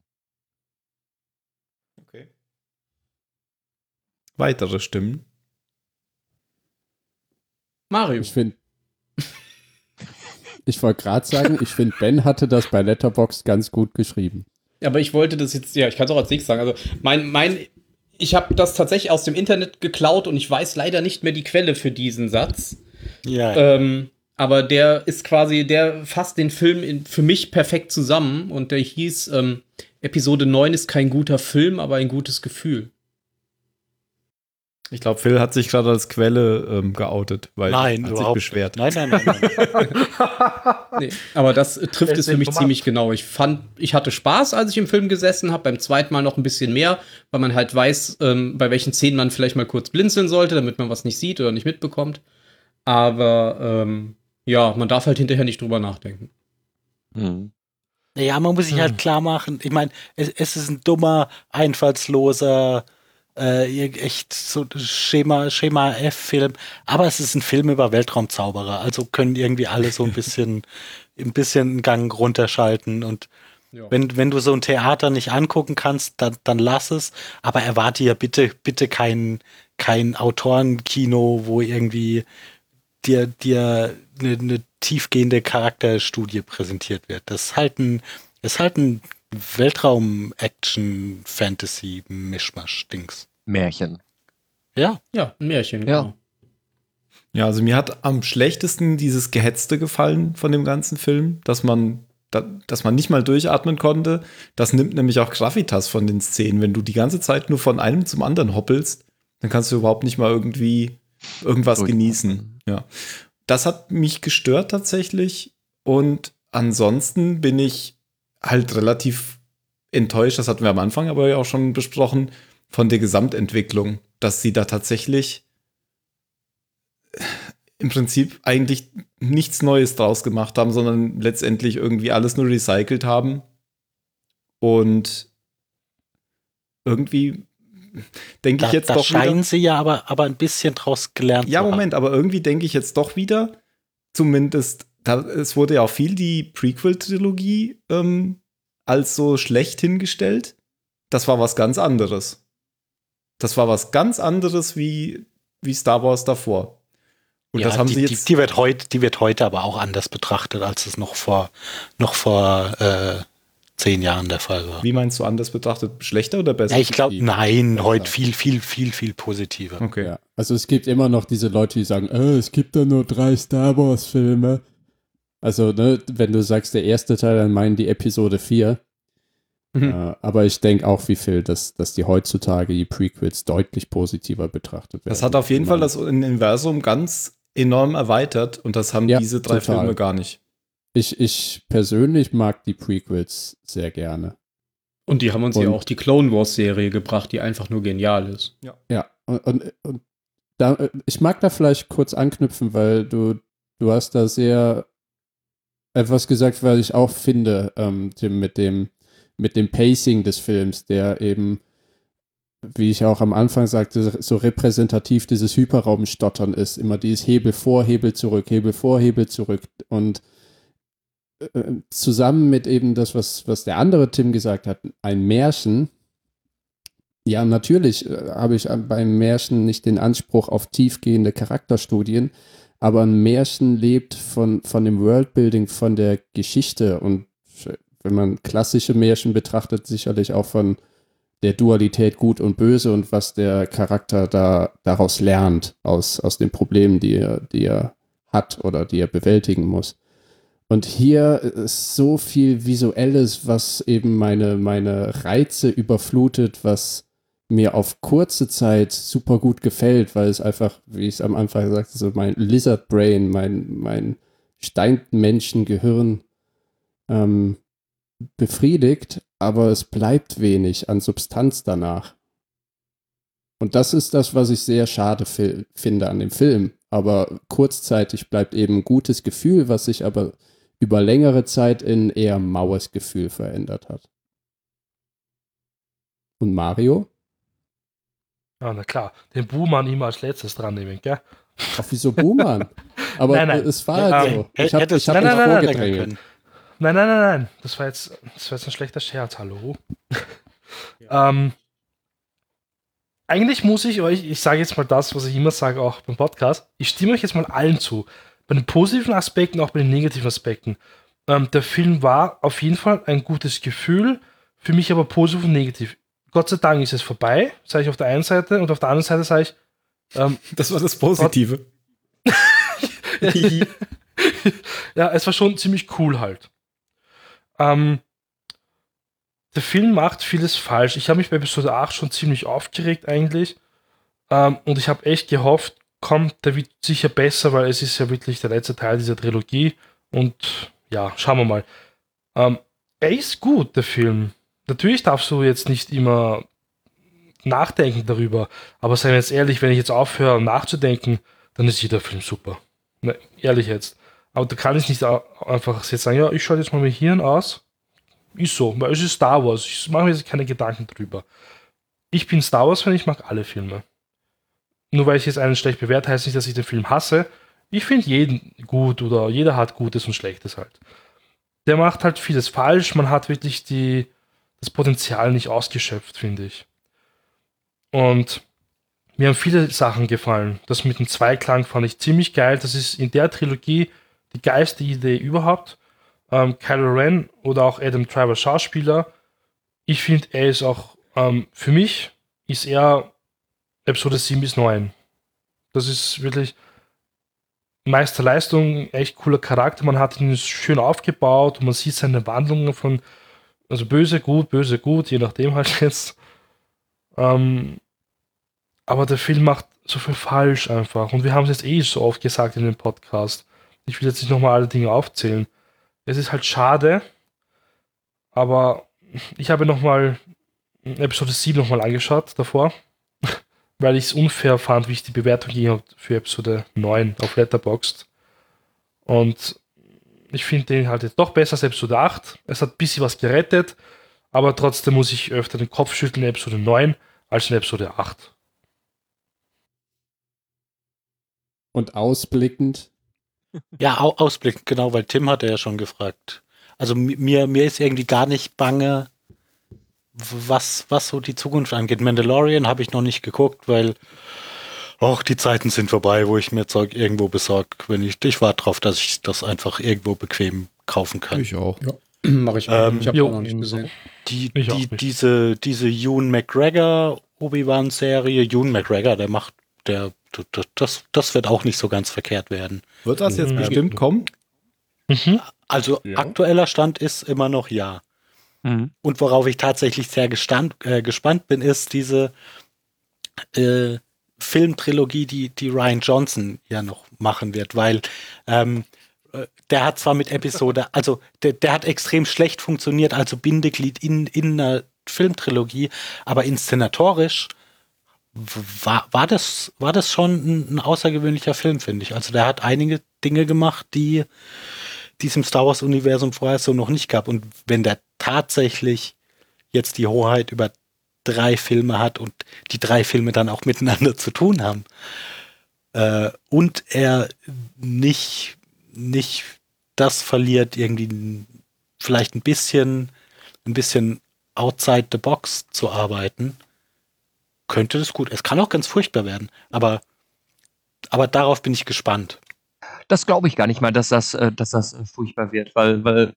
[SPEAKER 1] Weitere Stimmen.
[SPEAKER 4] Mario.
[SPEAKER 6] Ich finde. Ich wollte gerade sagen, ich finde, Ben hatte das bei Letterbox ganz gut geschrieben.
[SPEAKER 4] Aber ich wollte das jetzt, ja, ich kann es auch als nächstes sagen. Also, mein, mein, ich habe das tatsächlich aus dem Internet geklaut und ich weiß leider nicht mehr die Quelle für diesen Satz.
[SPEAKER 5] Ja.
[SPEAKER 4] Ähm, aber der ist quasi, der fasst den Film in, für mich perfekt zusammen und der hieß, ähm, Episode 9 ist kein guter Film, aber ein gutes Gefühl.
[SPEAKER 1] Ich glaube, Phil hat sich gerade als Quelle ähm, geoutet, weil er
[SPEAKER 5] nein,
[SPEAKER 1] hat sich
[SPEAKER 5] überhaupt.
[SPEAKER 1] beschwert.
[SPEAKER 5] Nein, nein, nein. nein.
[SPEAKER 4] Nee, aber das äh, trifft
[SPEAKER 2] Das
[SPEAKER 4] es für mich
[SPEAKER 2] Format.
[SPEAKER 4] ziemlich genau. Ich fand, ich hatte Spaß, als ich im Film gesessen habe. Beim zweiten Mal noch ein bisschen mehr, weil man halt weiß, ähm, bei welchen Szenen man vielleicht mal kurz blinzeln sollte, damit man was nicht sieht oder nicht mitbekommt. Aber ähm, ja, man darf halt hinterher nicht drüber nachdenken.
[SPEAKER 5] Ja, man muss sich halt klar machen. Ich meine, es, es ist ein dummer, einfallsloser, äh, ir- echt so Schema, Schema F-Film. Aber es ist ein Film über Weltraumzauberer. Also können irgendwie alle so ein bisschen, ein bisschen einen Gang runterschalten. Und
[SPEAKER 4] Ja.
[SPEAKER 5] wenn, wenn du so ein Theater nicht angucken kannst, dann, dann lass es. Aber erwarte ja bitte, bitte kein, kein Autorenkino, wo irgendwie dir, dir eine, eine tiefgehende Charakterstudie präsentiert wird. Das ist halt ein, das ist halt ein Weltraum-Action-Fantasy-Mischmasch-Dings.
[SPEAKER 3] Märchen.
[SPEAKER 5] Ja,
[SPEAKER 4] Ja, ein Märchen.
[SPEAKER 3] Ja.
[SPEAKER 4] genau.
[SPEAKER 1] Ja, also mir hat am schlechtesten dieses Gehetzte gefallen von dem ganzen Film, dass man, da, dass man nicht mal durchatmen konnte. Das nimmt nämlich auch Gravitas von den Szenen. Wenn du die ganze Zeit nur von einem zum anderen hoppelst, dann kannst du überhaupt nicht mal irgendwie irgendwas
[SPEAKER 3] Durchatmen.
[SPEAKER 1] genießen. Ja. Das hat mich gestört tatsächlich. Und ansonsten bin ich halt relativ enttäuscht, das hatten wir am Anfang aber ja auch schon besprochen, von der Gesamtentwicklung, dass sie da tatsächlich äh, im Prinzip eigentlich nichts Neues draus gemacht haben, sondern letztendlich irgendwie alles nur recycelt haben. Und irgendwie denke
[SPEAKER 5] da,
[SPEAKER 1] ich jetzt
[SPEAKER 5] da
[SPEAKER 1] doch wieder,
[SPEAKER 5] scheinen sie ja aber, aber ein bisschen draus gelernt
[SPEAKER 1] ja,
[SPEAKER 5] zu
[SPEAKER 1] Moment, aber irgendwie denke ich jetzt doch wieder, zumindest da, es wurde ja auch viel die Prequel-Trilogie ähm, als so schlecht hingestellt. Das war was ganz anderes. Das war was ganz anderes wie, wie Star Wars davor.
[SPEAKER 5] Und ja, das haben die, sie jetzt. Die, die, wird heute, die wird heute aber auch anders betrachtet, als es noch vor, noch vor äh, zehn Jahren der Fall war.
[SPEAKER 1] Wie meinst du anders betrachtet? Schlechter oder besser?
[SPEAKER 5] Ja, ich glaube, nein, ja, heute viel, viel, viel, viel positiver.
[SPEAKER 6] Okay. Ja. Also es gibt immer noch diese Leute, die sagen, äh, es gibt da nur drei Star Wars-Filme. Also, ne, wenn du sagst, der erste Teil, dann meinen die Episode 4. Mhm. Äh, aber ich denke auch, wie viel, dass, dass die heutzutage die Prequels deutlich positiver betrachtet werden.
[SPEAKER 1] Das hat auf jeden Fall das Universum ganz enorm erweitert und das haben ja, diese drei total. Filme gar nicht.
[SPEAKER 6] Ich, ich persönlich mag die Prequels sehr gerne.
[SPEAKER 4] Und die haben uns und, ja auch die Clone Wars Serie gebracht, die einfach nur genial ist.
[SPEAKER 6] Ja, ja und, und, und da, ich mag da vielleicht kurz anknüpfen, weil du, du hast da sehr etwas gesagt, was ich auch finde, ähm, Tim, mit dem, mit dem Pacing des Films, der eben, wie ich auch am Anfang sagte, so repräsentativ dieses Hyperraumstottern ist. Immer dieses Hebel vor, Hebel zurück, Hebel vor, Hebel zurück. Und äh, zusammen mit eben das, was, was der andere Tim gesagt hat, ein Märchen. Ja, natürlich äh, habe ich beim Märchen nicht den Anspruch auf tiefgehende Charakterstudien, aber ein Märchen lebt von, von dem Worldbuilding, von der Geschichte und wenn man klassische Märchen betrachtet, sicherlich auch von der Dualität Gut und Böse und was der Charakter da daraus lernt, aus, aus den Problemen, die er, die er hat oder die er bewältigen muss. Und hier ist so viel Visuelles, was eben meine, meine Reize überflutet, was mir auf kurze Zeit super gut gefällt, weil es einfach, wie ich es am Anfang sagte, so mein Lizard Brain, mein, mein Steinmenschengehirn ähm, befriedigt, aber es bleibt wenig an Substanz danach. Und das ist das, was ich sehr schade finde an dem Film. Aber kurzzeitig bleibt eben ein gutes Gefühl, was sich aber über längere Zeit in eher maues Gefühl verändert hat. Und Mario?
[SPEAKER 2] Ah, na klar, den Buhmann immer als letztes dran nehmen, gell?
[SPEAKER 6] Ach, wieso Buhmann? Aber
[SPEAKER 2] nein, nein.
[SPEAKER 6] es war
[SPEAKER 5] Ähm,
[SPEAKER 6] halt so. Ich habe ich hab
[SPEAKER 2] nein,
[SPEAKER 6] mich
[SPEAKER 2] nein, nein,
[SPEAKER 6] vorgedrängelt.
[SPEAKER 2] Nein, nein, nein, nein, Das war jetzt, das war jetzt ein schlechter Scherz, hallo. Ja. ähm, eigentlich muss ich euch, ich sage jetzt mal das, was ich immer sage, auch beim Podcast, ich stimme euch jetzt mal allen zu bei den positiven Aspekten, auch bei den negativen Aspekten. Ähm, der Film war auf jeden Fall ein gutes Gefühl, für mich aber positiv und negativ. Gott sei Dank ist es vorbei, sage ich auf der einen Seite, und auf der anderen Seite sage ich. Ähm,
[SPEAKER 1] das war das Positive.
[SPEAKER 2] ja, es war schon ziemlich cool halt. Ähm, der Film macht vieles falsch. Ich habe mich bei Episode 8 schon ziemlich aufgeregt eigentlich. Ähm, und ich habe echt gehofft, kommt, der wird sicher besser, weil es ist ja wirklich der letzte Teil dieser Trilogie. Und ja, schauen wir mal. Ähm, er ist gut, der Film. Natürlich darfst du jetzt nicht immer nachdenken darüber. Aber seien wir jetzt ehrlich, wenn ich jetzt aufhöre nachzudenken, dann ist jeder Film super. Ne, ehrlich jetzt. Aber da kann ich nicht einfach jetzt sagen, ja, ich schalte jetzt mal mein Hirn aus. Ist so, weil es ist Star Wars. Ich mache mir jetzt keine Gedanken drüber. Ich bin Star Wars-Fan, ich mag alle Filme nur weil ich jetzt einen schlecht bewerte, heißt nicht, dass ich den Film hasse. Ich finde jeden gut oder jeder hat Gutes und Schlechtes halt. Der macht halt vieles falsch, man hat wirklich die, das Potenzial nicht ausgeschöpft, finde ich. Und mir haben viele Sachen gefallen. Das mit dem Zweiklang fand ich ziemlich geil. Das ist in der Trilogie die geilste Idee überhaupt. Ähm, Kylo Ren oder auch Adam Driver Schauspieler. Ich finde, er ist auch ähm, für mich ist er Episode 7 bis 9. Das ist wirklich Meisterleistung, echt cooler Charakter. Man hat ihn schön aufgebaut und man sieht seine Wandlungen von, also böse, gut, böse, gut, je nachdem halt jetzt. Ähm, aber der Film macht so viel falsch einfach. Und wir haben es jetzt eh so oft gesagt in dem Podcast. Ich will jetzt nicht nochmal alle Dinge aufzählen. Es ist halt schade, aber ich habe nochmal Episode 7 nochmal angeschaut davor weil ich es unfair fand, wie ich die Bewertung gegeben habe für Episode 9 auf Letterboxd. Und ich finde den halt jetzt doch besser als Episode 8. Es hat ein bisschen was gerettet, aber trotzdem muss ich öfter den Kopf schütteln in Episode 9 als in Episode 8.
[SPEAKER 6] Und ausblickend
[SPEAKER 5] Ja, au Ausblick, genau, weil Tim hatte ja schon gefragt. Also mi- mir, mir ist irgendwie gar nicht bange, was, was so die Zukunft angeht. Mandalorian habe ich noch nicht geguckt, weil auch die Zeiten sind vorbei, wo ich mir Zeug irgendwo besorge. Wenn ich, ich warte drauf, dass ich das einfach irgendwo bequem kaufen kann.
[SPEAKER 1] Ich auch.
[SPEAKER 4] Mach ich mal.
[SPEAKER 5] Ähm,
[SPEAKER 4] ich habe
[SPEAKER 2] jo.
[SPEAKER 4] noch nicht gesehen.
[SPEAKER 5] Die,
[SPEAKER 2] Ich auch
[SPEAKER 5] die,
[SPEAKER 2] nicht.
[SPEAKER 5] diese, diese Ewan McGregor Obi-Wan-Serie, Ewan McGregor, der macht, der, das- das, das wird auch nicht so ganz verkehrt werden.
[SPEAKER 1] Wird das jetzt
[SPEAKER 2] Mhm.
[SPEAKER 1] bestimmt kommen?
[SPEAKER 5] Also aktueller Stand ist immer noch ja.
[SPEAKER 3] Mhm.
[SPEAKER 5] Und worauf ich tatsächlich sehr gestand, äh, gespannt bin, ist diese äh, Filmtrilogie, die, die Ryan Johnson ja noch machen wird, weil ähm, äh, der hat zwar mit Episode, also der, der hat extrem schlecht funktioniert, also Bindeglied in, in einer Filmtrilogie, aber inszenatorisch w- war, war, das, war das schon ein, ein außergewöhnlicher Film, finde ich. Also der hat einige Dinge gemacht, die diesem Star Wars-Universum vorher so noch nicht gab. Und wenn der tatsächlich jetzt die Hoheit über drei Filme hat und die drei Filme dann auch miteinander zu tun haben äh, und er nicht, nicht das verliert, irgendwie n- vielleicht ein bisschen, ein bisschen outside the box zu arbeiten, könnte das gut. Es kann auch ganz furchtbar werden, aber, aber darauf bin ich gespannt.
[SPEAKER 3] Das glaube ich gar nicht mal, dass das, äh, dass das äh, furchtbar wird, weil, weil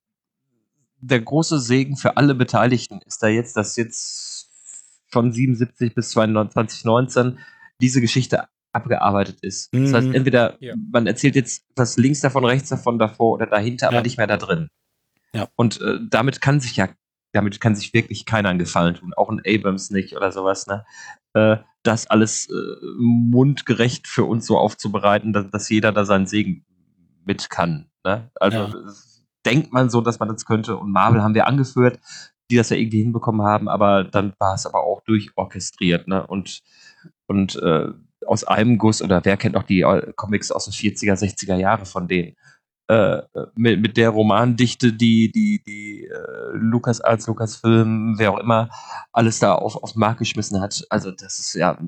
[SPEAKER 3] der große Segen für alle Beteiligten ist da jetzt, dass jetzt von 77 bis 22, 2019 diese Geschichte abgearbeitet ist. Das
[SPEAKER 5] Mhm.
[SPEAKER 3] heißt, entweder
[SPEAKER 4] Ja.
[SPEAKER 3] man erzählt jetzt das links davon, rechts davon, davor oder dahinter, aber
[SPEAKER 5] Ja.
[SPEAKER 3] nicht mehr da drin.
[SPEAKER 5] Ja.
[SPEAKER 3] Und äh, damit kann sich ja, damit kann sich wirklich keiner einen Gefallen tun, auch ein Abrams nicht oder sowas, ne? Äh, das alles äh, mundgerecht für uns so aufzubereiten, dass, dass jeder da seinen Segen mit kann. Ne? Also
[SPEAKER 5] Ja.
[SPEAKER 3] es- denkt man so, dass man das könnte. Und Marvel haben wir angeführt, die das ja irgendwie hinbekommen haben, aber dann war es aber auch durchorchestriert. Ne? Und, und äh, aus einem Guss, oder wer kennt noch die äh, Comics aus den 40er, 60er Jahre von denen? Äh, mit, mit der Romandichte, die, die, die äh, Lukas als Lucasfilm, wer auch immer, alles da auf, auf den Markt geschmissen hat. Also, das ist ja,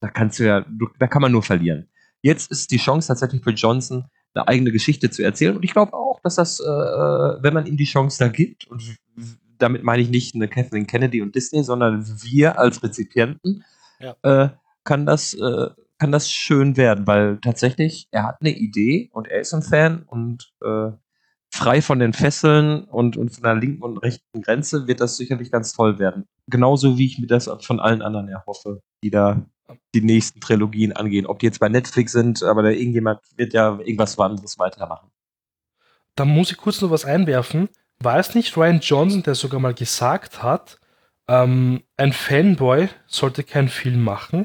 [SPEAKER 3] da kannst du ja, du, da kann man nur verlieren. Jetzt ist die Chance tatsächlich für Johnson, eine eigene Geschichte zu erzählen. Und ich glaube auch, dass das, äh, wenn man ihm die Chance da gibt, und w- w- damit meine ich nicht eine Kathleen Kennedy und Disney, sondern wir als Rezipienten,
[SPEAKER 5] Ja.
[SPEAKER 3] äh, kann das, äh, kann das schön werden, weil tatsächlich er hat eine Idee und er ist ein Fan und äh, frei von den Fesseln und, und von der linken und rechten Grenze wird das sicherlich ganz toll werden. Genauso wie ich mir das von allen anderen erhoffe, die da die nächsten Trilogien angehen. Ob die jetzt bei Netflix sind, aber da irgendjemand wird ja irgendwas anderes weitermachen.
[SPEAKER 2] Da muss ich kurz noch was einwerfen. War es nicht Ryan Johnson, der sogar mal gesagt hat, ähm, ein Fanboy sollte keinen Film machen?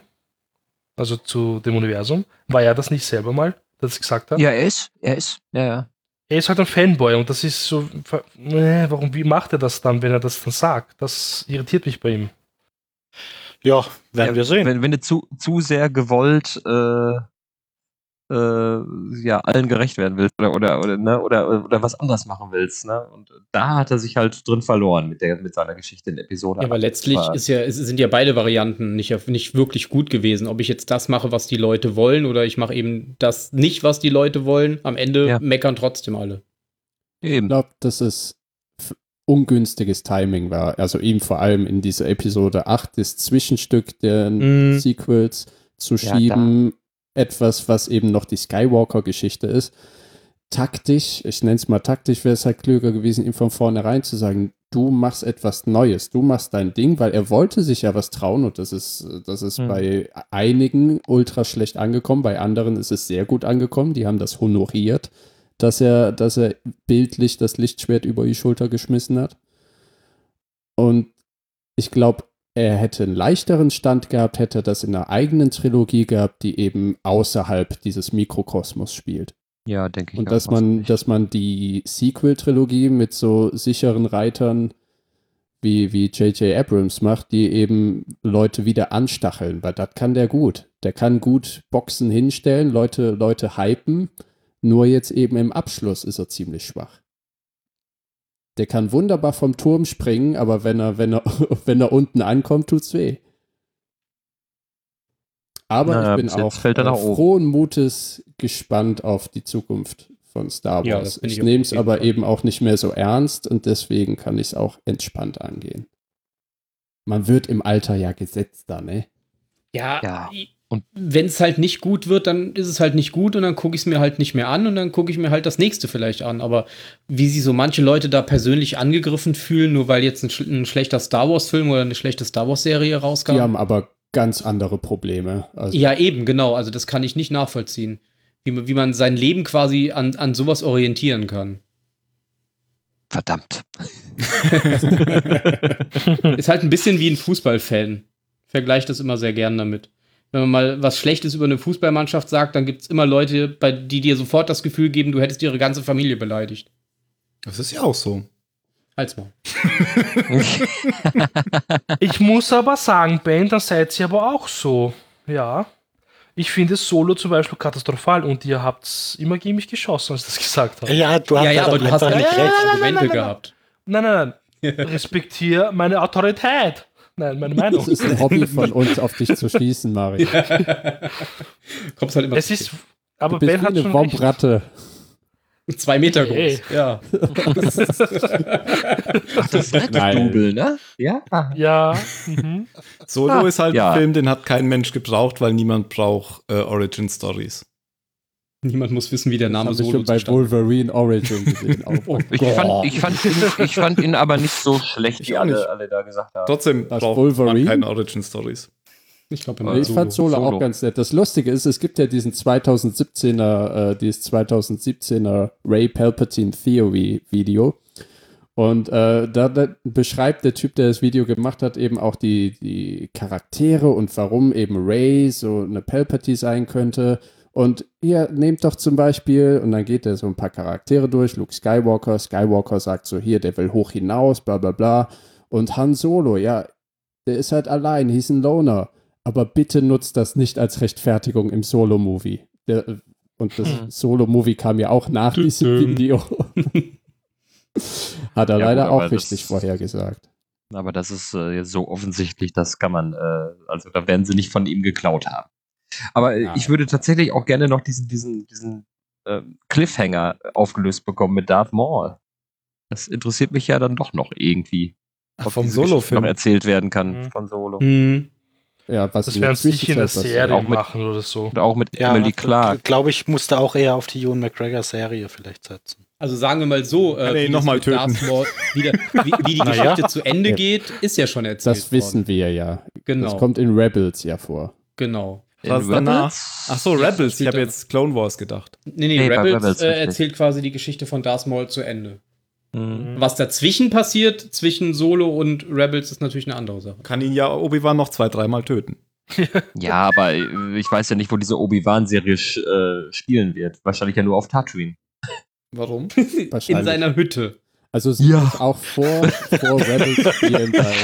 [SPEAKER 2] Also zu dem Universum. War er das nicht selber mal, dass es gesagt hat?
[SPEAKER 3] er ist, er ist, ja, ja.
[SPEAKER 2] Er ist halt ein Fanboy und das ist so. ver- Nee, warum, wie macht er das dann, wenn er das dann sagt? Das irritiert mich bei ihm.
[SPEAKER 5] Ja, werden
[SPEAKER 3] Ja,
[SPEAKER 5] wir sehen.
[SPEAKER 3] Wenn, wenn du zu, zu sehr gewollt äh, äh, ja, allen gerecht werden willst oder, oder, oder, ne, oder, oder was anderes machen willst. Ne? Und da hat er sich halt drin verloren mit, der, mit seiner Geschichte in Episode.
[SPEAKER 4] Ja, aber
[SPEAKER 3] acht.
[SPEAKER 4] letztlich
[SPEAKER 3] Aber-
[SPEAKER 4] ist ja, es sind ja beide Varianten nicht, nicht wirklich gut gewesen. Ob ich jetzt das mache, was die Leute wollen, oder ich mache eben das nicht, was die Leute wollen. Am Ende
[SPEAKER 3] Ja.
[SPEAKER 4] meckern trotzdem alle.
[SPEAKER 3] Eben.
[SPEAKER 6] Ich glaube, dass es f- ungünstiges Timing war. Also ihm vor allem in dieser Episode 8 das Zwischenstück der
[SPEAKER 4] Mhm.
[SPEAKER 6] Sequels zu
[SPEAKER 3] Ja,
[SPEAKER 6] schieben. Etwas, was eben noch die Skywalker-Geschichte ist. Taktisch, ich nenne es mal taktisch, wäre es halt klüger gewesen, ihm von vornherein zu sagen, du machst etwas Neues, du machst dein Ding, weil er wollte sich ja was trauen und das ist, das ist
[SPEAKER 3] Mhm.
[SPEAKER 6] bei einigen ultra schlecht angekommen, bei anderen ist es sehr gut angekommen, die haben das honoriert, dass er, dass er bildlich das Lichtschwert über die Schulter geschmissen hat. Und ich glaube, er hätte einen leichteren Stand gehabt, hätte er das in einer eigenen Trilogie gehabt, die eben außerhalb dieses Mikrokosmos spielt.
[SPEAKER 3] Ja, denke ich.
[SPEAKER 6] Und
[SPEAKER 3] auch
[SPEAKER 6] dass man,
[SPEAKER 3] fast.
[SPEAKER 6] dass man die Sequel-Trilogie mit so sicheren Reitern wie wie J.J. Abrams macht, die eben Leute wieder anstacheln, weil das kann der gut. Der kann gut Boxen hinstellen, Leute, Leute hypen, nur jetzt eben im Abschluss ist er ziemlich schwach. Der kann wunderbar vom Turm springen, aber wenn er, wenn er, wenn er unten ankommt, tut's weh. Aber
[SPEAKER 3] Naja,
[SPEAKER 6] ich bin
[SPEAKER 3] bis jetzt
[SPEAKER 6] auch
[SPEAKER 3] fällt er nach
[SPEAKER 6] äh,
[SPEAKER 3] oben.
[SPEAKER 6] frohen Mutes gespannt auf die Zukunft von Star
[SPEAKER 4] Ja,
[SPEAKER 6] Wars.
[SPEAKER 4] das bin
[SPEAKER 6] ich
[SPEAKER 4] ich auf
[SPEAKER 6] nehme es
[SPEAKER 4] jeden
[SPEAKER 6] aber
[SPEAKER 4] Fall.
[SPEAKER 6] eben auch nicht mehr so ernst und deswegen kann ich es auch entspannt angehen. Man wird im Alter ja gesetzter, ne?
[SPEAKER 4] Ja,
[SPEAKER 3] Ja.
[SPEAKER 4] und wenn es halt nicht gut wird, dann ist es halt nicht gut und dann gucke ich es mir halt nicht mehr an und dann gucke ich mir halt das nächste vielleicht an. Aber wie sich so manche Leute da persönlich angegriffen fühlen, nur weil jetzt ein, schl- ein schlechter Star Wars-Film oder eine schlechte Star Wars-Serie rauskam.
[SPEAKER 6] Die haben aber ganz andere Probleme. Also,
[SPEAKER 4] Ja, eben, genau. Also das kann ich nicht nachvollziehen. Wie, man- wie man sein Leben quasi an, an sowas orientieren kann.
[SPEAKER 3] Verdammt.
[SPEAKER 5] Hm.
[SPEAKER 4] Ist halt ein bisschen wie ein Fußballfan. Vergleicht das immer sehr gern damit. Wenn man mal was Schlechtes über eine Fußballmannschaft sagt, dann gibt es immer Leute, bei, die dir sofort das Gefühl geben, du hättest ihre ganze Familie beleidigt.
[SPEAKER 1] Das ist ja auch so.
[SPEAKER 4] Halt's mal.
[SPEAKER 2] Ich muss aber sagen, Ben, dann seid ihr aber auch so. Ja. Ich finde Solo zum Beispiel katastrophal und ihr habt immer gegen mich geschossen, als ich das gesagt habe.
[SPEAKER 5] Ja, du hast
[SPEAKER 4] Ja, ja,
[SPEAKER 5] halt
[SPEAKER 4] aber
[SPEAKER 5] auch
[SPEAKER 4] du hast
[SPEAKER 5] einfach
[SPEAKER 4] ja
[SPEAKER 5] nicht
[SPEAKER 4] nicht
[SPEAKER 5] recht.
[SPEAKER 4] Argumente gehabt.
[SPEAKER 2] Nein, nein, nein. Respektier meine Autorität. Nein, meine Meinung.
[SPEAKER 6] es ist ein Hobby von uns, auf dich zu schießen, Mario.
[SPEAKER 4] Kommst halt immer
[SPEAKER 2] Es ist.
[SPEAKER 6] Du
[SPEAKER 2] Aber
[SPEAKER 6] bist
[SPEAKER 2] Ben
[SPEAKER 6] wie
[SPEAKER 2] hat
[SPEAKER 6] eine
[SPEAKER 2] schon recht.
[SPEAKER 6] Wombratte.
[SPEAKER 4] zwei Meter groß.
[SPEAKER 2] Hey.
[SPEAKER 4] Ja.
[SPEAKER 3] Ach, das ist
[SPEAKER 1] Nein.
[SPEAKER 3] Double, ne? Ja.
[SPEAKER 2] Ja. Mhm.
[SPEAKER 1] Solo
[SPEAKER 3] Ah,
[SPEAKER 1] ist halt
[SPEAKER 3] ja.
[SPEAKER 1] ein Film, den hat kein Mensch gebraucht, weil niemand braucht äh, Origin Stories.
[SPEAKER 4] Niemand muss wissen, wie der Name
[SPEAKER 6] Haben wir
[SPEAKER 4] Solo
[SPEAKER 6] schon bei
[SPEAKER 4] zustande
[SPEAKER 6] Wolverine Origin gesehen. Oh, Auch.
[SPEAKER 3] Ich fand, ich, fand ihn, ich fand ihn aber nicht so schlecht, wie
[SPEAKER 1] auch nicht.
[SPEAKER 3] alle, alle da gesagt haben.
[SPEAKER 1] Trotzdem
[SPEAKER 6] Das
[SPEAKER 1] braucht
[SPEAKER 6] Wolverine?
[SPEAKER 1] man keine Origin Stories.
[SPEAKER 4] Ich glaube,
[SPEAKER 6] Nee, ich fand Solo,
[SPEAKER 3] Solo.
[SPEAKER 6] auch ganz nett. Das Lustige ist, es gibt ja diesen 2017er, äh, dieses 2017er Ray Palpatine Theory Video. Und äh, da, da beschreibt der Typ, der das Video gemacht hat, eben auch die, die Charaktere und warum eben Ray so eine Palpatine sein könnte. Und ihr nehmt doch zum Beispiel, und dann geht er so ein paar Charaktere durch, Luke Skywalker, Skywalker sagt so, hier, der will hoch hinaus, bla bla bla. Und Han Solo, ja, der ist halt allein, he's ein Loner. Aber bitte nutzt das nicht als Rechtfertigung im Solo-Movie. Der- äh, Und das
[SPEAKER 3] Hm.
[SPEAKER 6] Solo-Movie kam ja auch nach diesem
[SPEAKER 4] Tü-tüm.
[SPEAKER 6] Video. Hat er
[SPEAKER 3] Ja,
[SPEAKER 6] leider
[SPEAKER 3] gut, aber
[SPEAKER 6] auch
[SPEAKER 3] das-
[SPEAKER 6] richtig vorhergesagt.
[SPEAKER 3] Aber das ist äh, jetzt so offensichtlich, das kann man, äh, also da werden sie nicht von ihm geklaut haben. Aber äh,
[SPEAKER 6] Ja.
[SPEAKER 3] ich würde tatsächlich auch gerne noch diesen, diesen, diesen ähm, Cliffhanger aufgelöst bekommen mit Darth Maul. Das interessiert mich ja dann doch noch irgendwie. ob
[SPEAKER 1] vom
[SPEAKER 3] diese Geschichte
[SPEAKER 1] Solo-Film.
[SPEAKER 3] noch erzählt werden kann
[SPEAKER 2] Mhm.
[SPEAKER 3] von Solo.
[SPEAKER 4] Hm.
[SPEAKER 6] Ja, was
[SPEAKER 2] Das
[SPEAKER 6] in
[SPEAKER 2] werden sie nicht in der
[SPEAKER 6] Zwischenzeit
[SPEAKER 2] Serie
[SPEAKER 3] auch mit-
[SPEAKER 2] machen oder so.
[SPEAKER 3] Und auch mit
[SPEAKER 5] Ja,
[SPEAKER 3] Emily Clark.
[SPEAKER 5] Glaube ich, musste auch eher auf die Ewan McGregor Serie vielleicht setzen.
[SPEAKER 4] Also sagen wir mal so,
[SPEAKER 1] Kann er
[SPEAKER 4] wie
[SPEAKER 1] ihn noch
[SPEAKER 4] das
[SPEAKER 1] mal
[SPEAKER 4] mit
[SPEAKER 1] töten.
[SPEAKER 4] Darth Maul- wie, der, wie, wie die
[SPEAKER 2] Naja.
[SPEAKER 4] Geschichte zu Ende
[SPEAKER 6] Ja.
[SPEAKER 4] geht, ist ja schon erzählt
[SPEAKER 6] Das wissen wir ja.
[SPEAKER 4] worden. Genau,
[SPEAKER 6] Das kommt in Rebels ja vor.
[SPEAKER 4] genau.
[SPEAKER 3] in
[SPEAKER 1] Was danach?
[SPEAKER 3] Rebels.
[SPEAKER 1] Ach so, Rebels. Ich
[SPEAKER 4] steht
[SPEAKER 1] habe
[SPEAKER 4] da.
[SPEAKER 1] jetzt Clone Wars gedacht.
[SPEAKER 4] Nee, nee,
[SPEAKER 3] Nee, bei
[SPEAKER 4] Rebels,
[SPEAKER 3] Rebels,
[SPEAKER 4] äh,
[SPEAKER 3] richtig.
[SPEAKER 4] erzählt quasi die Geschichte von Darth Maul zu Ende.
[SPEAKER 3] Mhm.
[SPEAKER 4] Was dazwischen passiert, zwischen Solo und Rebels, ist natürlich eine andere Sache.
[SPEAKER 1] Kann ihn ja Obi-Wan noch zwei, dreimal töten.
[SPEAKER 3] Ja, aber äh, ich weiß ja nicht, wo diese Obi-Wan-Serie sch- äh, spielen wird. Wahrscheinlich ja nur auf Tatooine.
[SPEAKER 1] Warum?
[SPEAKER 4] In
[SPEAKER 6] Wahrscheinlich.
[SPEAKER 4] seiner Hütte.
[SPEAKER 6] also sie
[SPEAKER 3] Ja.
[SPEAKER 6] ist auch vor, vor Rebels spielen bei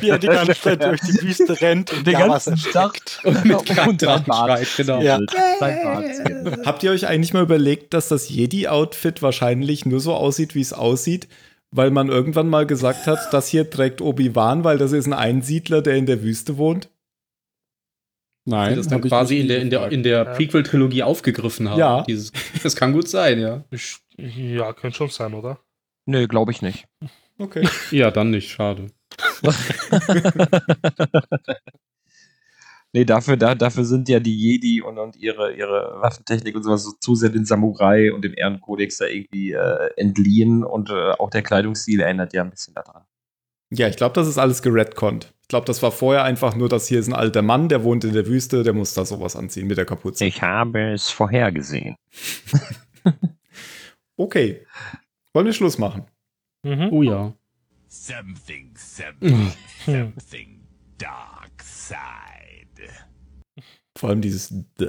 [SPEAKER 5] Wie er die ganze Zeit durch die Wüste rennt und
[SPEAKER 3] Den
[SPEAKER 5] da was
[SPEAKER 3] ganzen
[SPEAKER 5] entdeckt.
[SPEAKER 4] Und mit Kant dran schreit, genau.
[SPEAKER 5] Ja.
[SPEAKER 1] Habt ihr euch eigentlich mal überlegt, dass das Jedi-Outfit wahrscheinlich nur so aussieht, wie es aussieht, weil man irgendwann mal gesagt hat, das hier trägt Obi-Wan, weil das ist ein Einsiedler, der in der Wüste wohnt?
[SPEAKER 6] Nein,
[SPEAKER 4] Das dann
[SPEAKER 6] hab ich
[SPEAKER 4] quasi
[SPEAKER 6] mich
[SPEAKER 4] in
[SPEAKER 6] nie
[SPEAKER 4] der, in der,
[SPEAKER 6] gefragt.
[SPEAKER 4] in der
[SPEAKER 2] Ja.
[SPEAKER 4] Prequel-Trilogie aufgegriffen haben.
[SPEAKER 1] Ja.
[SPEAKER 4] Dieses, das kann gut sein, ja.
[SPEAKER 2] Ich- Ja, könnte schon sein, oder?
[SPEAKER 3] Nö, glaube ich nicht.
[SPEAKER 1] Okay.
[SPEAKER 4] Ja, dann nicht, schade.
[SPEAKER 3] Nee, dafür, da, dafür sind ja die Jedi und, und ihre, ihre Waffentechnik und sowas so zu sehr den Samurai und dem Ehrenkodex da irgendwie äh, entliehen und äh, auch der Kleidungsstil erinnert ja ein bisschen daran.
[SPEAKER 1] Ja, ich glaube, das ist alles geredconnt. Ich glaube, das war vorher einfach nur, dass hier ist ein alter Mann, der wohnt in der Wüste, der muss da sowas anziehen mit der Kapuze.
[SPEAKER 3] habe es vorhergesehen.
[SPEAKER 1] Okay. Wollen wir Schluss machen?
[SPEAKER 2] Mhm.
[SPEAKER 4] Oh ja.
[SPEAKER 7] Something, something,
[SPEAKER 2] Hm.
[SPEAKER 7] something dark side.
[SPEAKER 1] Vor allem dieses. Däh.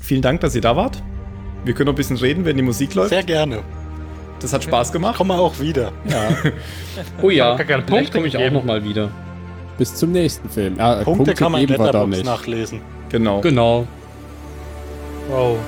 [SPEAKER 1] Vielen Dank, dass ihr da wart. Wir können noch ein bisschen reden, wenn die Musik läuft.
[SPEAKER 5] Sehr gerne.
[SPEAKER 1] Das hat Spaß gemacht.
[SPEAKER 5] Komm mal auch wieder.
[SPEAKER 4] Oh ja,
[SPEAKER 2] Gar keine
[SPEAKER 4] vielleicht
[SPEAKER 2] Punkte
[SPEAKER 4] komme ich auch
[SPEAKER 2] gegeben.
[SPEAKER 4] nochmal wieder.
[SPEAKER 6] Bis zum nächsten Film. Ah,
[SPEAKER 5] Punkte, kann man in
[SPEAKER 6] geben wir doch
[SPEAKER 5] Letterboxd
[SPEAKER 6] nicht.
[SPEAKER 5] nachlesen.
[SPEAKER 1] Genau.
[SPEAKER 4] Genau.
[SPEAKER 2] Wow.